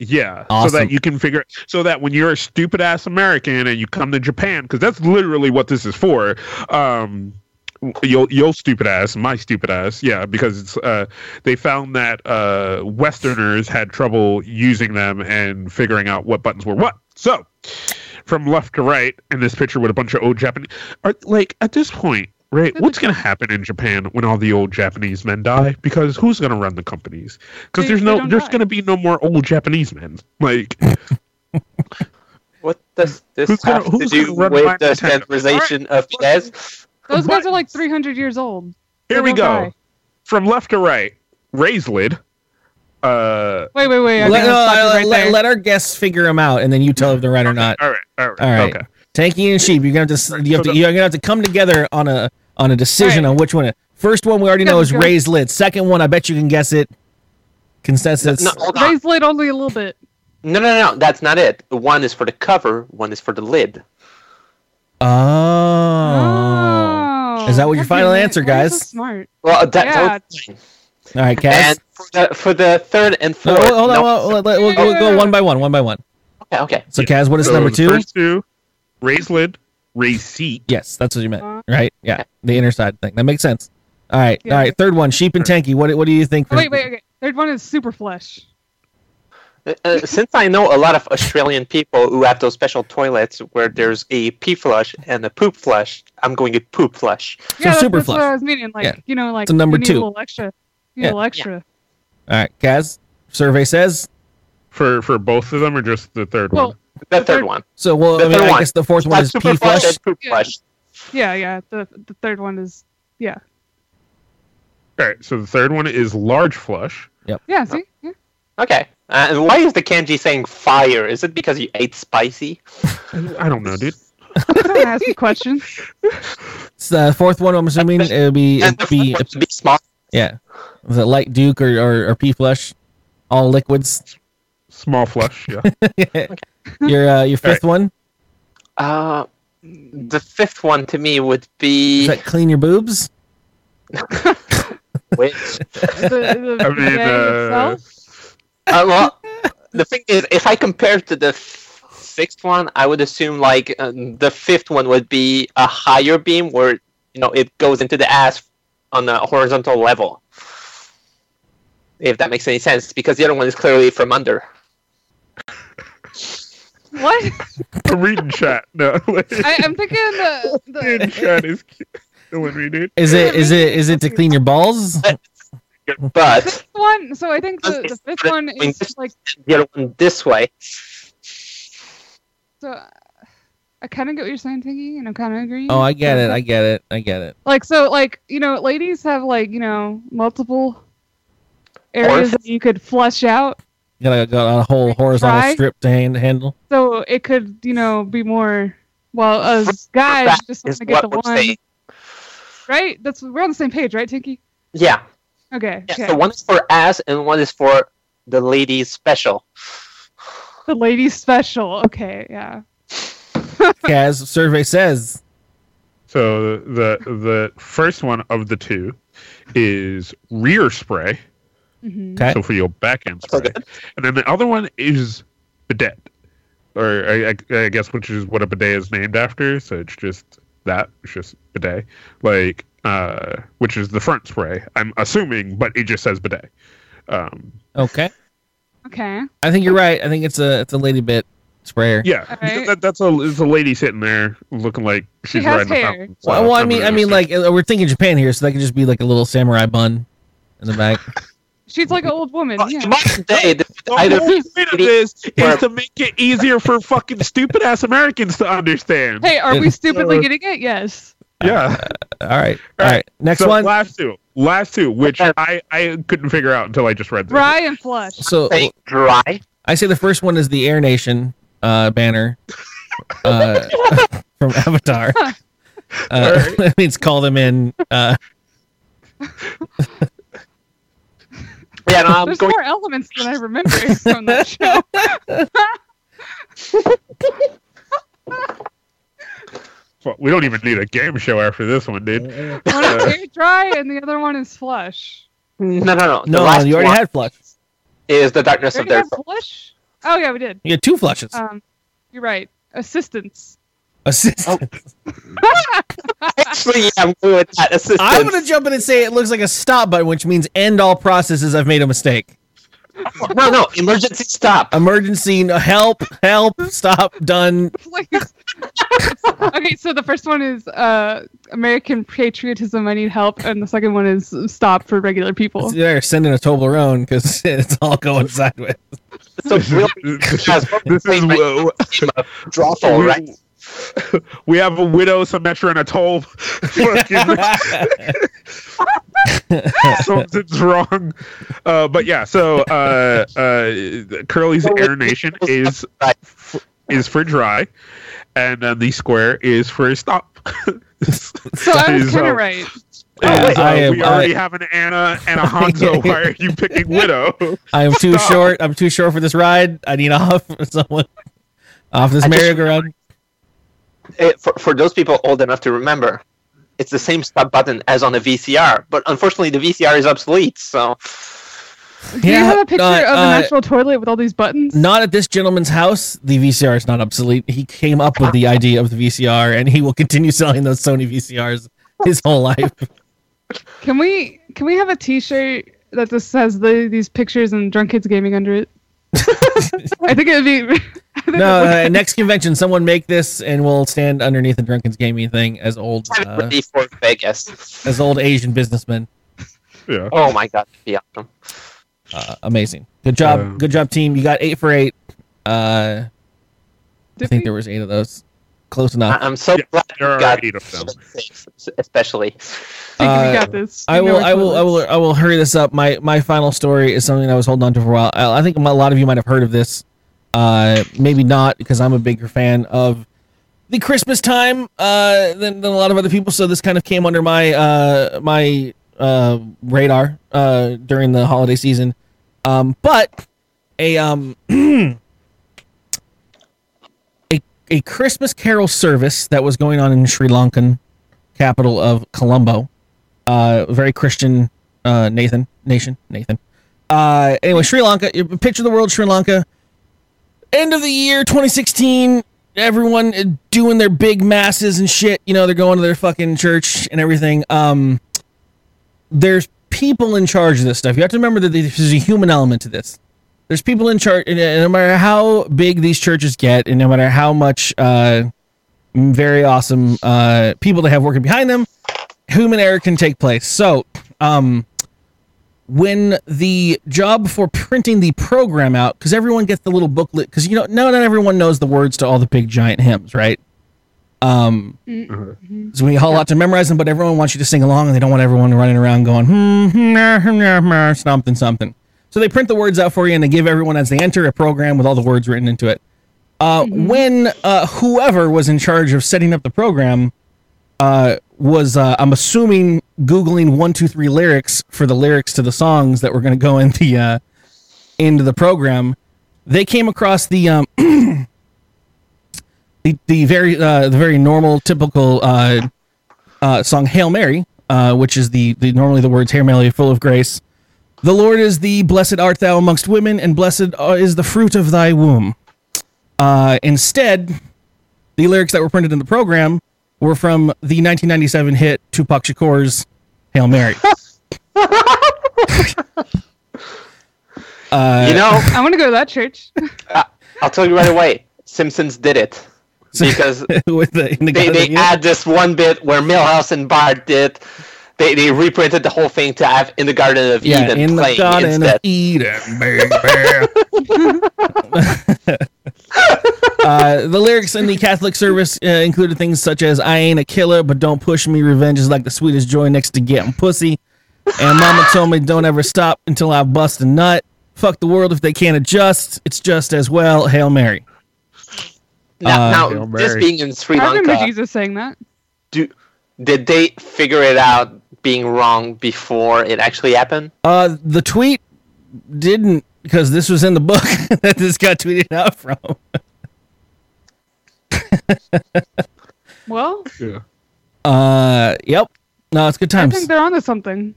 Speaker 2: Yeah, so
Speaker 4: Awesome.
Speaker 2: that you can figure so that when you're a stupid ass American and you come to Japan, because that's literally what this is for. Um, your your stupid ass, my stupid ass, yeah, because it's, uh, they found that uh, Westerners had trouble using them and figuring out what buttons were what. So, from left to right, in this picture with a bunch of old Japanese, are like at this point. Right, what's going to happen in Japan when all the old Japanese men die? Because who's going to run the companies? Because
Speaker 6: They-
Speaker 2: there's
Speaker 6: they
Speaker 2: no,
Speaker 6: don't
Speaker 2: there's
Speaker 6: die.
Speaker 2: going to be no more old Japanese men. Like,
Speaker 5: What does this
Speaker 2: Who's gonna-
Speaker 5: have to
Speaker 2: who's
Speaker 5: do
Speaker 2: gonna run my
Speaker 5: with the
Speaker 2: Nintendo?
Speaker 5: standardization of beers?
Speaker 6: Those guys
Speaker 2: But-
Speaker 6: are like 300 years old.
Speaker 2: here we
Speaker 6: They
Speaker 2: go,
Speaker 6: don't die.
Speaker 2: from left to right. Raise lid. Uh,
Speaker 6: Wait, wait, wait. I
Speaker 4: let,
Speaker 6: think
Speaker 4: no,
Speaker 6: I'll stop you
Speaker 4: let-
Speaker 6: right
Speaker 4: let-
Speaker 6: there.
Speaker 4: let our guests figure them out, and then you tell if they're right or not.
Speaker 2: all right, all right,
Speaker 4: All right.
Speaker 2: okay.
Speaker 4: Tanky and sheep, you're gonna have to s- you have
Speaker 2: so
Speaker 4: to
Speaker 2: the-
Speaker 4: you're gonna have to come together on a on a decision
Speaker 6: All right.
Speaker 4: on which one. First one we already
Speaker 6: Yeah,
Speaker 4: know is
Speaker 6: go.
Speaker 4: raised lid. Second one, I bet you can guess it. Consensus.
Speaker 5: No, hold on.
Speaker 6: Raise lid only a little bit.
Speaker 5: no, no, no. That's not it. One is for the cover. One is for the lid.
Speaker 4: Oh. Is that what your
Speaker 6: God damn
Speaker 4: final
Speaker 6: it.
Speaker 4: answer,
Speaker 6: Why are you so
Speaker 4: guys?
Speaker 6: smart.
Speaker 5: Well, that, that was
Speaker 6: Yeah.
Speaker 5: mine.
Speaker 4: All right, Cass.
Speaker 5: And for the, for the third and
Speaker 4: No,
Speaker 5: fourth.
Speaker 4: hold on,
Speaker 5: no-
Speaker 4: hold on, we'll, we'll- we'll go one by one, one by one.
Speaker 5: Okay, okay.
Speaker 4: So, Kaz, what is
Speaker 2: So
Speaker 4: number
Speaker 2: the
Speaker 4: two?
Speaker 2: First two. Raise lid. Raise seat.
Speaker 4: Yes, that's what you meant,
Speaker 6: Uh,
Speaker 4: right? Yeah, the inner side thing. That makes sense. All right,
Speaker 6: Yeah.
Speaker 4: all right. Third one, sheep and tanky. What what do you think?
Speaker 6: Oh, wait, wait, okay. Third one is super flesh.
Speaker 5: Uh, since I know a lot of Australian people who have those special toilets where there's a pee flush and a poop flush, I'm going to poop flush.
Speaker 6: Yeah, that's,
Speaker 4: super
Speaker 6: that's what
Speaker 4: flush.
Speaker 6: I was meaning. Like,
Speaker 4: Yeah.
Speaker 6: you know, like
Speaker 4: So number
Speaker 6: you need
Speaker 4: two.
Speaker 6: a little extra. You need
Speaker 4: Yeah.
Speaker 6: a little extra.
Speaker 4: All right, Kaz. Survey says
Speaker 2: for for both of them or just the third
Speaker 6: Well,
Speaker 2: one?
Speaker 5: The third one.
Speaker 4: so. Well,
Speaker 5: The
Speaker 4: I mean,
Speaker 5: third
Speaker 4: I
Speaker 5: one.
Speaker 4: guess the fourth one
Speaker 5: That's
Speaker 4: is pee
Speaker 5: super
Speaker 4: flush.
Speaker 5: flush and poop
Speaker 6: Yeah.
Speaker 5: flush.
Speaker 6: yeah, yeah. The the third one is yeah,
Speaker 2: All right, so the third one is large flush.
Speaker 6: yeah. See, yeah.
Speaker 5: Okay. Uh, and why is the kanji saying fire? Is it because you ate spicy?
Speaker 2: I don't know, dude.
Speaker 6: Don't ask me questions.
Speaker 4: It's the fourth one. I'm assuming it'll be
Speaker 5: And
Speaker 4: it'll
Speaker 5: the
Speaker 4: be
Speaker 5: fourth one should be small.
Speaker 4: yeah, the light Duke or or, or pee flush, all liquids.
Speaker 2: Small flush, yeah.
Speaker 4: Your uh, your fifth one
Speaker 5: Uh, the fifth one to me would be
Speaker 4: is that clean your boobs.
Speaker 5: which
Speaker 6: The, the
Speaker 2: I mean,
Speaker 6: day
Speaker 2: uh,
Speaker 6: itself?
Speaker 5: uh, well, the thing is, if I compare it to the f- sixth one, I would assume like uh, the fifth one would be a higher beam where you know it goes into the ass on a horizontal level. If that makes any sense, because the other one is clearly from under.
Speaker 6: What?
Speaker 2: I'm reading chat. No, like,
Speaker 6: I, I'm thinking the,
Speaker 2: reading
Speaker 6: the
Speaker 2: chat is cute. killing me, dude.
Speaker 4: Is it is it is it to clean your balls?
Speaker 5: But
Speaker 6: one. So I think the, the fifth one is like
Speaker 5: the other one this way.
Speaker 6: so. I kind of get what you're saying, Tiggy, and I'm kind of agreeing.
Speaker 4: Oh, I get it. I get it. I get it.
Speaker 6: like so like you know ladies have like you know multiple areas that you could flush out
Speaker 4: You gotta got a whole horizontal
Speaker 6: Try.
Speaker 4: strip to hand, handle.
Speaker 6: so it could you know be more well us guys
Speaker 5: That
Speaker 6: just want
Speaker 5: is
Speaker 6: to get
Speaker 5: what
Speaker 6: the
Speaker 5: we're
Speaker 6: one
Speaker 5: saying.
Speaker 6: right that's we're on the same page right tinky
Speaker 5: Yeah.
Speaker 6: okay
Speaker 5: yeah.
Speaker 6: okay
Speaker 5: So one is for ass and one is for the ladies special.
Speaker 6: the ladies special okay yeah
Speaker 4: Kaz survey says
Speaker 2: So the the first one of the two is rear spray.
Speaker 6: hmm
Speaker 4: Okay.
Speaker 2: So for your back end spray, and then the other one is bidet, or I, I, I guess which is what a bidet is named after. So it's just that, it's just bidet, like uh, which is the front spray. I'm assuming, but it just says bidet. Um,
Speaker 4: okay.
Speaker 6: okay
Speaker 4: I think you're right. I think it's a it's a lady bit sprayer.
Speaker 2: yeah,
Speaker 6: All
Speaker 2: because
Speaker 6: right.
Speaker 2: that, that's a it's a lady sitting there looking like
Speaker 6: She
Speaker 2: she's
Speaker 6: has
Speaker 2: riding
Speaker 6: hair.
Speaker 2: a fountain. so
Speaker 4: Well, well, I
Speaker 2: I'm
Speaker 4: mean, I
Speaker 2: gonna
Speaker 4: mean,
Speaker 2: assume-
Speaker 4: like uh, we're thinking Japan here, so that could just be like a little samurai bun in the back.
Speaker 6: she's like an old woman
Speaker 5: Well,
Speaker 6: yeah.
Speaker 5: in my day, the-
Speaker 2: The
Speaker 5: either
Speaker 2: whole point of
Speaker 5: lady-
Speaker 2: this is to make it easier for fucking stupid ass Americans to understand.
Speaker 6: hey are we stupidly getting it yes
Speaker 2: yeah.
Speaker 4: All right, all right. Next
Speaker 2: So,
Speaker 4: one.
Speaker 2: Last two. Last two, which I, I couldn't figure out until I just read this.
Speaker 6: dry and flush
Speaker 4: So
Speaker 5: say dry.
Speaker 4: I say the first one is the Air Nation uh, banner uh, from Avatar. Uh, it means call them in. Uh,
Speaker 5: Yeah, no, I'm
Speaker 6: there's
Speaker 5: going.
Speaker 6: more elements than i remember from that show
Speaker 2: Well, we don't even need a game show after this one, dude.
Speaker 6: one is air dry and the other one is flush
Speaker 5: No, no, no. The
Speaker 4: no,
Speaker 5: last
Speaker 4: you already
Speaker 5: one
Speaker 4: had flush.
Speaker 5: is the darkness
Speaker 6: Did
Speaker 5: of
Speaker 6: we
Speaker 5: their
Speaker 6: have flush? Oh yeah, we did.
Speaker 4: You had two flushes.
Speaker 6: Um, you're right. Assistance.
Speaker 4: Assist-
Speaker 5: oh, Actually, yeah, I'm good with that. Assistance.
Speaker 4: I'm gonna jump in and say it looks like a stop button, which means end all processes. I've made a mistake.
Speaker 5: No, no, emergency stop.
Speaker 4: Emergency, no, help, help, stop, done.
Speaker 6: Please. okay, so the first one is uh, American patriotism. I need help, and the second one is stop for regular people.
Speaker 4: They're sending a Toblerone because it's all going sideways.
Speaker 5: So we'll be
Speaker 2: this is, this is uh,
Speaker 5: drawful, right?
Speaker 2: we have a widow, some metro, and a toll. Fucking something's wrong. Uh, but yeah, so uh, uh, Curly's Air Nation is is for dry, and then the square is for stop.
Speaker 6: So I was
Speaker 2: Is,
Speaker 6: kind
Speaker 2: uh,
Speaker 6: of right.
Speaker 2: And,
Speaker 4: Oh, wait.
Speaker 2: uh,
Speaker 4: I am-
Speaker 2: we already have an Anna and a Hanzo. Why are you picking Widow?
Speaker 4: I am too
Speaker 2: Stop.
Speaker 4: short. I'm too short for this ride. I need off someone off this
Speaker 5: I just-
Speaker 4: merry-go-round.
Speaker 5: Eh, for, for those people old enough to remember, it's the same stop button as on a VCR, but unfortunately, the VCR is obsolete. So
Speaker 6: Do you have a picture
Speaker 4: uh,
Speaker 6: of
Speaker 4: uh,
Speaker 6: an actual toilet with all these buttons?
Speaker 4: Not at this gentleman's house. The VCR is not obsolete. He came up with the idea of the VCR, and he will continue selling those Sony VCRs his whole life.
Speaker 6: Can we can we have a T-shirt that just says the, these pictures and drunk kids gaming under it? I think it would be. I think
Speaker 4: No,
Speaker 6: it would-
Speaker 4: uh, next convention, someone make this, and we'll stand underneath the Drunken's Gaming thing as old,
Speaker 5: that would
Speaker 4: uh,
Speaker 5: be for Vegas.
Speaker 4: as old Asian businessmen.
Speaker 2: yeah.
Speaker 5: Oh my god, that'd be awesome.
Speaker 4: uh, amazing. Good job,
Speaker 2: Um,
Speaker 4: good job, team. You got eight for eight. Uh, I
Speaker 6: Did
Speaker 4: think
Speaker 6: we-
Speaker 4: there was eight of those. Close
Speaker 5: I-
Speaker 4: enough.
Speaker 5: I'm so
Speaker 2: Yeah,
Speaker 5: glad
Speaker 2: there
Speaker 5: you
Speaker 2: are
Speaker 5: got
Speaker 2: eight of them.
Speaker 5: six, especially.
Speaker 6: Think
Speaker 4: Uh,
Speaker 6: we got this.
Speaker 4: I
Speaker 6: We know
Speaker 4: will.
Speaker 6: each
Speaker 4: I will. I
Speaker 6: other.
Speaker 4: will. I will hurry this up. My my final story is something I was holding on to for a while. I, I think a lot of you might have heard of this. Uh, maybe not because I'm a bigger fan of the Christmas time uh, than, than a lot of other people. So this kind of came under my uh, my uh, radar uh, during the holiday season. Um, but a um a a Christmas Carol service that was going on in Sri Lankan capital of Colombo uh, very Christian uh, Nathan nation Nathan. Uh, anyway, Sri Lanka. Picture the world, Sri Lanka. End of the year, 2016. Everyone uh, doing their big masses and shit. You know, they're going to their fucking church and everything. Um, there's people in charge of this stuff. You have to remember that there's a human element to this. There's people in charge, and uh, no matter how big these churches get, and no matter how much uh, very awesome uh, people they have working behind them, human error can take place. So, um, when the job for printing the program out, because everyone gets the little booklet, because you know, no, not everyone knows the words to all the big giant hymns, right? Um, so we all have to memorize them, but everyone wants you to sing along, and they don't want everyone running around going hmm, hmm, nah, hmm, nah, nah, something, something. So they print the words out for you, and they give everyone as they enter a program with all the words written into it. Uh, When uh, whoever was in charge of setting up the program uh, was uh, I'm assuming googling one two three lyrics for the lyrics to the songs that were going to go in the uh, into the program. They came across the um, the, the very uh, the very normal typical uh, uh, song Hail Mary, uh, which is the, the normally the words Hail Mary full of grace. The Lord is the blessed art thou amongst women, and blessed uh, is the fruit of thy womb. Uh, instead, the lyrics that were printed in the program were from the 1997 hit Tupac Shakur's Hail Mary. uh,
Speaker 5: you know,
Speaker 6: I want to go to that church.
Speaker 5: I'll tell you right away. Simpsons did it because
Speaker 4: with the, in the
Speaker 5: they, they add this one bit where Milhouse and Bart did. They, they reprinted the whole thing to have in the Garden of
Speaker 4: yeah,
Speaker 5: Eden
Speaker 4: in the
Speaker 5: playing
Speaker 4: Garden
Speaker 5: instead.
Speaker 4: of Eden.
Speaker 2: Bang, bang.
Speaker 4: Uh, the lyrics in the Catholic service uh, included things such as "I ain't a killer, but don't push me. Revenge is like the sweetest joy next to getting pussy." And Mama told me, "Don't ever stop until I bust a nut." Fuck the world if they can't adjust. It's just as well. Hail Mary.
Speaker 5: Now,
Speaker 4: Uh,
Speaker 2: Hail
Speaker 5: now
Speaker 2: Mary.
Speaker 5: this being in Sri
Speaker 6: I remember
Speaker 5: Lanka,
Speaker 6: Jesus saying that.
Speaker 5: do, did they figure it out being wrong before it actually happened?
Speaker 4: Uh, the tweet didn't because this was in the book that this got tweeted out from.
Speaker 6: Well,
Speaker 2: Yeah.
Speaker 4: Uh, yep. No, it's good
Speaker 6: I
Speaker 4: times.
Speaker 6: think they're onto something.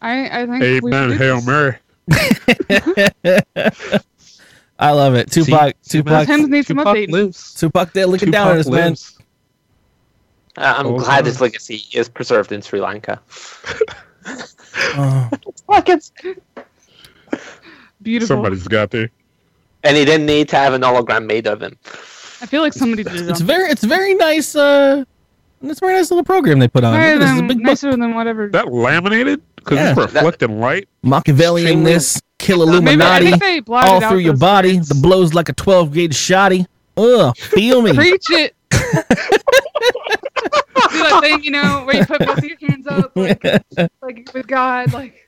Speaker 6: I I think. we
Speaker 2: Amen.
Speaker 6: should do
Speaker 2: Hail
Speaker 6: this.
Speaker 2: Mary.
Speaker 4: I love it. Tupac,
Speaker 2: See,
Speaker 4: Tupac,
Speaker 6: Hymns need some
Speaker 2: Tupac
Speaker 6: updating.
Speaker 2: lives.
Speaker 4: Tupac. They're looking down at
Speaker 2: Tupac
Speaker 4: us, man.
Speaker 2: lives.
Speaker 5: Uh, I'm
Speaker 2: Oh,
Speaker 5: glad
Speaker 2: God.
Speaker 5: his legacy is preserved in Sri Lanka.
Speaker 4: Oh.
Speaker 5: Fuck it's-
Speaker 6: Beautiful.
Speaker 2: Somebody's got there.
Speaker 5: And he didn't need to have an hologram made of him.
Speaker 6: I feel like somebody did it.
Speaker 4: It's very, it's very nice. Uh, it's a very nice little program they put on.
Speaker 6: Higher
Speaker 4: Look at this is a
Speaker 6: than,
Speaker 4: big book.
Speaker 6: nicer than whatever.
Speaker 2: That laminated because
Speaker 4: Yeah.
Speaker 2: it's
Speaker 4: That-
Speaker 2: reflecting light.
Speaker 4: Machiavellian
Speaker 5: Extremely-
Speaker 4: this, kill
Speaker 6: Maybe, I
Speaker 4: Illuminati,
Speaker 6: think they blotted
Speaker 4: all
Speaker 6: out
Speaker 4: through your
Speaker 6: those
Speaker 4: body.
Speaker 6: words.
Speaker 4: The blows like a twelve gauge shotty. Ugh, feel me.
Speaker 6: Preach it. Do that thing, you know, where you put both your hands up, like, like with God, like.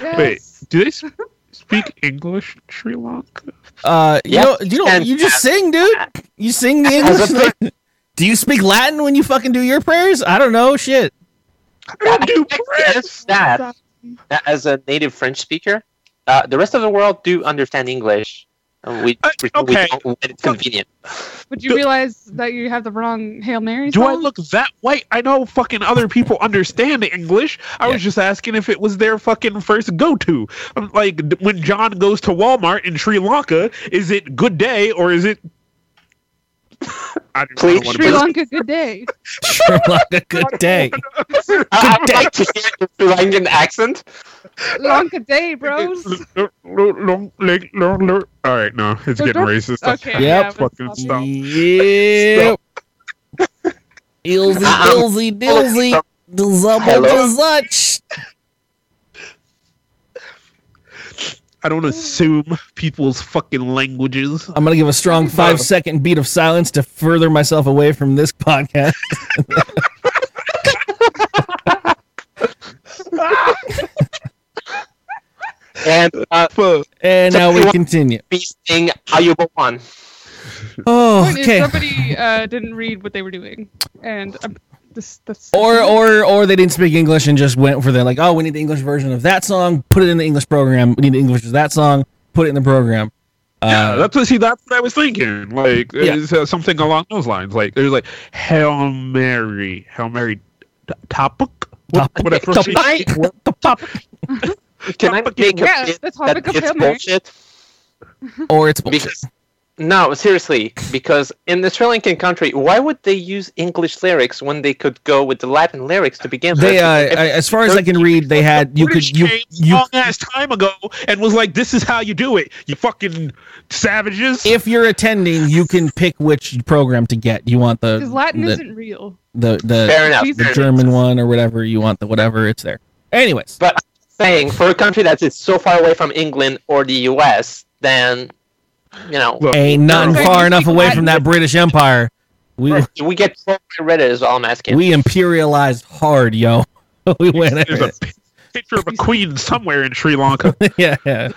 Speaker 6: Yes.
Speaker 2: Wait, do they sp- speak English in Sri Lanka?
Speaker 4: Uh, you
Speaker 5: Yep.
Speaker 4: know, you know,
Speaker 5: And-
Speaker 4: you just sing, dude. You sing the
Speaker 5: As a
Speaker 4: English. do you speak Latin when you fucking do your prayers? I don't know. Shit.
Speaker 2: I do
Speaker 5: Yes, that, that as a native French speaker, uh, the rest of the world do understand English. and We,
Speaker 2: Uh,
Speaker 5: we,
Speaker 2: okay.
Speaker 5: we don't when it's convenient.
Speaker 6: Would you
Speaker 2: Do-
Speaker 6: realize that you have the wrong Hail Mary?
Speaker 2: Do I
Speaker 6: song?
Speaker 2: look that white? I know fucking other people understand English. I was just asking if it was their fucking first go to. Like d- when John goes to Walmart in Sri Lanka, is it good day or is it. I don't
Speaker 5: Please,
Speaker 2: wanna
Speaker 6: Sri
Speaker 2: be-
Speaker 6: Lanka, good day.
Speaker 4: Sri Lanka, good day.
Speaker 5: I, I would like to hear the Sri Lankan accent.
Speaker 6: Lanka day, bros.
Speaker 2: All right, no, it's getting racist.
Speaker 6: Okay.
Speaker 4: Yep.
Speaker 6: yeah, but
Speaker 2: Fucking
Speaker 6: stop.
Speaker 2: stop.
Speaker 4: Yep. Ilzy,
Speaker 5: Uh-uh.
Speaker 4: dilzy, dilzy, dilzubble,
Speaker 5: Hello?
Speaker 4: dilzutch.
Speaker 2: I don't assume people's fucking languages.
Speaker 4: I'm gonna give a strong five second beat of silence to further myself away from this podcast.
Speaker 5: And uh,
Speaker 2: Fuck.
Speaker 4: And now we continue.
Speaker 5: beasting Ayubo One.
Speaker 4: Oh,
Speaker 6: Point is,
Speaker 4: okay.
Speaker 6: Somebody uh, didn't read what they were doing, and um, this this
Speaker 4: Or or or they didn't speak English and just went for the like, oh, we need the English version of that song. Put it in the English program. We need the English of that song. Put it in the program.
Speaker 2: Yeah,
Speaker 4: Uh,
Speaker 2: that's what see. That's what I was thinking. Like
Speaker 4: Yeah.
Speaker 2: it's, uh, something along those lines. Like there's like Hail Mary, Hail Mary, t- topic. What,
Speaker 4: Topic.
Speaker 2: whatever.
Speaker 5: Topic. Can I
Speaker 2: Topic
Speaker 5: make a
Speaker 6: Yes,
Speaker 5: bit
Speaker 6: the
Speaker 5: that
Speaker 6: topic of
Speaker 5: it's
Speaker 6: Hail Mary.
Speaker 5: bullshit?
Speaker 4: or it's bullshit.
Speaker 5: Because no, seriously, because in the Sri Lankan country, why would they use English lyrics when they could go with the Latin lyrics to begin
Speaker 4: they
Speaker 5: with?
Speaker 4: uh,
Speaker 5: If-
Speaker 4: I- as far as I can read, they had you could
Speaker 2: British
Speaker 4: you
Speaker 2: came
Speaker 4: you
Speaker 2: long ass time ago and was like, "This is how you do it, you fucking savages."
Speaker 4: if you're attending, you can pick which program to get. You want the
Speaker 6: because Latin
Speaker 4: the,
Speaker 6: isn't real.
Speaker 4: the the,
Speaker 5: fair enough.
Speaker 6: Jesus.
Speaker 4: the
Speaker 5: fair enough.
Speaker 4: German one or whatever you want the whatever it's there. Anyways,
Speaker 5: But I'm saying for a country that is so far away from England or the US, then you know
Speaker 2: Look,
Speaker 4: ain't nothing
Speaker 6: Fair
Speaker 4: far
Speaker 6: enough.
Speaker 4: enough away from that British Empire. We
Speaker 5: we get trolled by Reddit is all I'm asking.
Speaker 4: we imperialized hard, yo. We went at
Speaker 2: there's a
Speaker 4: it.
Speaker 2: pi- picture of a queen somewhere in Sri Lanka.
Speaker 4: yeah, yeah.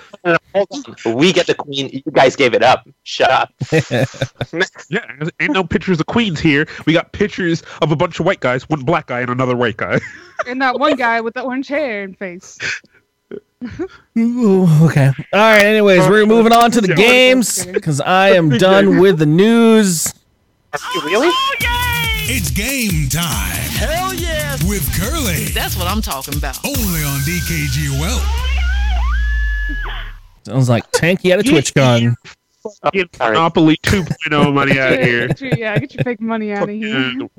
Speaker 5: Hold on. we get the queen. You guys gave it up. Shut up.
Speaker 2: Yeah, ain't no pictures of queens here. We got pictures of a bunch of white guys, one black guy, and another white guy.
Speaker 6: And that one guy with the orange hair and face.
Speaker 4: Ooh, okay. All right. Anyways, we're moving on to the
Speaker 2: Yeah.
Speaker 4: games because I am done with the news.
Speaker 5: really?
Speaker 3: It's game time
Speaker 8: Oh, Hell yeah.
Speaker 3: with Curly.
Speaker 8: That's what I'm talking about.
Speaker 3: Only on DKGUL.
Speaker 4: Sounds like Tanky at a TwitchCon. Oh,
Speaker 2: Get
Speaker 5: sorry.
Speaker 2: Monopoly 2.0 money out of here.
Speaker 6: Get your, yeah, get your fake money out of here.
Speaker 2: Fucking-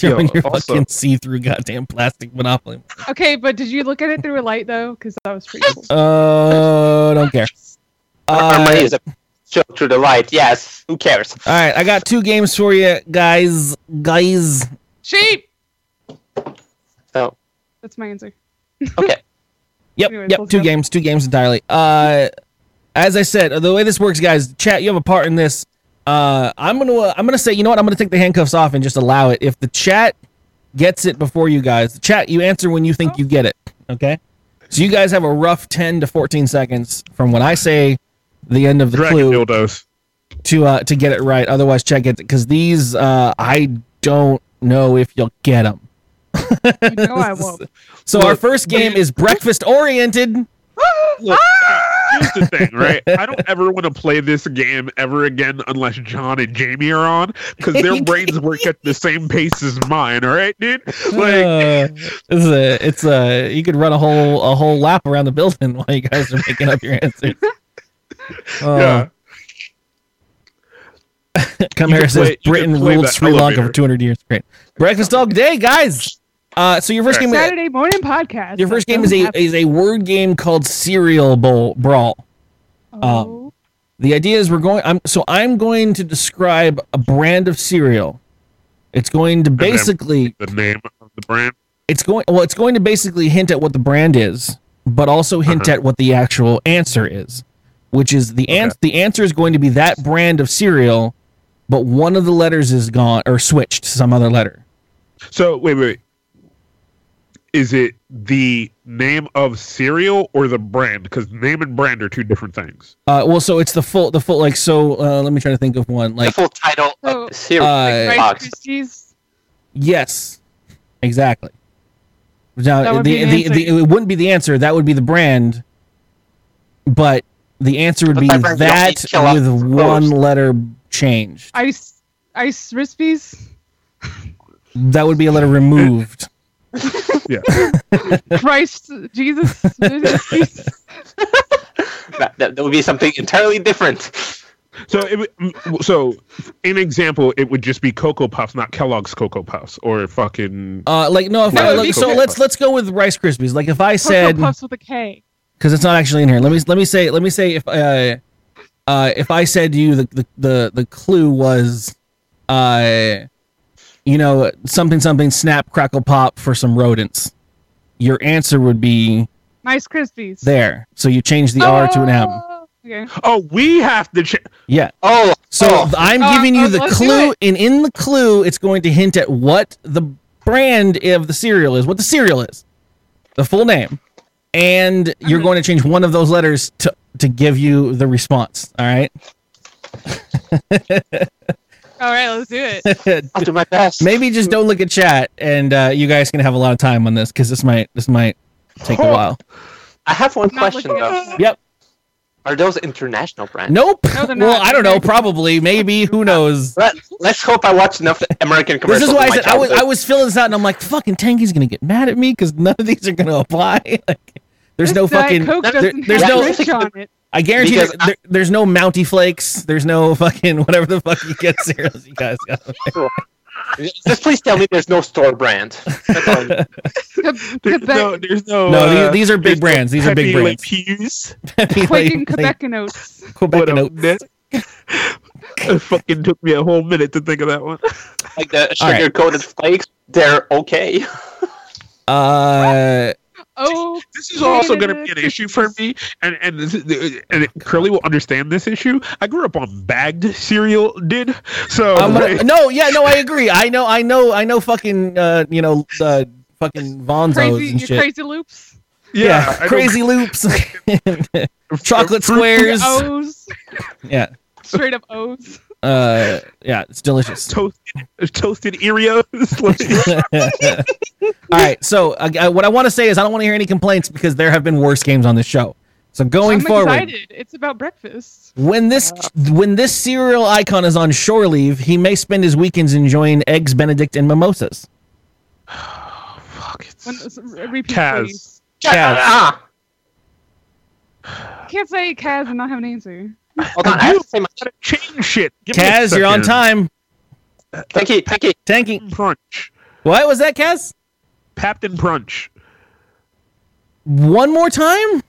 Speaker 4: You're on
Speaker 2: Yo,
Speaker 4: your
Speaker 2: also-
Speaker 4: fucking see-through goddamn plastic monopoly.
Speaker 6: Okay, but did you look at it through a light though? Because that was pretty cool.
Speaker 4: Oh, don't care.
Speaker 5: Our money
Speaker 4: Uh,
Speaker 5: is a show through the light. Yes. Who cares?
Speaker 4: all right, I got two games for you, guys. Guys,
Speaker 6: Sheep.
Speaker 5: So
Speaker 6: That's my answer.
Speaker 5: okay.
Speaker 4: yep,
Speaker 6: Anyways,
Speaker 4: yep.
Speaker 6: let's
Speaker 4: Two
Speaker 6: go.
Speaker 4: games, two games entirely. Uh, as I said, the way this works, guys, chat, you have a part in this. Uh, I'm gonna, uh, I'm gonna say, you know what? I'm gonna take the handcuffs off and just allow it. If the chat gets it before you guys, the chat, you answer when you think you get it. Okay. So you guys have a rough 10 to 14 seconds from when I say the end of the
Speaker 2: Dragon
Speaker 4: clue.
Speaker 2: dildos.
Speaker 4: to uh to get it right. Otherwise, check it because these uh I don't know if you'll get them.
Speaker 6: You know I won't.
Speaker 4: So our first game is breakfast oriented.
Speaker 2: Look, here's the thing, right? I don't ever want to play this game ever again unless John and Jamie are on because their brains work at the same pace as mine. All right, dude. Like,
Speaker 4: Uh, it's a it's a you could run a whole a whole lap around the building while you guys are making up your answers. Oh,
Speaker 2: yeah.
Speaker 4: Come
Speaker 2: You
Speaker 4: here
Speaker 2: could
Speaker 4: says
Speaker 2: play- you
Speaker 4: Britain
Speaker 2: could play
Speaker 4: ruled
Speaker 2: the
Speaker 4: Sri Lanka
Speaker 2: elevator.
Speaker 4: for 200 years. Great breakfast all day, guys. Uh, so your first game
Speaker 6: Saturday morning podcast.
Speaker 4: your first
Speaker 6: That
Speaker 4: game is
Speaker 6: doesn't
Speaker 4: a
Speaker 6: happen.
Speaker 4: is a word game called Cereal Bowl Brawl. uh,
Speaker 6: Oh.
Speaker 4: The idea is we're going. I'm so I'm going to describe a brand of cereal. It's going to
Speaker 2: then-
Speaker 4: basically.
Speaker 2: The name of the brand.
Speaker 4: It's going. Well, it's going to basically hint at what the brand is, but also hint
Speaker 5: Uh-huh.
Speaker 4: at what the actual answer is, which is the ans- The answer is going to be that brand of cereal, but one of the letters is gone or switched to some other letter.
Speaker 2: So wait, wait. wait. Is it the name of cereal or the brand? Because name and brand are two different things.
Speaker 4: Uh, well, so it's the full. The full. Like so. Uh, let me try to think of one.
Speaker 5: The
Speaker 4: Like
Speaker 5: full title
Speaker 6: Oh.
Speaker 5: of the series.
Speaker 4: Uh,
Speaker 5: like,
Speaker 6: Rice
Speaker 5: box.
Speaker 6: Krispies.
Speaker 4: Yes, exactly.
Speaker 6: That
Speaker 4: Now,
Speaker 6: would be
Speaker 4: the, the,
Speaker 6: the
Speaker 4: the, it wouldn't be the answer. That would be the brand, but the answer would
Speaker 5: But
Speaker 4: be
Speaker 5: that brand you don't need
Speaker 4: that
Speaker 5: to kill off
Speaker 4: with
Speaker 5: the
Speaker 4: one
Speaker 5: first.
Speaker 4: letter changed.
Speaker 6: Ice Ice Krispies.
Speaker 4: That would be a letter removed.
Speaker 2: Yeah.
Speaker 6: Christ Jesus. Krispies.
Speaker 5: That, that, that would be something entirely different.
Speaker 2: So, it, would- mm, so an example, it would just be Cocoa Puffs, not Kellogg's Cocoa Puffs, or fucking.
Speaker 4: Uh, like no, if
Speaker 2: No,
Speaker 4: I-
Speaker 2: it'd
Speaker 4: like-
Speaker 2: be
Speaker 4: so
Speaker 2: Cocoa
Speaker 4: let's
Speaker 2: Puffs.
Speaker 4: let's go with Rice Krispies. Like if I said
Speaker 6: Cocoa puffs with a K.
Speaker 4: because it's not actually in here. Let me let me say let me say if uh, uh if I said to you the the the, the clue was uh you know something something snap crackle pop for some rodents, your answer would be
Speaker 6: Nice Krispies.
Speaker 4: There. So you change the R to an M.
Speaker 6: Oh, Okay.
Speaker 2: Oh, we have to. Ch-
Speaker 4: Yeah.
Speaker 5: Oh,
Speaker 4: So
Speaker 5: oh,
Speaker 4: th- I'm
Speaker 6: Oh,
Speaker 4: giving you
Speaker 6: oh,
Speaker 4: the
Speaker 6: let's do
Speaker 4: clue,
Speaker 6: it.
Speaker 4: and in the clue, it's going to hint at what the brand of the cereal is, what the cereal is, the full name, and you're
Speaker 6: Mm-hmm.
Speaker 4: going to change one of those letters to to give you the response. All right,
Speaker 6: All right, let's do it.
Speaker 5: I'll do my best.
Speaker 4: maybe
Speaker 6: Mm-hmm.
Speaker 4: just don't look at chat, and uh, you guys can have a lot of time on this because this might this might take a while.
Speaker 5: I have one
Speaker 6: Not
Speaker 5: question
Speaker 6: looking at
Speaker 5: though.
Speaker 6: it.
Speaker 4: Yep.
Speaker 5: Are those international brands?
Speaker 4: Nope.
Speaker 6: No, they're Uh,
Speaker 4: well,
Speaker 6: not.
Speaker 4: I don't know. Probably, maybe. Who knows?
Speaker 5: Let, let's hope I watched enough American
Speaker 4: This
Speaker 5: commercials.
Speaker 4: is why I
Speaker 5: in my
Speaker 4: said I was, I
Speaker 5: childhood.
Speaker 4: was filling this out, and I'm like, fucking Tanky's gonna get mad at me because none of these are gonna apply. like, there's
Speaker 6: This
Speaker 4: no
Speaker 6: Diet
Speaker 4: fucking.
Speaker 6: Coke
Speaker 4: there-
Speaker 6: doesn't
Speaker 4: there's
Speaker 6: have
Speaker 4: no.
Speaker 6: rich on it.
Speaker 4: I guarantee
Speaker 5: Because
Speaker 4: there,
Speaker 5: I-
Speaker 4: there- there's no Mountie Flakes. There's no fucking whatever the fuck you get cereals you guys got.
Speaker 5: Just please tell me there's no store brand. um, That's all I need.
Speaker 6: Quebec,
Speaker 2: there's
Speaker 6: Quebec,
Speaker 2: no, there's no.
Speaker 4: No,
Speaker 2: uh,
Speaker 4: these, these are
Speaker 2: there's
Speaker 4: big
Speaker 2: no
Speaker 4: brands. These are big
Speaker 2: Pepe Le
Speaker 4: brands.
Speaker 2: Pews.
Speaker 4: Pepe Le-
Speaker 6: Quaking Quebec and oats.
Speaker 4: Quebec
Speaker 2: What
Speaker 4: and
Speaker 2: a
Speaker 4: oat.
Speaker 2: mess. It fucking took me a whole minute to think of that one.
Speaker 5: Like the
Speaker 4: All right.
Speaker 5: sugar coated flakes, they're okay.
Speaker 4: Uh,
Speaker 6: Oh,
Speaker 2: This is also going to be an issue for me, and and this is,
Speaker 4: Oh,
Speaker 2: and Curly will understand this issue. I grew up on bagged cereal, did so.
Speaker 4: I'm gonna-
Speaker 2: like,
Speaker 4: no, yeah, no, I agree. I know, I know, I know. Fucking, uh, you know, uh, fucking Vonzos
Speaker 6: crazy,
Speaker 4: and
Speaker 6: your
Speaker 4: shit.
Speaker 6: crazy loops.
Speaker 4: yeah,
Speaker 2: yeah, I don't-
Speaker 4: crazy loops, chocolate
Speaker 6: Your
Speaker 4: squares.
Speaker 6: O's.
Speaker 4: Yeah,
Speaker 6: Straight up O's.
Speaker 4: uh, yeah, it's delicious.
Speaker 2: toasted toasted Oreos. like-
Speaker 4: All right. So uh, uh, what I want to say is I don't want to hear any complaints because there have been worse games on this show. So going
Speaker 6: I'm
Speaker 4: forward,
Speaker 6: excited. It's about breakfast.
Speaker 4: when this when this cereal icon is on shore leave, he may spend his weekends enjoying eggs Benedict and mimosas.
Speaker 2: Fuck, it's-
Speaker 6: When, s- repeat,
Speaker 2: Kaz.
Speaker 6: please.
Speaker 4: Kaz.
Speaker 5: Ah,
Speaker 6: You can't say Kaz and not have an answer.
Speaker 5: hold on. I have to say my
Speaker 2: change shit. Give me a
Speaker 4: Kaz, you're on
Speaker 2: second.
Speaker 4: time.
Speaker 5: thank you, thank you.
Speaker 4: Tanky.
Speaker 2: Crunch,
Speaker 4: What was that, Kaz?
Speaker 2: Captain Crunch.
Speaker 4: One more time?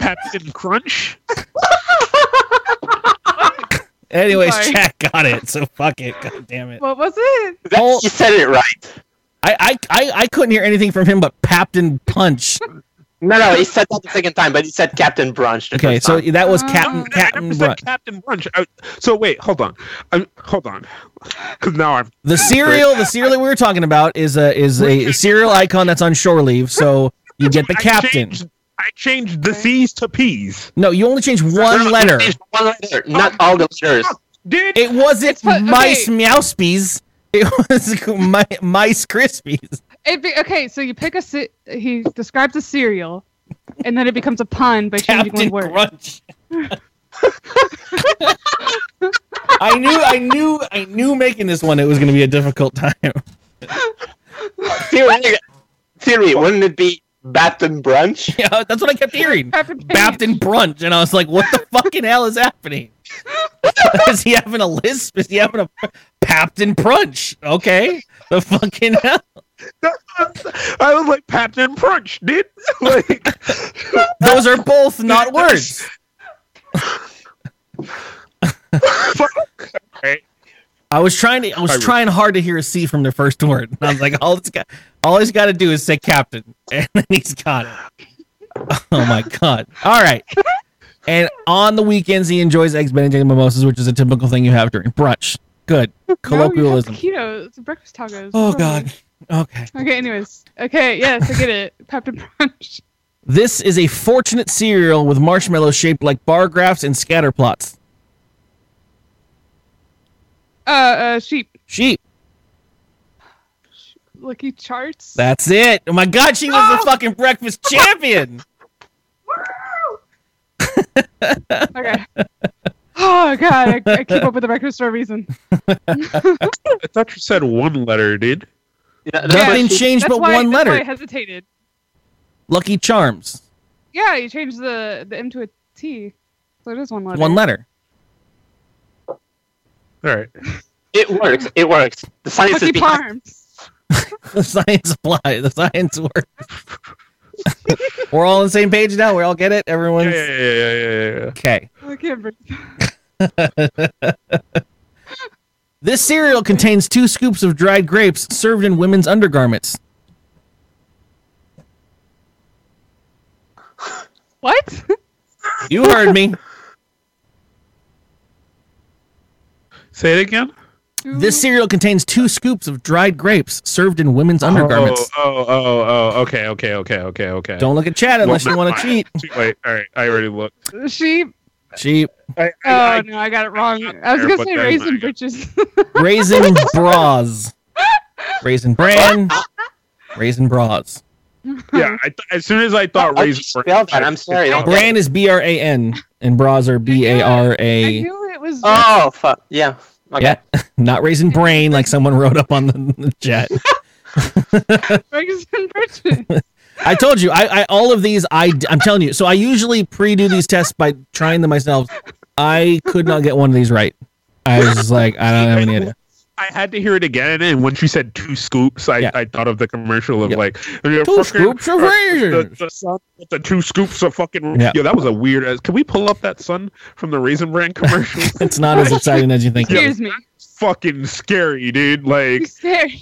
Speaker 2: Captain Crunch.
Speaker 4: Anyways,
Speaker 6: Sorry.
Speaker 4: Jack got it. So fuck it. God damn it.
Speaker 6: What was it?
Speaker 5: That,
Speaker 4: Well-
Speaker 5: you said it right.
Speaker 4: I I, I I couldn't hear anything from him but Papton Punch.
Speaker 5: No, no, he said that the second time, but he said Captain Brunch. The
Speaker 4: Okay,
Speaker 5: first
Speaker 4: so
Speaker 5: time.
Speaker 4: that was
Speaker 6: Uh,
Speaker 2: Oh,
Speaker 4: Captain
Speaker 6: I
Speaker 4: Captain
Speaker 2: Captain,
Speaker 4: Brunch.
Speaker 2: Captain Crunch. I- so wait, hold on. i hold on, because now I'm
Speaker 4: The cereal, the cereal that we were talking about is a is a cereal icon that's on shore leave. So you get the
Speaker 2: I
Speaker 4: captain.
Speaker 2: changed- I changed the C's to P's.
Speaker 4: No, you only change
Speaker 5: No,
Speaker 4: one
Speaker 5: no,
Speaker 4: letter.
Speaker 5: it's one letter, not all the letters.
Speaker 2: Did
Speaker 4: It wasn't
Speaker 6: what-
Speaker 4: mice
Speaker 6: okay.
Speaker 4: meowspies. It was mi- mice crispies.
Speaker 6: It'd be, okay, so you pick a ce- he describes a cereal, and then it becomes a pun by changing
Speaker 4: Captain
Speaker 6: one word.
Speaker 4: Crunch. I knew, I knew, I knew making this one. It was going to be a difficult time.
Speaker 5: Theory, theory, wouldn't it be Captain Brunch?
Speaker 4: yeah, that's what I kept hearing.
Speaker 6: Captain Crunch.
Speaker 4: Baptin brunch, and I was like, "What the fucking hell is happening? is he having a lisp? Is he having a Baptin brunch? Okay, the fucking hell.
Speaker 2: I was like Captain Crunch? Did like
Speaker 4: Those are both not words.
Speaker 2: fuck. Alright.
Speaker 4: I was trying to, I was
Speaker 2: I re-
Speaker 4: trying hard to hear a C from the first word, and I was like, "All this guy, all he's got to do is say captain, and then he's got it." Oh my god! All right. And on the weekends, he enjoys eggs Benedict and mimosas, which is a typical thing you have during brunch. Good colloquialism.
Speaker 6: No, you have taquitos. It's breakfast tacos.
Speaker 4: oh
Speaker 6: Come on.
Speaker 4: god. Okay.
Speaker 6: Okay, anyways. Okay, yes, I get it. Captain Crunch.
Speaker 4: This is a fortunate cereal with marshmallows shaped like bar graphs and scatter plots.
Speaker 6: Uh, uh, sheep.
Speaker 4: Sheep.
Speaker 6: Lucky charts.
Speaker 4: That's it. Oh my god, she was the fucking breakfast champion.
Speaker 6: Okay. Oh god, I, I keep up with the breakfast for a reason.
Speaker 2: I thought you said one letter, dude.
Speaker 5: Yeah, that's what
Speaker 4: Nothing
Speaker 5: she-
Speaker 4: changed
Speaker 6: That's
Speaker 4: but
Speaker 6: why,
Speaker 4: one
Speaker 6: that's why I
Speaker 4: letter.
Speaker 6: hesitated.
Speaker 4: Lucky Charms.
Speaker 6: Yeah, you changed the the M to a T, so it is one letter.
Speaker 4: One letter.
Speaker 2: All right.
Speaker 5: It works. It works. The science
Speaker 6: Lucky
Speaker 5: is behind.
Speaker 6: Parms.
Speaker 4: The science apply. The science works. We're all on the same page now. We all get it.
Speaker 2: Yeah,
Speaker 4: Everyone's
Speaker 2: yeah, yeah, yeah, yeah, yeah, yeah.
Speaker 4: okay.
Speaker 6: I can't breathe.
Speaker 4: This cereal contains two scoops of dried grapes served in women's undergarments.
Speaker 6: What?
Speaker 4: You heard me.
Speaker 2: Say it again.
Speaker 4: This cereal contains two scoops of dried grapes served in women's undergarments.
Speaker 2: Oh, oh, oh, oh. Okay, okay, okay, okay, okay.
Speaker 4: Don't look at chat unless
Speaker 2: Well,
Speaker 4: you want
Speaker 2: I-
Speaker 4: to cheat.
Speaker 2: Wait. All right. I already looked.
Speaker 6: She.
Speaker 4: Cheap.
Speaker 2: I,
Speaker 6: Oh
Speaker 2: I,
Speaker 6: no, I got it wrong.
Speaker 2: not
Speaker 6: I was
Speaker 2: there,
Speaker 6: gonna
Speaker 2: but
Speaker 6: say
Speaker 2: then
Speaker 6: raisin
Speaker 2: I got-
Speaker 6: bitches.
Speaker 4: Raisin bras. Raisin bran. Raisin bras.
Speaker 2: I, yeah. I th- as soon as I thought
Speaker 5: How do you
Speaker 2: raisin,
Speaker 5: spell that? I'm sorry, I don't get
Speaker 4: Bran is B R A N and bras are B A R
Speaker 6: I
Speaker 4: A.
Speaker 6: knew it was.
Speaker 5: Oh fuck. Yeah. Okay.
Speaker 4: Yeah, not raisin brain like someone wrote up on the, the chat.
Speaker 6: Raisin bitches.
Speaker 4: I told you, I, I all of these, I I'm telling you. So I usually pre-do these tests by trying them myself. I could not get one of these right. I was just like, I don't have any idea.
Speaker 2: I had to hear it again, and when she said two scoops, I,
Speaker 4: Yeah.
Speaker 2: I thought of the commercial of
Speaker 4: Yep.
Speaker 2: like
Speaker 4: Two scoops
Speaker 2: Uh,
Speaker 4: of
Speaker 2: The,
Speaker 4: raisin.
Speaker 2: the sun with the two scoops of fucking
Speaker 4: Yeah.
Speaker 2: yeah. that was a weird. ass Can we pull up that sun from the raisin brand commercial?
Speaker 4: It's not as exciting as you think. it is.
Speaker 6: Excuse me.
Speaker 2: fucking scary, dude.
Speaker 6: You
Speaker 2: Like
Speaker 6: scared.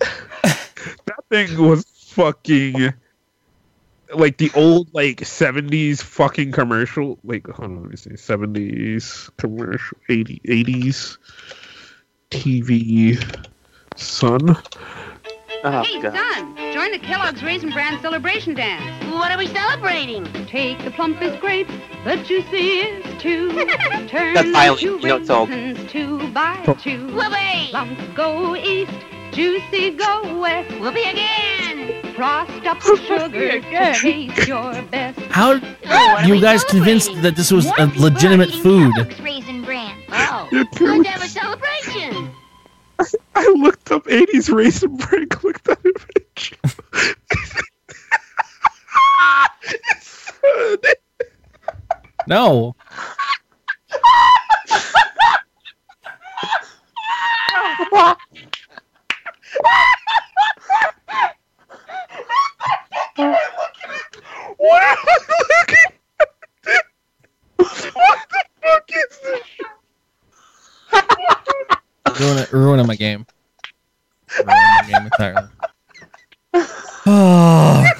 Speaker 2: that thing was fucking like the old like seventies fucking commercial. Like hold on, let me see seventies commercial 80, 80s TV sun.
Speaker 5: Oh,
Speaker 8: Hey,
Speaker 5: God.
Speaker 8: son, join the Kellogg's Raisin Bran celebration dance. What are we celebrating? Take the plumpest grape, the juiciest two. Turn
Speaker 5: That's violent.
Speaker 8: two
Speaker 5: You know it's old.
Speaker 8: raisins two by
Speaker 2: Oh.
Speaker 8: two. Whoopee! Lump go east, juicy go west. Whoopee again! Frost up the sugar
Speaker 6: again.
Speaker 8: to taste your best.
Speaker 4: How you guys convinced that this was a legitimate food?
Speaker 9: Raisin Bran.
Speaker 8: Oh,
Speaker 2: You're
Speaker 8: good
Speaker 2: killing-
Speaker 8: to have a celebration.
Speaker 2: I looked up eighties raisin brand. Clicked that image.
Speaker 4: No.
Speaker 2: What am I looking at? What the fuck is this?
Speaker 4: Ruin it, ruining my game. Ruining my game entirely. Oh.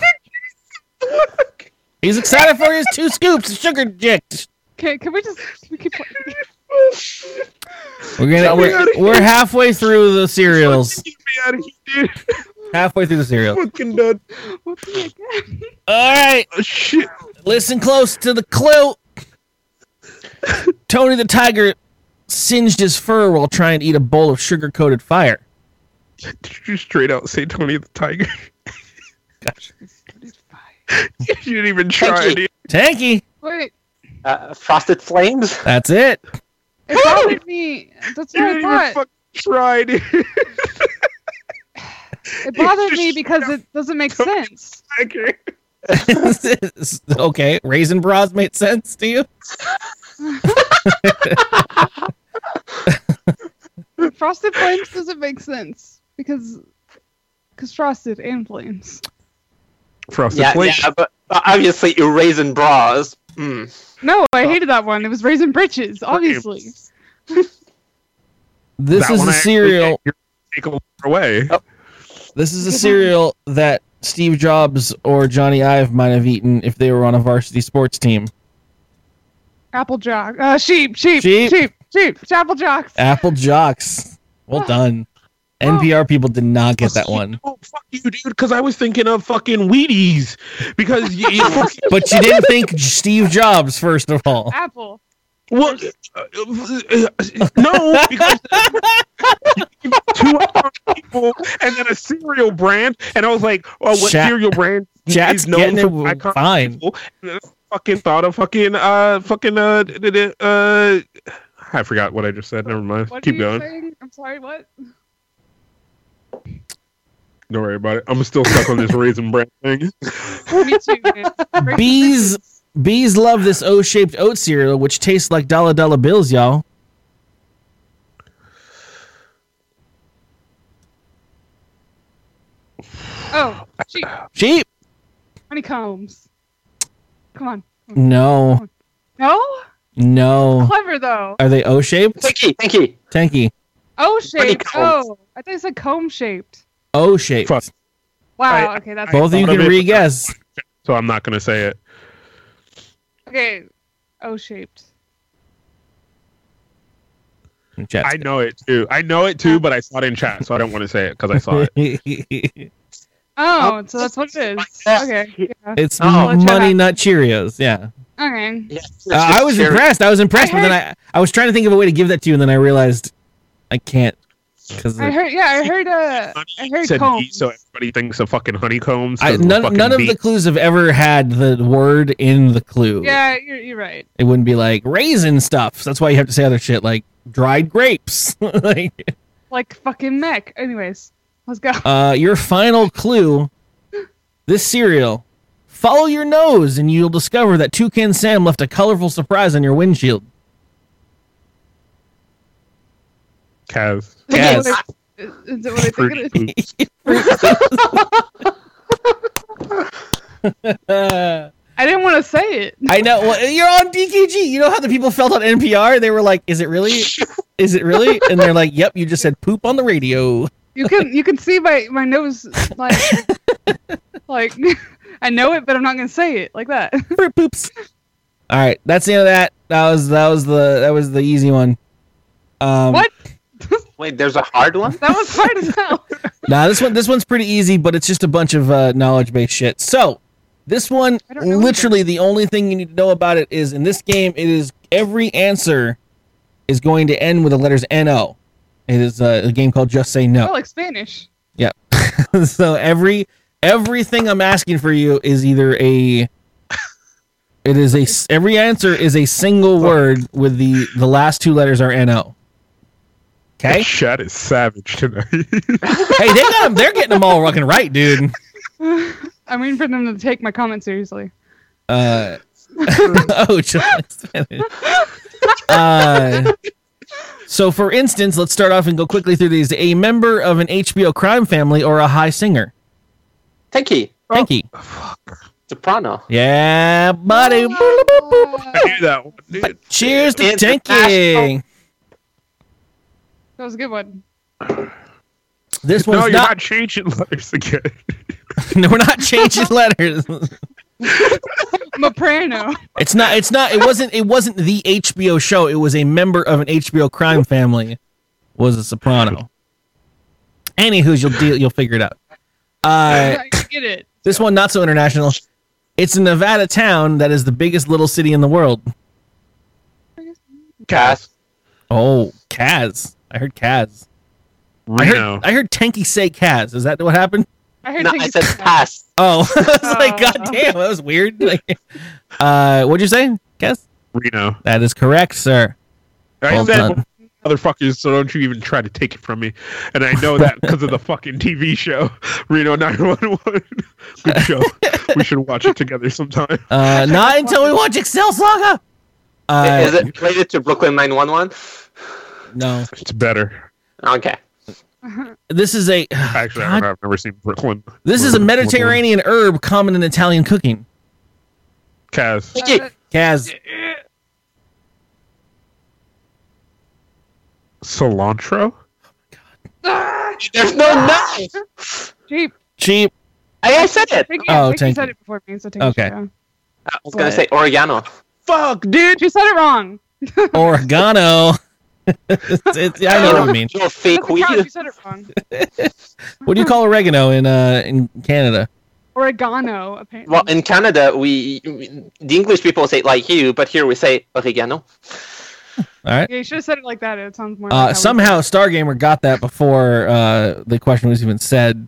Speaker 4: He's excited for his two scoops of sugar jick.
Speaker 6: Okay, can we just we keep playing?
Speaker 4: We're gonna we're, we're halfway through the cereals.
Speaker 2: Get me out of here, dude.
Speaker 4: Halfway through the cereal.
Speaker 2: Fucking done.
Speaker 6: Whoopee again.
Speaker 4: All right,
Speaker 2: Oh, shit.
Speaker 4: listen close to the clue. Tony the tiger singed his fur while trying to eat a bowl of sugar-coated fire.
Speaker 2: Did you straight out say Tony the Tiger? you didn't even try.
Speaker 5: you.
Speaker 2: dude.
Speaker 4: Tanky,
Speaker 6: Wait,
Speaker 5: Uh, Frosted Flames.
Speaker 4: that's it.
Speaker 6: it bothered me. That's
Speaker 2: You
Speaker 6: what
Speaker 2: didn't
Speaker 6: I
Speaker 2: even
Speaker 6: thought.
Speaker 2: fucking try, dude.
Speaker 6: It bothered
Speaker 2: Just
Speaker 6: me
Speaker 2: shut
Speaker 6: because it doesn't make sense.
Speaker 2: Tiger.
Speaker 4: okay, raisin bras made sense to you.
Speaker 6: Frosted flames doesn't make sense because because frosted and flames.
Speaker 2: Frosted
Speaker 5: Yeah,
Speaker 2: Flakes.
Speaker 5: yeah, but uh, obviously you raisin bras. Mm.
Speaker 6: No, I hated that one. It was raisin britches, obviously.
Speaker 4: This
Speaker 2: That
Speaker 4: is
Speaker 2: one
Speaker 4: a
Speaker 2: I actually
Speaker 4: cereal.
Speaker 2: get. You're gonna Take away.
Speaker 5: Oh.
Speaker 4: This is a cereal that Steve Jobs or Johnny Ive might have eaten if they were on a varsity sports team.
Speaker 6: Apple jock. Uh, sheep, sheep,
Speaker 4: Sheep.
Speaker 6: sheep, sheep, sheep. Apple jocks.
Speaker 4: Apple Jocks. Well done. NPR people did not get that one,
Speaker 2: Oh fuck you, dude! Because I was thinking of fucking Wheaties. Because you, you fucking
Speaker 4: but you didn't think Steve Jobs first of all.
Speaker 6: Apple.
Speaker 2: Well, uh, uh, uh, no, because two people and then a cereal brand, and I was like, "Oh, what
Speaker 4: Chat-
Speaker 2: cereal brand
Speaker 4: Chat's
Speaker 2: is known
Speaker 4: getting
Speaker 2: for
Speaker 4: it
Speaker 2: iconic
Speaker 4: fine.
Speaker 2: people?" And then I fucking thought of fucking uh, fucking uh, d- d- d- uh, I forgot what I just said. Never mind.
Speaker 6: What are
Speaker 2: Keep
Speaker 6: you
Speaker 2: going.
Speaker 6: saying? I'm sorry, what?
Speaker 2: Don't worry about it. I'm still stuck on this raisin brand thing.
Speaker 6: Me too. man. Raisin
Speaker 4: Bees.
Speaker 6: Britches.
Speaker 4: Bees love this O-shaped oat cereal, which tastes like dollar dollar bills, y'all.
Speaker 6: Oh, sheep.
Speaker 4: Sheep?
Speaker 6: Honeycombs. Come on.
Speaker 4: No,
Speaker 6: No?
Speaker 4: no.
Speaker 6: Clever though.
Speaker 4: Are they O-shaped?
Speaker 5: Thank you, thank you.
Speaker 4: Tanky.
Speaker 6: O shaped.
Speaker 5: Honeycombs.
Speaker 6: Oh, I thought you said comb shaped.
Speaker 4: O-shaped.
Speaker 2: Fuck.
Speaker 6: Wow.
Speaker 2: I-
Speaker 6: okay, that's
Speaker 4: Both of you
Speaker 2: thought
Speaker 4: can
Speaker 2: of it.
Speaker 4: re-guess.
Speaker 2: So I'm not gonna say it.
Speaker 6: Okay. O shaped.
Speaker 2: I know it too. I know it too, but I saw it in chat, so I don't want to say it because I saw it.
Speaker 6: Oh, so that's what it is.
Speaker 5: Yeah.
Speaker 6: Okay. Yeah.
Speaker 4: it's
Speaker 5: Oh, I'll
Speaker 6: check
Speaker 4: money,
Speaker 6: out.
Speaker 4: not Cheerios. Yeah.
Speaker 6: Okay.
Speaker 5: Yeah,
Speaker 4: Uh, I was impressed. I was impressed,
Speaker 6: I
Speaker 4: but then I, I was trying to think of a way to give that to you, and then I realized I can't because
Speaker 6: I heard. Yeah, I heard. Uh, I heard.
Speaker 2: said
Speaker 6: combs.
Speaker 2: bee, so everybody thinks of fucking honeycombs. 'cause
Speaker 4: I,
Speaker 2: of a
Speaker 4: none,
Speaker 2: fucking
Speaker 4: none of
Speaker 2: bee.
Speaker 4: the clues have ever had the word in the clue.
Speaker 6: Yeah, you're, you're right.
Speaker 4: It wouldn't be like raisin stuff. So that's why you have to say other shit like dried grapes. like,
Speaker 6: Like fucking mech. Anyways, let's go.
Speaker 4: uh, your final clue this cereal. Follow your nose, and you'll discover that Toucan Sam left a colorful surprise on your windshield.
Speaker 2: Kaz.
Speaker 4: Yes.
Speaker 6: Is is it what I think
Speaker 2: Fruity
Speaker 6: it is?
Speaker 2: poops.
Speaker 4: Uh,
Speaker 6: I didn't want to say it.
Speaker 4: I know. Well, you're on DKG. You know how the people felt on NPR? They were like, "Is it really? Is it really?" And they're like, "Yep, you just said poop on the radio."
Speaker 6: You can you can see my my nose like like I know it, but I'm not gonna say it like that.
Speaker 4: Fruit poops. All right, that's the end of that. That was that was the that was the easy one. Um,
Speaker 6: What?
Speaker 5: Wait, there's a hard one.
Speaker 6: That was hard as hell.
Speaker 4: Nah, this one this one's pretty easy, but it's just a bunch of uh, knowledge based shit. So this one,
Speaker 6: I don't know
Speaker 4: literally, the only thing you need to know about it is in this game, it is every answer is going to end with the letters N-O. It is uh, a game called Just Say No.
Speaker 6: I like Spanish.
Speaker 4: so every everything I'm asking for you is either a it is a s- every answer is a single word with the the last two letters are no.
Speaker 2: That
Speaker 4: Okay.
Speaker 2: Chat is savage tonight.
Speaker 4: hey, they got 'em- They're getting them all fucking right, dude.
Speaker 6: I'm waiting for them to take my comment seriously.
Speaker 4: Uh, oh, just uh, so for instance, let's start off and go quickly through these. A member of an HBO crime family or a high singer.
Speaker 5: Tinky,
Speaker 4: Thank you.
Speaker 5: Soprano.
Speaker 4: Yeah, buddy.
Speaker 2: I knew that one, dude.
Speaker 4: Cheers to
Speaker 5: International.
Speaker 4: tanking.
Speaker 6: That was a good one.
Speaker 4: This
Speaker 2: No,
Speaker 4: one's
Speaker 2: you're not,
Speaker 4: not.
Speaker 2: changing letters again.
Speaker 4: no, we're not changing letters.
Speaker 6: Maprano.
Speaker 4: It's not. It's not. It wasn't. It wasn't the HBO show. It was a member of an HBO crime family. Was a soprano. Anywho's, you'll deal. You'll figure it out. Uh,
Speaker 6: I get it.
Speaker 4: this one not so international. It's a Nevada town that is the biggest little city in the world.
Speaker 5: Cass.
Speaker 4: Oh, Kaz. I heard Kaz. I heard.
Speaker 2: Reno.
Speaker 4: I heard Tanky say Kaz. Is that what happened?
Speaker 6: I heard
Speaker 5: No,
Speaker 6: things-
Speaker 5: I said pass.
Speaker 4: Oh, I was like,
Speaker 6: Oh.
Speaker 4: God damn, that was weird. Like, uh, what'd you say, Kaz?
Speaker 2: Reno.
Speaker 4: That is correct, sir.
Speaker 2: I
Speaker 4: Well
Speaker 2: said,
Speaker 4: done.
Speaker 2: motherfuckers, so don't you even try to take it from me. And I know that because of the fucking TV show, Reno 911. Good show. we should watch it together sometime.
Speaker 4: Uh, not until we watch Excel Saga. Uh,
Speaker 5: Is it related to Brooklyn Nine One One?
Speaker 4: No,
Speaker 2: It's better.
Speaker 5: Okay.
Speaker 4: this is a
Speaker 2: Actually, I
Speaker 4: God.
Speaker 2: don't know. I've never seen Brooklyn.
Speaker 4: this is a
Speaker 2: Brooklyn-
Speaker 4: Mediterranean herb common in Italian cooking.
Speaker 2: Kaz.
Speaker 5: Tinky.
Speaker 4: Kaz,
Speaker 2: Cilantro?
Speaker 6: Ah,
Speaker 5: There's no knife.
Speaker 6: Jeep.
Speaker 4: cheap.
Speaker 5: I, I said it.
Speaker 6: Thank you.
Speaker 4: Oh,
Speaker 6: Thank you
Speaker 4: thank
Speaker 6: said
Speaker 4: you.
Speaker 6: it before me, so take okay.
Speaker 4: Okay.
Speaker 6: it down.
Speaker 5: I was gonna say oregano.
Speaker 2: Fuck, dude.
Speaker 6: You said it wrong.
Speaker 4: Oregano. It's- it's- I know what you mean.
Speaker 5: You fake
Speaker 6: Doesn't count, You
Speaker 5: weed.
Speaker 6: said it wrong.
Speaker 4: What do you call oregano in uh in Canada?
Speaker 6: Oregano, apparently.
Speaker 5: Well, in Canada, we the English people say like you, but here we say oregano.
Speaker 4: All right.
Speaker 6: yeah, you should have said it like that. It sounds more. like how
Speaker 4: Uh,
Speaker 6: we-
Speaker 4: somehow Stargamer got that before uh the question was even said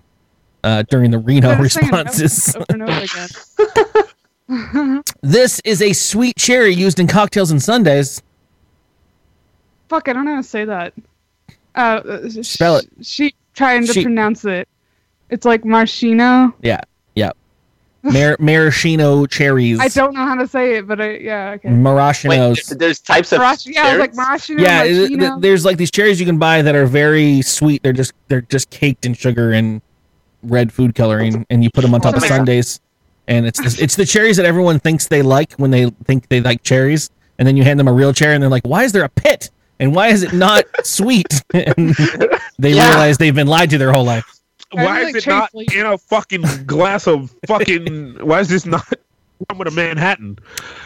Speaker 4: uh during the Reno
Speaker 6: They're just saying it over-
Speaker 4: responses.
Speaker 6: Over and over again.
Speaker 4: This is a sweet cherry used in cocktails and sundaes.
Speaker 6: Fuck, I don't know how to say that. Uh, uh,
Speaker 4: Spell it.
Speaker 6: She trying to
Speaker 4: She-
Speaker 6: pronounce it. It's like maraschino.
Speaker 4: Yeah. Yeah. Mar- maraschino cherries.
Speaker 6: I don't know how to say it, but I, yeah, okay.
Speaker 5: Wait,
Speaker 4: Maraschinos.
Speaker 5: there- there's types of
Speaker 6: Marasch- yeah, I was like
Speaker 5: spirits?
Speaker 6: maraschino.
Speaker 4: yeah it- th-
Speaker 6: maraschino.
Speaker 4: there's like these cherries you can buy that are very sweet they're just they're just caked in sugar and red food coloring and you put them on top of
Speaker 6: America.
Speaker 4: sundaes and it's the, it's the cherries that everyone thinks they like when they think they like cherries and then you hand them a real cherry and they're like why is there a pit and why is it not sweet and they
Speaker 5: Yeah.
Speaker 4: realize they've been lied to their whole life
Speaker 6: I
Speaker 2: Why
Speaker 6: really
Speaker 2: is it
Speaker 6: chase
Speaker 2: not
Speaker 6: leaves.
Speaker 2: in a fucking glass of fucking? Why is this not come with a Manhattan.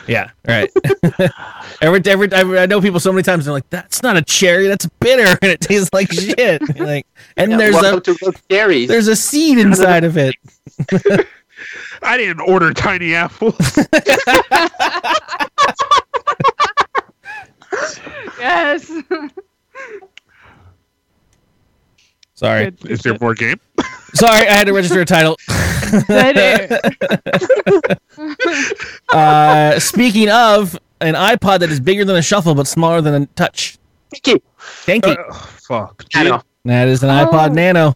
Speaker 4: Yeah, right. every, every I I know people so many times they're like, "That's not a cherry, that's bitter," and it tastes like shit. Like, and there's
Speaker 5: Welcome
Speaker 4: a
Speaker 5: to Road Series.
Speaker 4: there's a seed inside of it.
Speaker 2: I didn't order tiny apples.
Speaker 6: Yes.
Speaker 4: Sorry,
Speaker 6: Good.
Speaker 2: Is there more game?
Speaker 4: sorry, I had to register a title.
Speaker 6: Dead air.
Speaker 4: Uh, speaking of an iPod that is bigger than a shuffle but smaller than a touch,
Speaker 5: Thank you.
Speaker 4: thank you.
Speaker 2: Uh, fuck.
Speaker 5: I know.
Speaker 4: That is an
Speaker 6: Oh.
Speaker 4: iPod Nano.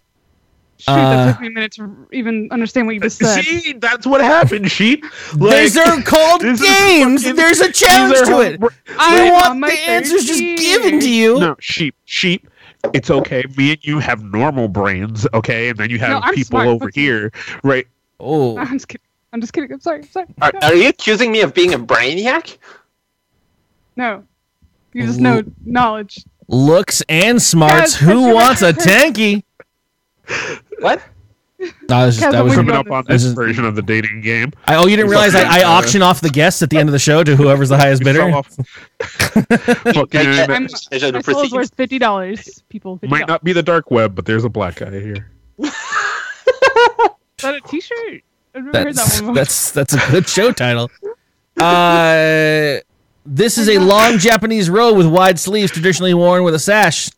Speaker 6: Shoot, that
Speaker 4: Uh,
Speaker 6: took me a minute to even understand what you just said.
Speaker 2: See, that's what happened, sheep. Like,
Speaker 4: These are called
Speaker 2: this is
Speaker 4: games.
Speaker 2: fucking-
Speaker 4: There's a challenge
Speaker 2: these
Speaker 4: to
Speaker 2: are
Speaker 4: it.
Speaker 2: hum-
Speaker 6: I'm
Speaker 4: I
Speaker 6: on
Speaker 4: want
Speaker 6: my
Speaker 4: the answers just
Speaker 6: 13.
Speaker 4: given to you.
Speaker 2: No, sheep, sheep. It's okay. Me and you have normal brains, okay, and then you have
Speaker 6: No, I'm
Speaker 2: people
Speaker 6: smart.
Speaker 2: over here, right?
Speaker 4: Oh,
Speaker 6: I'm just kidding. I'm just kidding. I'm sorry. I'm sorry.
Speaker 5: Are, are you accusing me of being a brainiac?
Speaker 6: No. You just know knowledge.
Speaker 4: looks and smarts.
Speaker 6: Guys,
Speaker 4: Who
Speaker 6: that's
Speaker 4: wants a
Speaker 6: right.
Speaker 4: tanky?
Speaker 5: What?
Speaker 4: I was just,
Speaker 6: Kevin,
Speaker 4: that was
Speaker 6: we-
Speaker 2: Coming up on
Speaker 4: This
Speaker 2: this
Speaker 4: is-
Speaker 2: version of the dating game.
Speaker 4: I, oh, you didn't realize I, I auction off the guests at the end of the show to whoever's the highest
Speaker 2: You
Speaker 4: bidder.
Speaker 2: fell off. Fucking-
Speaker 5: I,
Speaker 6: I'm-
Speaker 5: I should
Speaker 6: My soul is
Speaker 5: have proceeded.
Speaker 6: worth fifty dollars. People. $50.
Speaker 2: might not be the dark web, but there's a black guy here.
Speaker 6: Is that a T-shirt? I've never heard
Speaker 4: That's
Speaker 6: that one. before.
Speaker 4: that's that's a good show title. Uh, this is a long Japanese robe with wide sleeves, traditionally worn with a sash.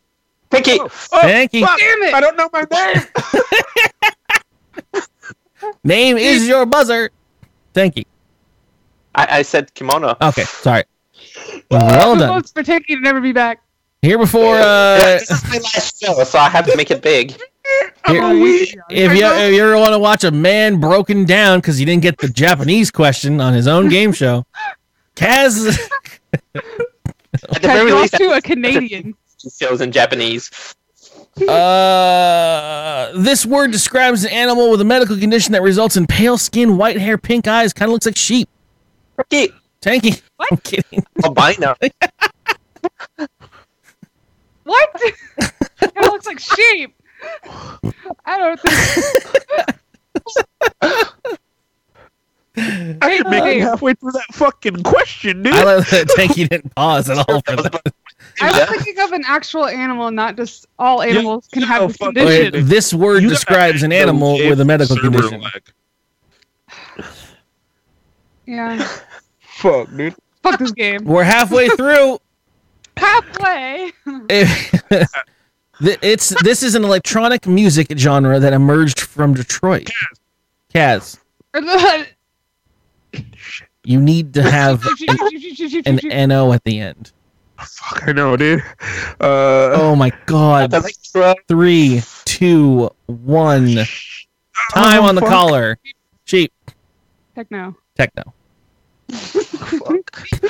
Speaker 5: Thank
Speaker 6: Oh.
Speaker 5: you.
Speaker 4: Thank you.
Speaker 6: Damn it!
Speaker 2: I don't know my name.
Speaker 4: Name is your buzzer. Thank you.
Speaker 5: I, I said kimono.
Speaker 4: Okay, sorry. Well
Speaker 6: Two
Speaker 4: done.
Speaker 6: votes for taking to never be back.
Speaker 4: Here before, uh,
Speaker 5: this is my last show, so I have to make it big.
Speaker 4: here- if you if you ever want to watch a man broken down because he didn't get the Japanese question on his own game show, Kaz.
Speaker 5: At the
Speaker 6: Can
Speaker 5: very
Speaker 6: you
Speaker 5: least,
Speaker 6: talk to
Speaker 5: I
Speaker 6: a Canadian?
Speaker 5: shows in Japanese.
Speaker 4: Uh, this word describes an animal with a medical condition that results in pale skin, white hair, pink eyes. Kind of looks like sheep.
Speaker 5: Thank you.
Speaker 4: Tanky. What? I'm kidding.
Speaker 5: Albino.
Speaker 6: What? it looks like sheep. I don't think.
Speaker 2: I should make it
Speaker 6: Hey.
Speaker 2: halfway through that fucking question, dude.
Speaker 4: I love that Tanky didn't pause at all for that.
Speaker 6: I was
Speaker 5: Yeah.
Speaker 6: thinking of an actual animal, not just all animals can
Speaker 2: no
Speaker 6: have this
Speaker 2: fucking
Speaker 6: condition.
Speaker 2: way.
Speaker 4: This word
Speaker 2: You
Speaker 4: describes an
Speaker 2: gotta-
Speaker 4: animal
Speaker 2: Server
Speaker 4: with a medical condition.
Speaker 2: lag.
Speaker 6: Yeah.
Speaker 2: Fuck, dude.
Speaker 6: Fuck this game.
Speaker 4: We're halfway through.
Speaker 6: Halfway.
Speaker 4: Th- it's this is an electronic music genre that emerged from Detroit. Kaz, you need to have an no at the end.
Speaker 2: Fuck, I know, dude. Uh,
Speaker 4: Oh my god.
Speaker 5: That's like, bro,
Speaker 4: Three, two, one. Time on the
Speaker 2: fuck.
Speaker 4: collar. Sheep.
Speaker 6: Techno.
Speaker 4: Techno.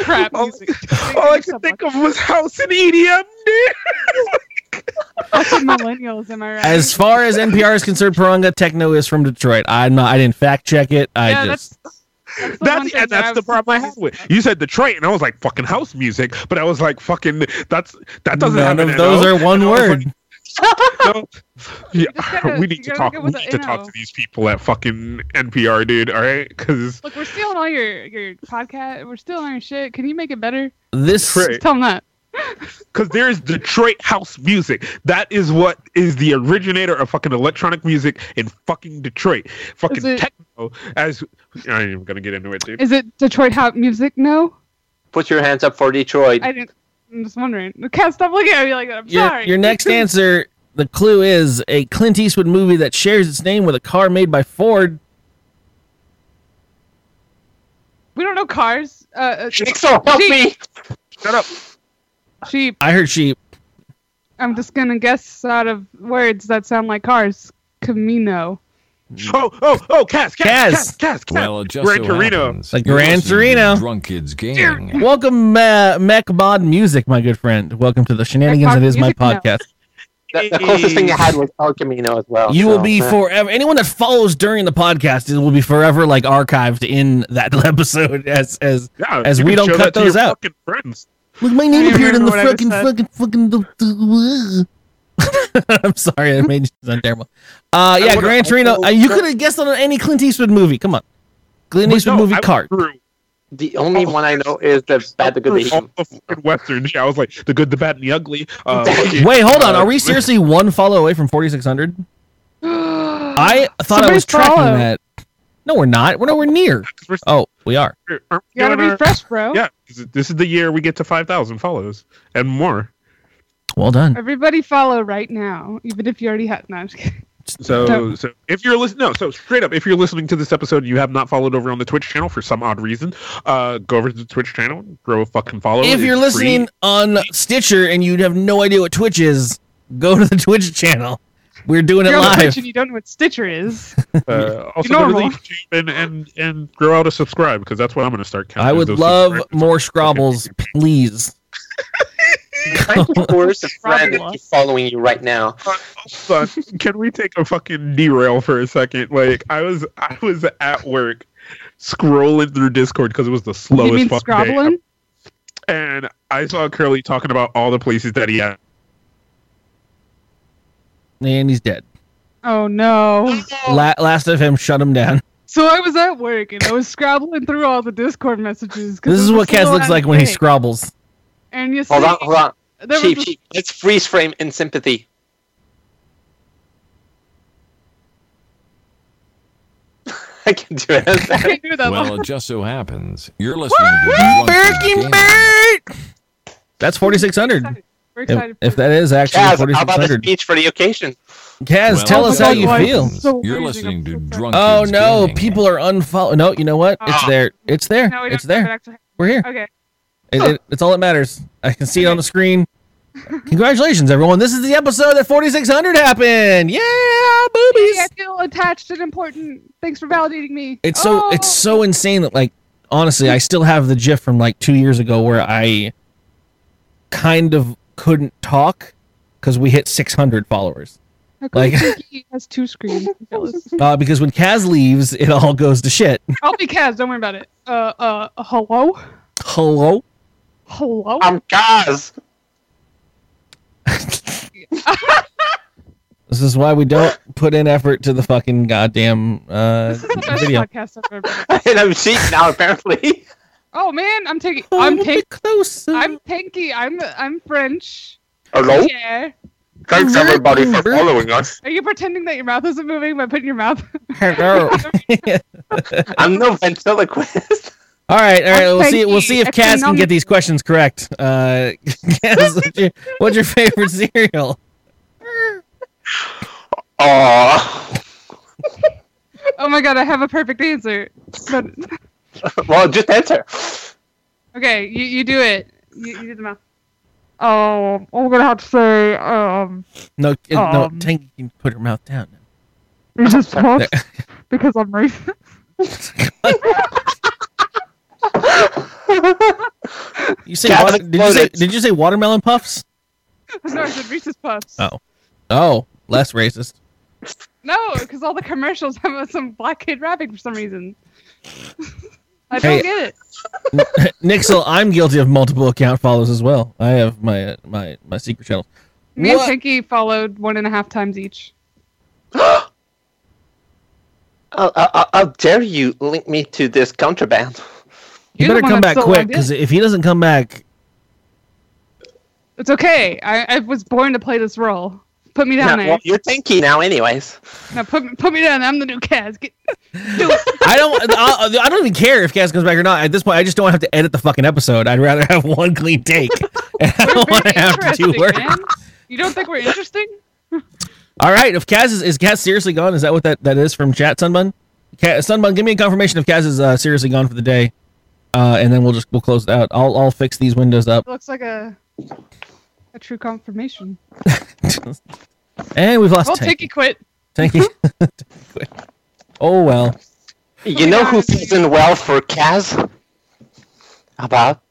Speaker 6: Crap
Speaker 2: Oh,
Speaker 6: music.
Speaker 2: All I could think of was house and EDM, dude.
Speaker 6: Fucking millennials, am I right?
Speaker 4: As far as NPR is concerned, Paranga Techno is from Detroit. I'm not. I didn't fact check it. I
Speaker 6: Yeah,
Speaker 4: just.
Speaker 6: that's the one
Speaker 2: That's
Speaker 6: thing
Speaker 2: and that's
Speaker 6: I've-
Speaker 2: the problem I have with you said Detroit, and I was like fucking house music, but I was like fucking that's that doesn't
Speaker 4: None
Speaker 2: have
Speaker 4: of
Speaker 2: an
Speaker 4: those
Speaker 2: NO.
Speaker 4: are one
Speaker 2: I was
Speaker 4: word.
Speaker 2: No. Yeah,
Speaker 6: just gotta-
Speaker 2: we
Speaker 6: you
Speaker 4: need
Speaker 2: need to
Speaker 6: gotta
Speaker 2: talk.
Speaker 6: go
Speaker 2: We
Speaker 6: with
Speaker 2: need to
Speaker 6: the
Speaker 2: talk
Speaker 6: NO.
Speaker 2: to these people at fucking NPR, dude. All right, because
Speaker 6: Look, we're stealing all your your podcast. We're stealing all your shit. Can you make it better?
Speaker 4: This
Speaker 2: Detroit.
Speaker 6: Just tell them that.
Speaker 2: because there is Detroit house music. That is what is the originator of fucking electronic music in fucking Detroit. Fucking
Speaker 6: it-
Speaker 2: techno. As I ain't even gonna get into it, dude.
Speaker 6: Is it Detroit Hot Music? No,
Speaker 5: Put your hands up for Detroit.
Speaker 6: I didn't. I'm just wondering. Can't stop looking at me like that. I'm
Speaker 4: your,
Speaker 6: sorry.
Speaker 4: your next answer. The clue is a Clint Eastwood movie that shares its name with a car made by Ford.
Speaker 6: We don't know cars. Uh, uh,
Speaker 5: Jigsaw, help me!
Speaker 2: Shut up.
Speaker 6: sheep.
Speaker 4: I heard sheep.
Speaker 6: I'm just gonna guess out of words that sound like cars. Camino.
Speaker 2: Oh, oh, oh, Cass, Cass, Cass,
Speaker 4: Cass.
Speaker 2: Cass, Cass.
Speaker 7: Well, it just
Speaker 2: Gran
Speaker 7: so
Speaker 2: Torino.
Speaker 7: happens
Speaker 4: Like
Speaker 7: you're
Speaker 4: Gran
Speaker 7: listening to
Speaker 4: Torino.
Speaker 7: Drunk Kids Gang.
Speaker 4: Welcome, uh, Mech Mod Music, my good friend. Welcome to the shenanigans that is my
Speaker 6: Music, no.
Speaker 4: podcast.
Speaker 5: The, the closest thing I had was El Camino as well.
Speaker 4: You
Speaker 5: so,
Speaker 4: will be
Speaker 5: eh.
Speaker 4: forever. Anyone that follows during the podcast will be forever like archived in that episode. As as
Speaker 2: Yeah,
Speaker 4: As
Speaker 2: you
Speaker 4: we
Speaker 2: can
Speaker 4: don't
Speaker 2: show that
Speaker 4: cut
Speaker 2: to your
Speaker 4: those out.
Speaker 2: Fucking friends.
Speaker 4: look, my
Speaker 6: I
Speaker 4: name
Speaker 6: remember
Speaker 4: appeared in the
Speaker 6: what I just
Speaker 4: fucking
Speaker 6: said.
Speaker 4: fucking fucking. I'm sorry, I made you sound terrible. Uh, yeah,
Speaker 2: would've
Speaker 4: Gran Torino.
Speaker 2: also-
Speaker 4: Uh, you could have guessed on any Clint Eastwood movie. Come on, Clint
Speaker 2: But
Speaker 4: Eastwood
Speaker 2: no,
Speaker 4: movie
Speaker 2: I went
Speaker 4: Cart.
Speaker 2: through
Speaker 5: The only
Speaker 2: Oh.
Speaker 5: one I know is the bad, the good, the
Speaker 2: all
Speaker 4: Oh.
Speaker 5: evil.
Speaker 2: the fucking westerns. Yeah, I was like the good, the bad, and the ugly. Uh, fucking,
Speaker 4: Wait, hold on.
Speaker 2: uh,
Speaker 4: Are we seriously one follow away from 4600? I thought I
Speaker 6: where's
Speaker 4: was tracking
Speaker 6: Follow?
Speaker 4: that. No, we're not. We're nowhere near.
Speaker 2: we're-
Speaker 4: Oh, we are.
Speaker 2: aren't we
Speaker 6: You gotta
Speaker 2: doing
Speaker 6: be
Speaker 2: our-
Speaker 6: fresh, bro.
Speaker 2: Yeah, this- this is the year we get to five thousand follows and more.
Speaker 4: Well done.
Speaker 6: Everybody follow right now, even if you already have. No, I'm just kidding.
Speaker 2: So,
Speaker 6: Don't-
Speaker 2: so if you're listening, no, so straight up, if you're listening to this episode and you have not followed over on the Twitch channel for some odd reason, uh, go over to the Twitch channel, throw a fucking follow.
Speaker 4: If
Speaker 2: It's
Speaker 4: you're
Speaker 2: free.
Speaker 4: listening on Stitcher and you have no idea what Twitch is, go to the Twitch channel. We're doing it
Speaker 6: You're on the
Speaker 4: live.
Speaker 6: Twitch and you don't know what Stitcher is.
Speaker 2: uh, also go to
Speaker 6: normal.
Speaker 2: the YouTube and, and and grow out a subscribe because that's what I'm going to start counting.
Speaker 4: I would
Speaker 2: those
Speaker 4: love
Speaker 2: subscribers.
Speaker 4: more Scrabbles, please.
Speaker 5: Thank you for the friend
Speaker 6: Problem.
Speaker 5: that's following you right now.
Speaker 2: Son, can we take a fucking derail for a second? Like I was, I was at work scrolling through Discord because it was the
Speaker 6: you
Speaker 2: slowest
Speaker 6: mean
Speaker 2: fucking day ever.
Speaker 6: Scrobbling?
Speaker 2: and I saw Curly talking about all the places that he had.
Speaker 4: And he's dead.
Speaker 6: Oh no.
Speaker 4: La- last of him, shut him down.
Speaker 6: So I was at work and I was scrobbling through all the Discord messages. 'cause
Speaker 4: This
Speaker 6: it
Speaker 4: is
Speaker 6: was
Speaker 4: what
Speaker 6: a
Speaker 4: Kaz
Speaker 6: slow
Speaker 4: looks
Speaker 6: ass
Speaker 4: like when he
Speaker 6: day.
Speaker 4: scrabbles.
Speaker 6: And you see,
Speaker 5: Hold on, hold on.
Speaker 6: there
Speaker 5: Cheap,
Speaker 6: was a-
Speaker 5: cheap. Let's freeze frame in sympathy. I can do it.
Speaker 6: I can't do that
Speaker 7: Well,
Speaker 6: one.
Speaker 7: it just so happens you're listening to Drunken Gaming.
Speaker 4: That's 4600.
Speaker 6: We're excited
Speaker 4: If,
Speaker 6: for
Speaker 4: if that is actually
Speaker 5: Kaz, how about a
Speaker 4: 4600.
Speaker 5: speech for the occasion?
Speaker 4: Kaz,
Speaker 7: Well,
Speaker 4: tell
Speaker 7: it
Speaker 4: us
Speaker 7: just
Speaker 4: how
Speaker 7: so
Speaker 4: you
Speaker 6: happens-
Speaker 4: feel.
Speaker 7: happens
Speaker 6: So
Speaker 7: You're
Speaker 6: raging,
Speaker 7: listening
Speaker 6: I'm
Speaker 7: to
Speaker 6: so sorry.
Speaker 7: Drunk
Speaker 4: Oh
Speaker 7: Kids
Speaker 4: no,
Speaker 7: Gaming.
Speaker 4: people are unfollow. No, you know what? It's
Speaker 5: Oh.
Speaker 4: there. It's there.
Speaker 6: No, Ah. we
Speaker 4: it's
Speaker 6: don't have
Speaker 4: there.
Speaker 6: it actually-
Speaker 4: We're here.
Speaker 6: Okay.
Speaker 4: It, it, it's all that matters. I can see it on the screen. Congratulations, everyone. This is the episode that 4600 happened. Yeah, boobies.
Speaker 6: Yay, I feel attached and important. Thanks for validating me.
Speaker 4: It's so
Speaker 6: Oh!
Speaker 4: it's so insane that like honestly, I still have the gif from like 2 years ago where I kind of couldn't talk cuz we hit 600 followers.
Speaker 6: How come
Speaker 4: like-
Speaker 6: Tiki has two screens. I'm jealous.
Speaker 4: Uh, because when Kaz leaves, it all goes to shit.
Speaker 6: I'll be Kaz. Don't worry about it. Uh, uh, hello,
Speaker 4: Hello.
Speaker 6: hello.
Speaker 5: I'm Kaz.
Speaker 4: This is why we don't put in effort to the fucking goddamn uh,
Speaker 6: this is the best
Speaker 4: video.
Speaker 6: podcast I've ever been. on.
Speaker 5: and I'm cheap now, apparently.
Speaker 6: Oh man, I'm taking.
Speaker 4: A
Speaker 6: I'm
Speaker 4: little
Speaker 6: taking.
Speaker 4: bit closer.
Speaker 6: I'm tanky. I'm I'm French.
Speaker 5: Hello?
Speaker 6: Yeah.
Speaker 5: Thanks everybody for following us.
Speaker 6: Are you pretending that your mouth isn't moving by putting your mouth?
Speaker 4: Hello.
Speaker 5: I'm no ventriloquist.
Speaker 4: All right, all right.
Speaker 6: I'm
Speaker 4: We'll see. We'll
Speaker 6: Frankie.
Speaker 4: see if
Speaker 6: It's
Speaker 4: Cass can
Speaker 6: phenomenal.
Speaker 4: get these questions correct. Uh, Cass, what's, your, what's your favorite cereal?
Speaker 5: Aw.
Speaker 6: Oh my god, I have a perfect answer. But
Speaker 5: Well, just answer.
Speaker 6: okay, you, you do it. You, you do the mouth. Oh, I'm gonna have to say, um,
Speaker 4: No, it- no.
Speaker 6: Um.
Speaker 4: Tank can put her mouth down.
Speaker 6: it is puffs because I'm racist.
Speaker 4: You say
Speaker 5: Cass
Speaker 4: water, did you say
Speaker 5: exploded.
Speaker 4: did you say watermelon puffs?
Speaker 6: No, I said Reese's Puffs.
Speaker 4: Oh. Oh, less racist.
Speaker 6: No, because all the commercials have some black kid rapping for some reason. I
Speaker 4: Hey.
Speaker 6: don't get it.
Speaker 4: Nixel, I'm guilty of multiple account follows as well. I have my uh, my my secret channel.
Speaker 6: Me
Speaker 4: What?
Speaker 6: and Pinky followed one and a half times each.
Speaker 5: How, how, how dare you link me to this contraband?
Speaker 4: You
Speaker 6: You're the
Speaker 4: better
Speaker 6: one that
Speaker 4: come back
Speaker 6: still
Speaker 4: quick
Speaker 6: logged in.
Speaker 4: because if he doesn't come back,
Speaker 6: It's okay. I, I was born to play this role. Put me down
Speaker 5: Now,
Speaker 6: there.
Speaker 5: well, you're tanky now, anyways.
Speaker 6: Now put put me down. I'm the new Kaz. Get,
Speaker 4: I don't. uh, I, I don't even care if Cass comes back or not. At this point, I just don't want to have to edit the fucking episode. I'd rather have one clean take. And I
Speaker 6: we're
Speaker 4: don't want
Speaker 6: very
Speaker 4: to have to do
Speaker 6: interesting,
Speaker 4: work.
Speaker 6: man. You don't think we're interesting?
Speaker 4: All right. If Kaz is, is Kaz seriously gone? Is that what that, that is from chat, Sunbun? Ka- Sunbun, give me a confirmation if Kaz is uh, seriously gone for the day, uh, and then we'll just we'll close it out. I'll I'll fix these windows up,
Speaker 6: It looks like a a true confirmation.
Speaker 4: and we've lost
Speaker 6: Well,
Speaker 4: Tank.
Speaker 6: Tinky quit.
Speaker 4: Thank you. Quick. oh well.
Speaker 5: You know who fits in well for Kaz? How about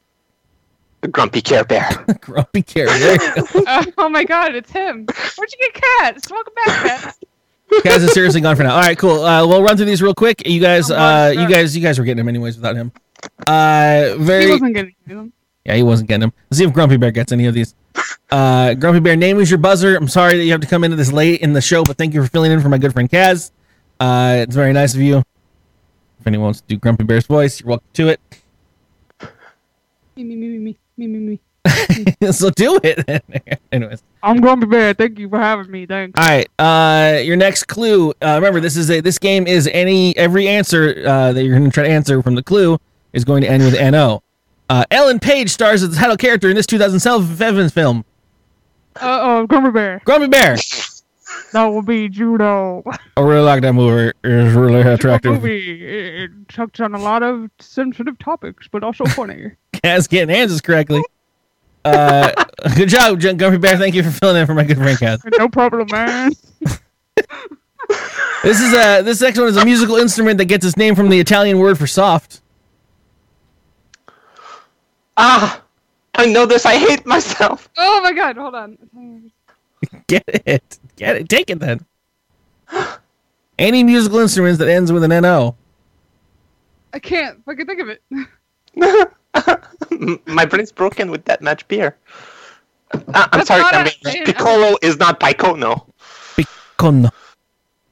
Speaker 5: the Grumpy Care Bear?
Speaker 4: Grumpy carrier. There you go.
Speaker 6: Uh, oh my God, it's him. Where'd you get Kaz? Welcome back, Kaz.
Speaker 4: Kaz is seriously gone for now. All right, cool. Uh, we'll run through these real quick. You guys,
Speaker 6: Oh, my
Speaker 4: uh, you
Speaker 6: God.
Speaker 4: guys, you guys were getting him anyways without him. Uh, very.
Speaker 6: He wasn't getting him.
Speaker 4: yeah, he wasn't getting him. Let's see if Grumpy Bear gets any of these. Uh, Grumpy Bear, name is your buzzer. I'm sorry that you have to come into this late in the show, but thank you for filling in for my good friend Kaz. Uh, it's very nice of you. If anyone wants to do Grumpy Bear's voice, you're welcome to it.
Speaker 6: Me, me, me, me, me, me, me, me.
Speaker 4: so do it. then. Anyways.
Speaker 6: I'm Grumpy Bear. Thank you for having me. Thanks.
Speaker 4: All right. Uh, your next clue. Uh, remember, this is a this game is any every answer uh, that you're going to try to answer from the clue is going to end with no. Uh, Ellen Page stars as the title character in this 2007 film,
Speaker 6: Uh oh, Grumpy Bear.
Speaker 4: Grumpy Bear.
Speaker 6: That will be Juno.
Speaker 4: I really like that movie. It's really
Speaker 6: A
Speaker 4: attractive.
Speaker 6: movie. It it touched on a lot of sensitive topics, but also funny.
Speaker 4: As getting answers correctly. Uh, good job, Junk Grumpy Bear. Thank you for filling in for my good friend Kaz.
Speaker 6: no problem, man.
Speaker 4: This is a this next one is a musical instrument that gets its name from the Italian word for soft.
Speaker 5: Ah, I know this. I hate myself.
Speaker 6: Oh my god, hold on.
Speaker 4: Get it. Get it. Take it then. Any musical instruments that ends with an NO.
Speaker 6: I can't fucking think of it.
Speaker 5: My brain's broken with that much beer. Ah, I'm
Speaker 6: That's
Speaker 5: sorry,
Speaker 6: not
Speaker 5: I
Speaker 6: a-
Speaker 5: mean, Piccolo is not Picono.
Speaker 4: Con.
Speaker 6: Oh,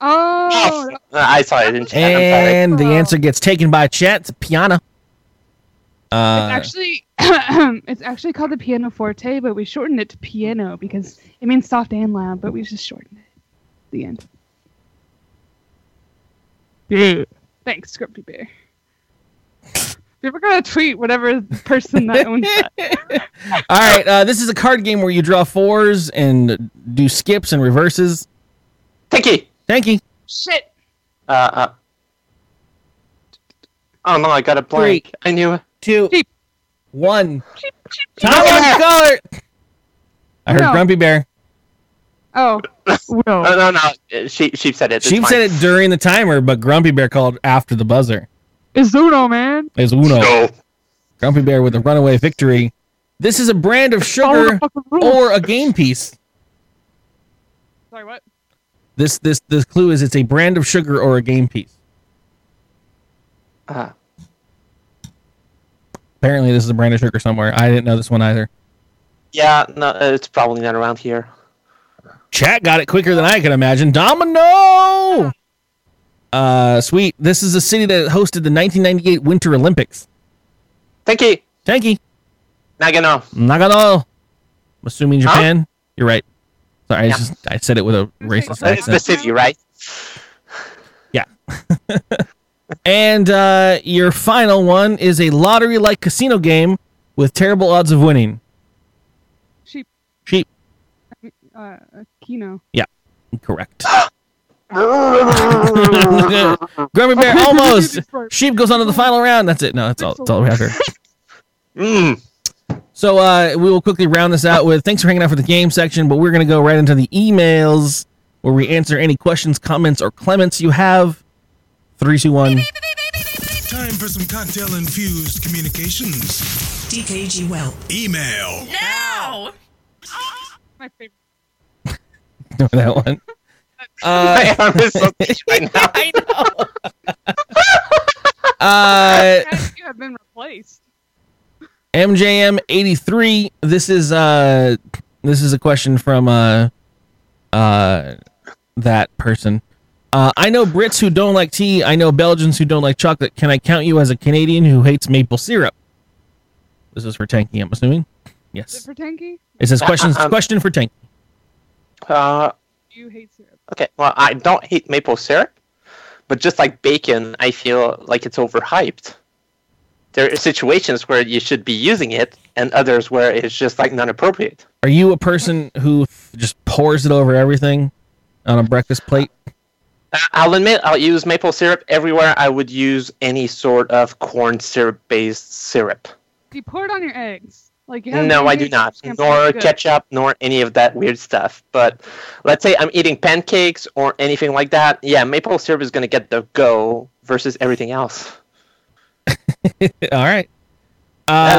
Speaker 5: Ah, I sorry, I didn't check. I'm sorry.
Speaker 4: And the answer gets taken by chat. It's piano. Uh,
Speaker 6: actually, it's actually called the pianoforte, but we shortened it to piano because it means soft and loud, but we just shortened it. The end. Yeah. Thanks, Grumpy Bear. If we're gonna tweet whatever person that owns that.
Speaker 4: all right. Uh, this is a card game where you draw fours and do skips and reverses.
Speaker 5: Tiki.
Speaker 4: Thank you.
Speaker 6: Shit.
Speaker 5: Uh, uh. Oh no, I got a blank. I knew. it.
Speaker 4: Two.
Speaker 6: Cheep.
Speaker 4: One.
Speaker 6: Cheep, cheep, cheep.
Speaker 4: Time on color. I heard
Speaker 6: No.
Speaker 4: Grumpy Bear.
Speaker 6: Oh,
Speaker 5: Oh
Speaker 6: no.
Speaker 5: no, no. uh, She she said it. it's
Speaker 4: Sheep
Speaker 5: fine.
Speaker 4: said it during the timer, but Grumpy Bear called after the buzzer.
Speaker 6: It's Uno, man.
Speaker 4: It's Uno.
Speaker 5: No.
Speaker 4: Grumpy Bear with a runaway victory. This is a brand of
Speaker 6: Follow the
Speaker 4: sugar
Speaker 6: fucking rules.
Speaker 4: or a game piece.
Speaker 6: Sorry, what?
Speaker 4: This this this clue is it's a brand of sugar or a game piece.
Speaker 5: Ah.
Speaker 4: Apparently, this is a brand of sugar somewhere. I didn't know this one either.
Speaker 5: yeah, no, uh, it's probably not around here.
Speaker 4: Chat got it quicker than I could imagine. Domino. Uh, sweet. This is a city that hosted the 1998 Winter Olympics.
Speaker 5: Tiki
Speaker 4: Tanky,
Speaker 5: Nagano.
Speaker 4: Nagano. I'm assuming
Speaker 5: Huh?
Speaker 4: Japan. You're right. Sorry, I
Speaker 5: Yeah.
Speaker 4: just I said it with a racist
Speaker 5: That's the
Speaker 4: accent.
Speaker 5: city, right?
Speaker 4: And uh, your final one is a lottery-like casino game with terrible odds of winning.
Speaker 6: Sheep.
Speaker 4: Sheep.
Speaker 6: Uh, Kino.
Speaker 4: Correct. Grumpy Bear almost. Sheep goes on to the final round. That's it. No, that's all. That's all we have here.
Speaker 5: Mm.
Speaker 4: So uh, we will quickly round this out with thanks for hanging out for the game section, but we're going to go right into the emails where we answer any questions, comments, or clements you have. Three, two, one.
Speaker 3: Time for some cocktail infused communications.
Speaker 9: DKG Well.
Speaker 3: Email.
Speaker 9: Now!
Speaker 6: My favorite.
Speaker 4: Remember that one.
Speaker 5: My arm is so weak right now.
Speaker 4: I know. uh,
Speaker 6: you have been replaced.
Speaker 4: MJM eighty three. This is uh, this is a question from uh, uh, that person. Uh, I know Brits who don't like tea. I know Belgians who don't like chocolate. Can I count you as a Canadian who hates maple syrup? This is for Tanky, I'm assuming.
Speaker 6: Is it
Speaker 4: Yes.
Speaker 6: for Tanky?
Speaker 4: It says question
Speaker 5: Uh, um,
Speaker 4: question for Tanky.
Speaker 5: Uh,
Speaker 6: You hate syrup.
Speaker 5: okay. Well, I don't hate maple syrup, but just like bacon, I feel like it's overhyped. There are situations where you should be using it, and others where it's just like not appropriate.
Speaker 4: Are you a person who f- just pours it over everything on a breakfast plate?
Speaker 5: I- I'll admit I'll use maple syrup everywhere I would use any sort of corn syrup based syrup.
Speaker 6: Do you pour it on your eggs? Like you have
Speaker 5: No, I do
Speaker 6: mayonnaise,
Speaker 5: not.
Speaker 6: you can't pour
Speaker 5: Nor
Speaker 6: it good.
Speaker 5: ketchup, nor any of that weird stuff. But let's say I'm eating pancakes or anything like that. Yeah, maple syrup is going to get the go versus everything else.
Speaker 4: All right.
Speaker 5: And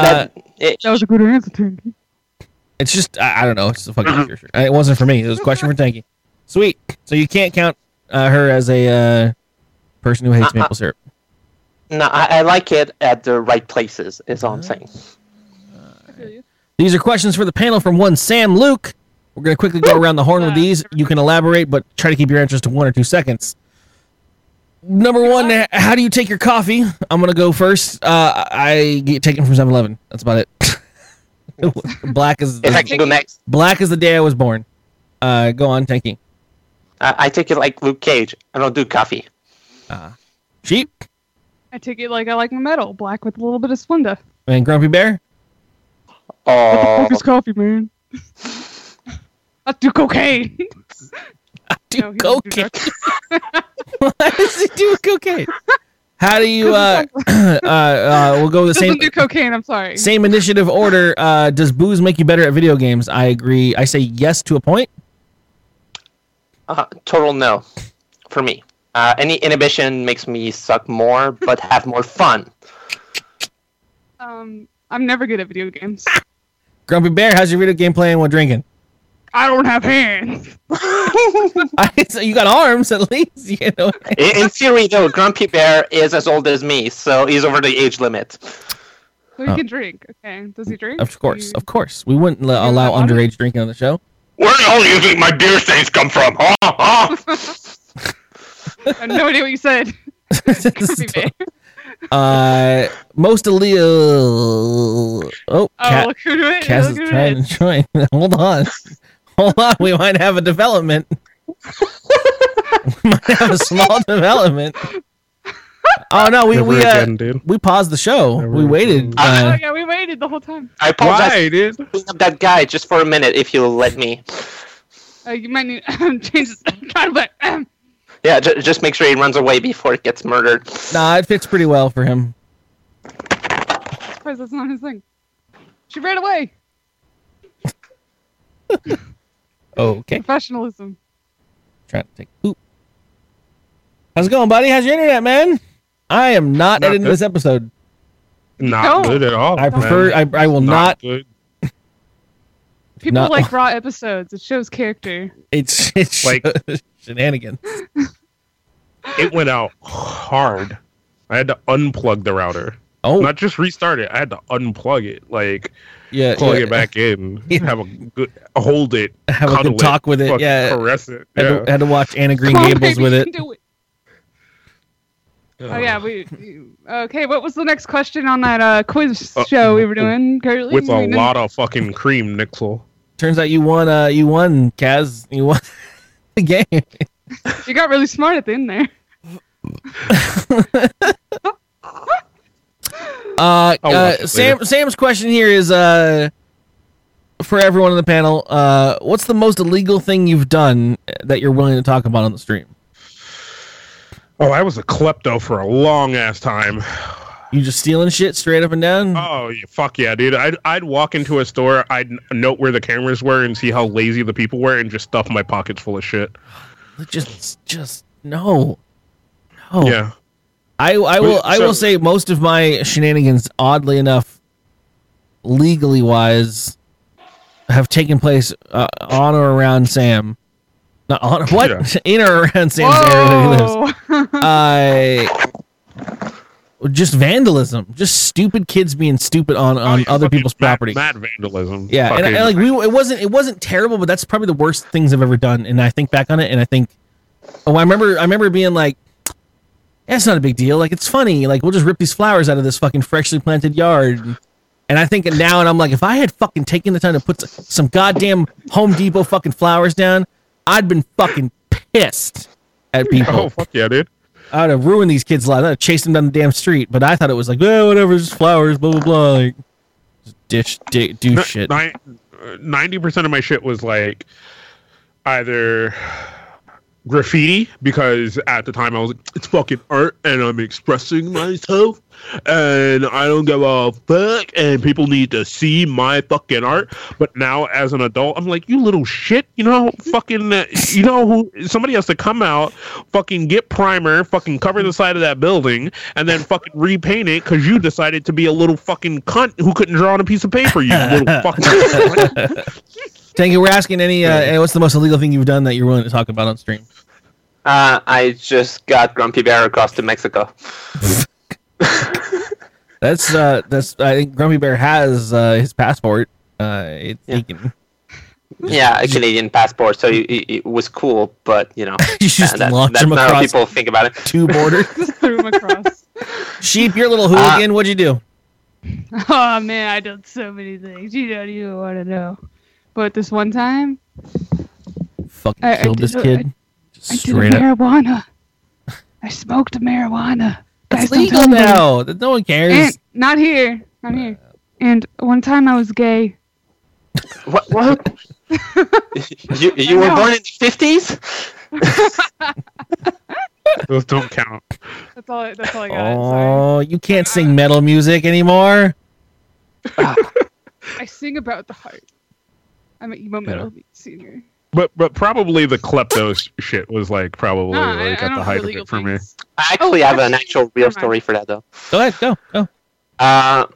Speaker 4: Uh,
Speaker 5: that- it-
Speaker 6: That was a good answer, Tanky.
Speaker 4: It's just I, I don't know. It's just a fucking sure, sure. It wasn't for me. It was a question for Tanky. Sweet. So you can't count uh, her as a uh, person who hates
Speaker 5: Uh-uh.
Speaker 4: maple syrup.
Speaker 5: no, I, I like it at the right places, is all I'm saying.
Speaker 6: I feel you.
Speaker 4: These are questions for the panel from one Sam Luke. We're gonna quickly go around the horn with these. You can elaborate, but try to keep your answers to one or two seconds. number one, h- how do you take your coffee? I'm gonna go first. Uh, I get taken from 7-Eleven. That's about it. black is
Speaker 5: If I can go next,
Speaker 4: black is the day I was born. Uh, go on, tanking.
Speaker 5: uh, I take it like Luke Cage. I don't do coffee.
Speaker 4: Sheep
Speaker 6: I take it like I like my metal, black with a little bit of Splenda.
Speaker 4: and Grumpy Bear.
Speaker 5: Oh,
Speaker 6: Fuckers coffee, man. I do cocaine.
Speaker 4: Do
Speaker 6: No, he doesn't do
Speaker 4: cocaine. Why does he do cocaine? How do you? Uh, uh, uh, we'll go with the
Speaker 6: Doesn't
Speaker 4: same
Speaker 6: do cocaine. I'm sorry.
Speaker 4: same initiative order. Uh, does booze make you better at video games? I agree. I say yes to a point.
Speaker 5: uh, total no, for me. Uh, any inhibition makes me suck more, but have more fun.
Speaker 6: Um, I'm never good at video games.
Speaker 4: Grumpy Bear, how's your video game playing while drinking?
Speaker 6: I don't have hands.
Speaker 4: I, so you got arms at least, you know.
Speaker 5: In, in theory, though, Grumpy Bear is as old as me, so he's over the age limit.
Speaker 6: So he
Speaker 4: Oh.
Speaker 6: can drink. Okay. Does he drink?
Speaker 4: Of course,
Speaker 6: You-
Speaker 4: of course, we wouldn't l-
Speaker 6: You're
Speaker 4: allow
Speaker 6: not on it?
Speaker 4: underage drinking on the show.
Speaker 5: Where the hell do you think my beer stains come from? Huh? Huh?
Speaker 6: I have no idea what you said. Grumpy bear.
Speaker 4: uh, most illegal. Oh,
Speaker 6: Oh,
Speaker 4: Cat,
Speaker 6: look who it is.
Speaker 4: Cass
Speaker 6: look
Speaker 4: is
Speaker 6: who it
Speaker 4: trying
Speaker 6: is.
Speaker 4: to join. Hold on, hold on. We might have a development. we might have a small development. Oh no, we
Speaker 2: Never
Speaker 4: we uh,
Speaker 2: again, dude.
Speaker 4: we paused the show.
Speaker 2: Never
Speaker 4: we waited.
Speaker 2: again.
Speaker 6: Oh
Speaker 4: Uh,
Speaker 6: yeah, we waited the whole time.
Speaker 5: I apologize.
Speaker 2: Why, dude?
Speaker 5: Clean up that guy just for a minute, if you'll let me.
Speaker 6: Uh, you might need change this. God, but
Speaker 5: Yeah, j- just make sure he runs away before it gets murdered.
Speaker 4: nah, it fits pretty well for him.
Speaker 6: surprised that's not his thing. She ran away.
Speaker 4: Okay,
Speaker 6: Professionalism.
Speaker 4: trying to take a poop. How's it going, buddy? How's your internet, man? I am not,
Speaker 2: Not
Speaker 4: editing
Speaker 2: good.
Speaker 4: this episode.
Speaker 2: Not
Speaker 6: No.
Speaker 2: good at all.
Speaker 4: I
Speaker 2: man.
Speaker 4: prefer. I, I will not
Speaker 2: good.
Speaker 6: People
Speaker 4: Not-
Speaker 6: like raw episodes. It shows character.
Speaker 4: It's it's
Speaker 2: Like-
Speaker 4: like shenanigans.
Speaker 2: It went out hard. I had to unplug the router.
Speaker 4: Oh
Speaker 2: Not just restart it. I had to unplug it. Like
Speaker 4: yeah,
Speaker 2: plug
Speaker 4: yeah.
Speaker 2: it back in.
Speaker 4: Yeah.
Speaker 2: Have a good hold it.
Speaker 4: Have a
Speaker 2: cuddle
Speaker 4: good talk with it.
Speaker 2: fucking
Speaker 4: Yeah,
Speaker 2: Caress it.
Speaker 4: had,
Speaker 2: Yeah.
Speaker 4: To, had to watch Anna Green
Speaker 6: Come on,
Speaker 4: Gables
Speaker 6: baby,
Speaker 4: with
Speaker 6: you
Speaker 4: it.
Speaker 6: can do Oh yeah, we. you- Okay, what was the next question on that uh, quiz
Speaker 2: Uh,
Speaker 6: show we were doing? Currently,
Speaker 2: With
Speaker 6: We
Speaker 2: a
Speaker 6: didn't-
Speaker 2: lot of fucking cream, Nixel.
Speaker 4: Turns out you won. Uh, you won, Kaz. You won the game.
Speaker 6: You got really smart at the end there.
Speaker 2: I'll
Speaker 4: Uh,
Speaker 2: watch
Speaker 4: uh
Speaker 2: it
Speaker 4: Sam.
Speaker 2: later.
Speaker 4: Sam's question here is uh for everyone on the panel. Uh, what's the most illegal thing you've done that you're willing to talk about on the stream?
Speaker 2: Oh, I was a klepto for a long ass time.
Speaker 4: You just stealing shit straight up and down.
Speaker 2: Oh yeah, fuck yeah, dude! I'd I'd walk into a store, I'd n- note where the cameras were and see how lazy the people were, and just stuff my pockets full of shit.
Speaker 4: Just, just no, no.
Speaker 2: Yeah,
Speaker 4: I, I will I will
Speaker 2: So-
Speaker 4: say most of my shenanigans, oddly enough, legally wise, have taken place uh, on or around Sam. Not on what
Speaker 2: Yeah.
Speaker 4: in or around Sam's area that he lives.
Speaker 6: Whoa!
Speaker 4: I just vandalism, just stupid kids being stupid on on
Speaker 2: Oh, yeah,
Speaker 4: other
Speaker 2: fucking
Speaker 4: people's
Speaker 2: mad-
Speaker 4: property.
Speaker 2: mad vandalism.
Speaker 4: Yeah, and, I- and
Speaker 2: Fucking-
Speaker 4: like we, it wasn't it wasn't terrible, but that's probably the worst things I've ever done. And I think back on it, and I think, oh, I remember I remember being like, that's not a big deal. Like it's funny. Like we'll just rip these flowers out of this fucking freshly planted yard. And I think now, and I'm like, if I had fucking taken the time to put s- some goddamn Home Depot fucking flowers down, I'd been fucking pissed at people.
Speaker 2: oh fuck yeah, dude!
Speaker 4: I would have ruined these kids' lives. I would have chased them down the damn street. But I thought it was like, eh, whatever, it's just flowers, blah blah blah. Like, just dish, di- do shit.
Speaker 2: uh, Ninety percent of my shit was like either graffiti because at the time I was like, it's fucking art and I'm expressing myself and I don't give a fuck and people need to see my fucking art. But now as an adult, I'm like, you little shit, you know, fucking, uh, you know, who somebody has to come out, fucking get primer, fucking cover the side of that building and then fucking repaint it because you decided to be a little fucking cunt who couldn't draw on a piece of paper, you little fucking.
Speaker 4: Thank you. We're asking any. Uh, and What's the most illegal thing you've done that you're willing to talk about on stream?
Speaker 5: Uh, I just got Grumpy Bear across to Mexico.
Speaker 4: That's uh, that's. I think Grumpy Bear has uh, his passport. Uh, it,
Speaker 5: Yeah.
Speaker 4: he can
Speaker 5: yeah, a Canadian passport, so it, it, it was cool. But you know,
Speaker 4: You just
Speaker 5: that-
Speaker 4: launch
Speaker 5: that's
Speaker 4: him
Speaker 5: not how
Speaker 4: across-
Speaker 5: people think about it.
Speaker 4: Two border
Speaker 6: Just threw him across.
Speaker 4: sheep. You're a little
Speaker 5: Uh,
Speaker 4: hooligan. What'd you do?
Speaker 6: oh man, I done so many things. You don't even want to know. But this one time,
Speaker 4: Fucking
Speaker 6: I- I
Speaker 4: killed
Speaker 6: did
Speaker 4: this
Speaker 6: a-
Speaker 4: kid.
Speaker 6: I did
Speaker 4: Straight up.
Speaker 6: marijuana. I smoked marijuana.
Speaker 4: That's
Speaker 6: Guys, don't tell
Speaker 4: legal
Speaker 6: Oh, nobody.
Speaker 4: now. That- No one cares.
Speaker 6: And not here, not here. And one time I was gay.
Speaker 5: What? what? you you were
Speaker 6: know.
Speaker 5: born in the fifties?
Speaker 2: Those don't count.
Speaker 6: That's all. I- That's all I got. Sorry.
Speaker 4: oh, you can't sing metal music anymore.
Speaker 6: I sing about the heart. I'm an emo metal senior.
Speaker 2: But but probably the klepto sh- shit was like probably
Speaker 6: Nah, I-
Speaker 2: like
Speaker 6: I
Speaker 2: at the
Speaker 6: don't
Speaker 2: height
Speaker 6: do
Speaker 2: of
Speaker 6: legal
Speaker 2: it for me.
Speaker 6: things.
Speaker 5: I actually have an
Speaker 6: actually,
Speaker 5: actual
Speaker 6: Oh,
Speaker 5: real
Speaker 6: never mind.
Speaker 5: story for that though.
Speaker 4: Go ahead. Go. Go.
Speaker 5: Uh,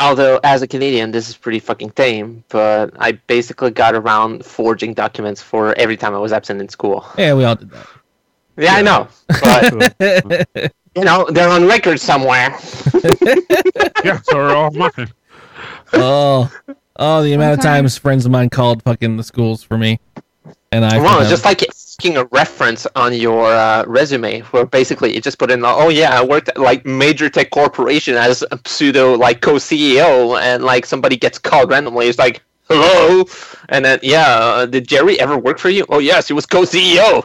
Speaker 5: although as a Canadian, this is pretty fucking tame. But I basically got around forging documents for every time I was absent in school.
Speaker 4: Yeah, we all did that.
Speaker 5: Yeah, I know, but you know they're on record somewhere.
Speaker 2: yeah, so are all mine.
Speaker 4: oh, oh, the amount of
Speaker 6: time-
Speaker 4: times friends of mine called fucking the schools for me, and I.
Speaker 5: Well,
Speaker 4: found-
Speaker 5: it's just like asking a reference on your uh, resume, where basically you just put in, oh yeah, I worked at like major tech corporation as a pseudo like co CEO, and like somebody gets called randomly. It's like, hello, and then yeah, uh, did Jerry ever work for you? Oh yes, he was co CEO.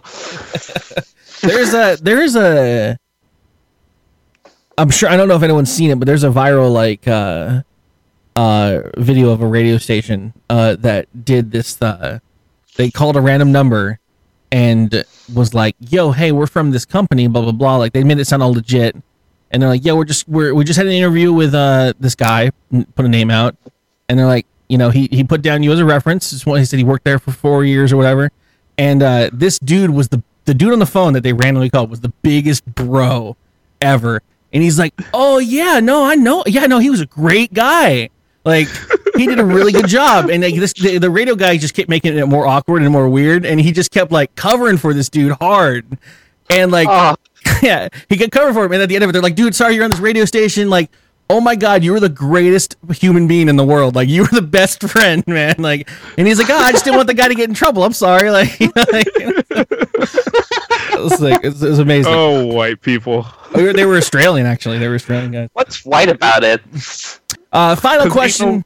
Speaker 4: there's a there's a. I'm sure I don't know if anyone's seen it, but there's a viral like uh, uh, video of a radio station uh, that did this. Uh, they called a random number and was like, "Yo, hey, we're from this company, blah blah blah." Like they made it sound all legit, and they're like, "Yeah, we're just we're we just had an interview with uh this guy, n- put a name out, and they're like, you know, he he put down you as a reference. It's one- He said he worked there for four years or whatever, and uh, this dude was the the dude on the phone that they randomly called was the biggest bro ever, and he's like, "Oh yeah, no, I know, yeah, no, he was a great guy." Like he did a really good job, and like this, the, the radio guy just kept making it more awkward and more weird, and he just kept like covering for this dude hard, and like
Speaker 5: Oh,
Speaker 4: yeah, he got covered for him. And at the end of it, they're like, dude, sorry, you're on this radio station. Like, oh my God, you were the greatest human being in the world. Like, you were the best friend, man. Like, and he's like, oh, I just didn't want the guy to get in trouble. I'm sorry. Like, you know, like it was like, it was amazing.
Speaker 2: Oh, white people.
Speaker 4: They were- They were Australian, actually. They were Australian guys.
Speaker 5: what's white about it?
Speaker 4: Uh,
Speaker 2: 'Cause
Speaker 4: final
Speaker 2: they
Speaker 4: question.
Speaker 2: don't-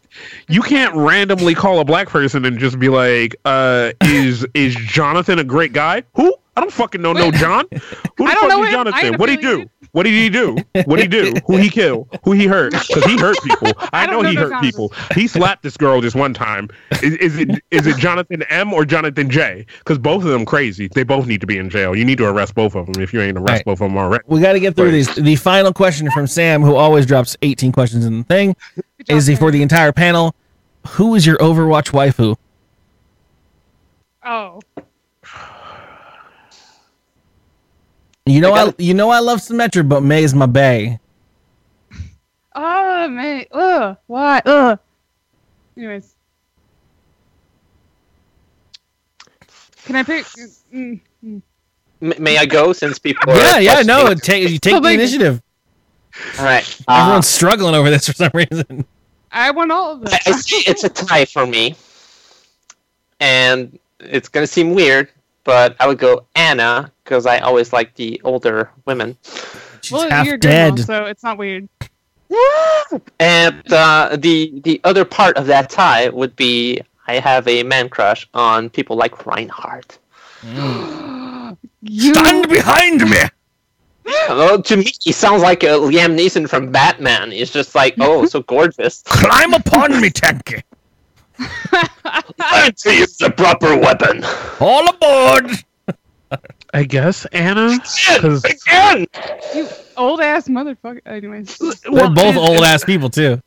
Speaker 2: You can't randomly call a black person and just be like, uh, "Is is Jonathan a great guy?" Who? I don't fucking know. No John. Who the
Speaker 6: I
Speaker 2: fuck
Speaker 6: don't know
Speaker 2: is
Speaker 6: him. I
Speaker 2: Jonathan?
Speaker 6: ain't
Speaker 2: What would he
Speaker 6: affiliated.
Speaker 2: do? What did he do? What did he do? Who he kill? Who he hurt? Because he hurt people. I,
Speaker 6: I
Speaker 2: know,
Speaker 6: don't know
Speaker 2: he
Speaker 6: no
Speaker 2: hurt
Speaker 6: Jonathan.
Speaker 2: people. He slapped this girl this one time. Is, is it is it Jonathan M or Jonathan J? Because both of them crazy. They both need to be in jail. You need to arrest both of them if you ain't arrest
Speaker 4: Right.
Speaker 2: both of them already.
Speaker 4: We got to get through
Speaker 2: Right.
Speaker 4: these. The final question from Sam, who always drops 18 questions in the thing,
Speaker 6: Good job,
Speaker 4: is the,
Speaker 6: Sam.
Speaker 4: for the entire panel. Who is your Overwatch waifu?
Speaker 6: Oh,
Speaker 4: You know,
Speaker 5: I
Speaker 4: I,
Speaker 5: got
Speaker 4: you know I love Symmetra, but May is my bay.
Speaker 6: oh man, ugh, why, ugh. Anyways, can I pick? Mm, mm.
Speaker 5: M- may I go since people? Are
Speaker 4: Yeah, yeah, no,
Speaker 5: questioning?
Speaker 4: take you take
Speaker 6: So
Speaker 4: the
Speaker 6: like-
Speaker 4: initiative.
Speaker 5: All right. uh,
Speaker 4: Everyone's struggling over this for some reason.
Speaker 6: I want all of them.
Speaker 5: I I see it's a tie for me, and it's gonna seem weird, but I would go Anna because I always like the older women.
Speaker 4: She's
Speaker 6: well,
Speaker 4: half
Speaker 6: you're a grandma,
Speaker 4: dead.
Speaker 6: so it's not weird.
Speaker 5: And uh, the the other part of that tie would be I have a man crush on people like Reinhardt.
Speaker 6: You
Speaker 4: behind me.
Speaker 5: Well, Oh, to me, he sounds like a Liam Neeson from Batman. He's just like, oh, so gorgeous.
Speaker 4: Climb upon me, tanky.
Speaker 5: Learn to use the proper weapon.
Speaker 4: All aboard.
Speaker 2: I guess Anna. Because
Speaker 5: Again!
Speaker 6: You old ass motherfucker. Anyways,
Speaker 4: They're both old ass people too.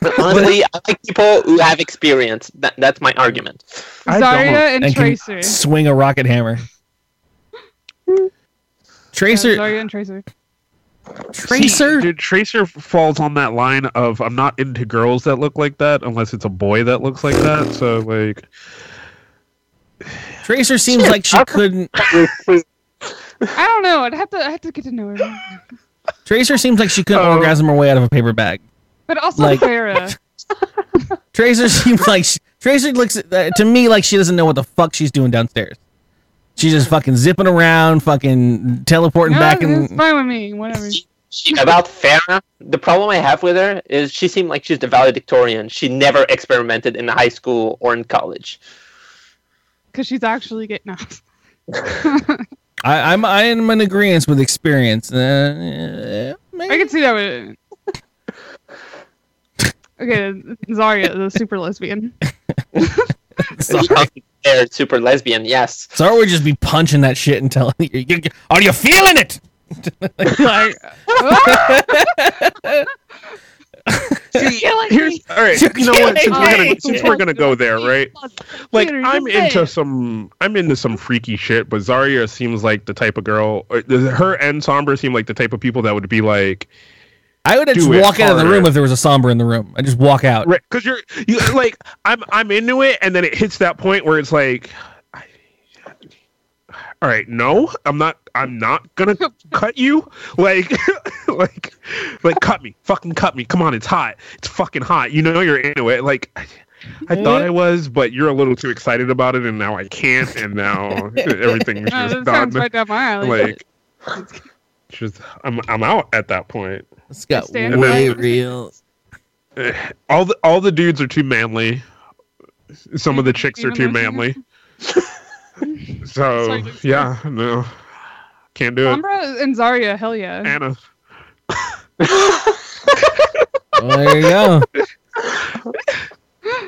Speaker 5: But honestly, I like people who have experience. That, that's my argument.
Speaker 2: I don't.
Speaker 6: Zarya and,
Speaker 4: And can
Speaker 6: Tracer.
Speaker 4: swing a rocket hammer.
Speaker 6: Yeah,
Speaker 4: Tracer,
Speaker 6: Zarya and Tracer.
Speaker 4: Tracer.
Speaker 2: Dude, Tracer falls on that line of I'm not into girls that look like that unless it's a boy that looks like that. So like
Speaker 4: Tracer seems like she couldn't.
Speaker 6: I don't know. I'd have to. I have to get to know her.
Speaker 4: Tracer seems like she couldn't
Speaker 2: Oh.
Speaker 4: orgasm her way out of a paper bag.
Speaker 6: But also
Speaker 4: Like-
Speaker 6: Farah.
Speaker 4: Tracer seems like she, Tracer looks at, uh, to me like she doesn't know what the fuck she's doing downstairs. She's just fucking zipping around, fucking teleporting
Speaker 6: No,
Speaker 4: back and
Speaker 6: it's fine with me. Whatever.
Speaker 5: She- about Farah, the problem I have with her is she seemed like she's the valedictorian. She never experimented in high school or in college.
Speaker 6: Because she's actually getting out.
Speaker 4: I, I'm I am in agreement with experience. Uh,
Speaker 6: I can see that. With... Okay, Zarya, the super lesbian.
Speaker 5: And she's there, super lesbian, yes.
Speaker 4: Star would just be punching that shit and telling you, you- you- "Are you feeling it?"
Speaker 6: like,
Speaker 2: Here's all right. You know what? Since we're gonna since we're gonna go there, right? Like
Speaker 6: Peter,
Speaker 2: I'm
Speaker 6: just say
Speaker 2: into
Speaker 6: it.
Speaker 2: some I'm into some freaky shit, but Zarya seems like the type of girl. Or, her and Sombra seem like the type of people that would be like,
Speaker 4: I would just
Speaker 2: Do it
Speaker 4: walk out of the
Speaker 2: harder.
Speaker 4: room if there was a somber in the room. I just walk out.
Speaker 2: right? Because you're you like I'm I'm into it, and then it hits that point where it's like, I- all right, no, I'm not I'm not gonna cut you. Like like like cut me, fucking cut me. Come on, it's hot. It's fucking hot. You know you're into it. Like. I, I thought I was, but you're a little too excited about it, and now I can't, and now everything's
Speaker 6: No,
Speaker 2: just
Speaker 6: that sounds
Speaker 2: done.
Speaker 6: right down my alley.
Speaker 2: like just I'm I'm out at that point.
Speaker 4: It's got
Speaker 6: Stand
Speaker 4: way
Speaker 6: by.
Speaker 4: real.
Speaker 2: All the all the dudes are too manly. Some of the chicks are
Speaker 6: Even
Speaker 2: too
Speaker 6: though-
Speaker 2: manly. So
Speaker 6: Sorry.
Speaker 2: yeah, no. Can't do it.
Speaker 6: Sombra and Zarya, hell yeah.
Speaker 2: Anna.
Speaker 4: Well, there you go.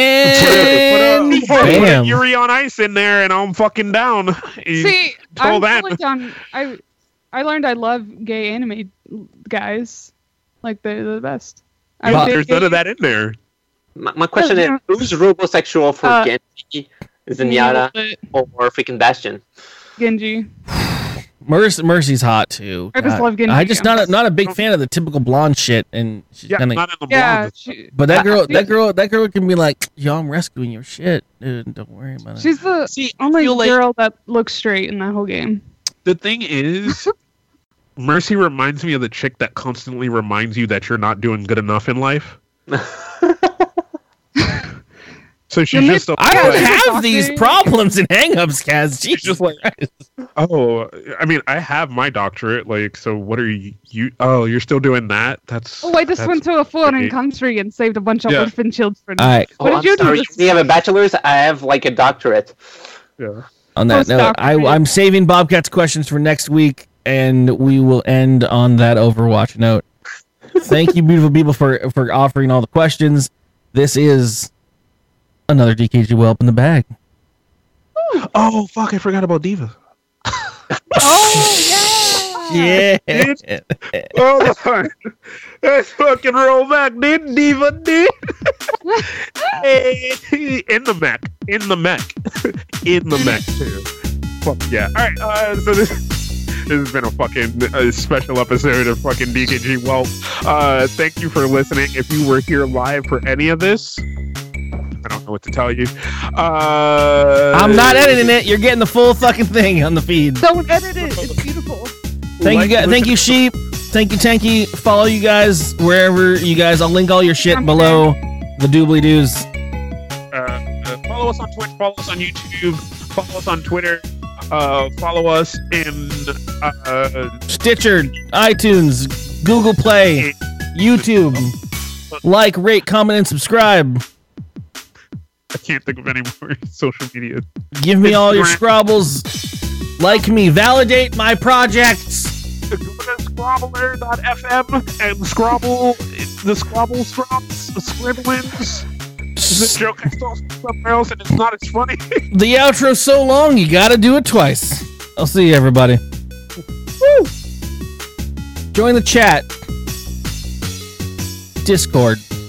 Speaker 4: And
Speaker 2: Put a- put a
Speaker 4: bam.
Speaker 2: Yuri on ice in there and I'm fucking down. You-
Speaker 6: See,
Speaker 2: Tell
Speaker 6: I'm
Speaker 2: that.
Speaker 6: totally down. I I learned I love gay anime guys. Like they're the best. I
Speaker 4: Well,
Speaker 6: dig
Speaker 2: there's none
Speaker 6: gay-
Speaker 2: of that in there.
Speaker 5: My, my question is who's robosexual for
Speaker 6: Uh,
Speaker 5: Genji, Zenyatta, or freaking Bastion?
Speaker 6: Genji.
Speaker 4: Mercy, Mercy's hot too.
Speaker 6: I just
Speaker 4: God.
Speaker 6: love Genji
Speaker 4: I just not
Speaker 6: Jones.
Speaker 4: a, not a big fan of the typical blonde shit, and she's
Speaker 2: Yeah,
Speaker 4: kind of.
Speaker 2: not in the
Speaker 6: Yeah,
Speaker 2: blondes.
Speaker 6: she,
Speaker 4: But that girl, that girl, that girl can be like, "Yo, I'm rescuing your shit, dude. Don't worry about it."
Speaker 6: she's the
Speaker 5: See,
Speaker 6: only
Speaker 5: feel like-
Speaker 6: girl that looks straight in that whole game.
Speaker 2: The thing is, Mercy reminds me of the chick that constantly reminds you that you're not doing good enough in life. so she's
Speaker 6: Then
Speaker 2: just a,
Speaker 4: I
Speaker 2: like,
Speaker 4: don't have
Speaker 6: Talking.
Speaker 4: these problems and hangups, Kaz. Jesus just like,
Speaker 2: oh, I mean, I have my doctorate. Like, so what are you? you oh, you're still doing that? That's
Speaker 6: Oh, I just
Speaker 2: that's-
Speaker 6: went to a foreign
Speaker 2: great.
Speaker 6: country and saved a bunch of
Speaker 2: Yeah.
Speaker 6: orphan children.
Speaker 4: all right.
Speaker 6: What did
Speaker 5: oh, I'm
Speaker 6: you do
Speaker 5: sorry.
Speaker 6: this-
Speaker 5: We have a bachelor's, I have like a doctorate.
Speaker 2: yeah.
Speaker 4: On that
Speaker 6: Postdoc.
Speaker 4: note, I, I'm saving Bobcat's questions for next week, and we will end on that Overwatch note. Thank you, beautiful people, for for offering all the questions. This is another DKG Welp in the bag.
Speaker 2: Oh fuck! I forgot about Diva.
Speaker 4: Yeah.
Speaker 2: Dude. Oh, Lord. let's fucking roll back, dude. Diva, dude. Hey, in the Mac, in the Mac, in the Mac too. Fuck yeah! All right, uh, so this. This has been a fucking uh special episode of fucking DKG. Well, uh, thank you for listening. If you were here live for any of this, I don't know what to tell you. Uh,
Speaker 4: I'm not editing it. You're getting the full fucking thing on the feed.
Speaker 6: Don't edit it. It's beautiful.
Speaker 4: Thank
Speaker 2: Like,
Speaker 4: you, guys,
Speaker 2: listen-
Speaker 4: thank you, sheep. Thank you, Tanky. Follow you guys wherever you guys. I'll link all your shit below the doobly doos.
Speaker 2: uh, uh, follow us on Twitch, follow us on YouTube, follow us on Twitter, uh, follow us in uh,
Speaker 4: Stitcher, iTunes, Google Play, YouTube. Like, rate, comment, and subscribe.
Speaker 2: I can't think of any more social media.
Speaker 4: Give me all your scrabbles. Like me. Validate my projects.
Speaker 2: Go to Scrabbler.fm and Scrabble the Scrabble Scrobs, the Scribblins. The joke I stole from somewhere else and it's not as funny.
Speaker 4: The outro's so long, you gotta do it twice. I'll see you, everybody. Woo! Join the chat. Discord.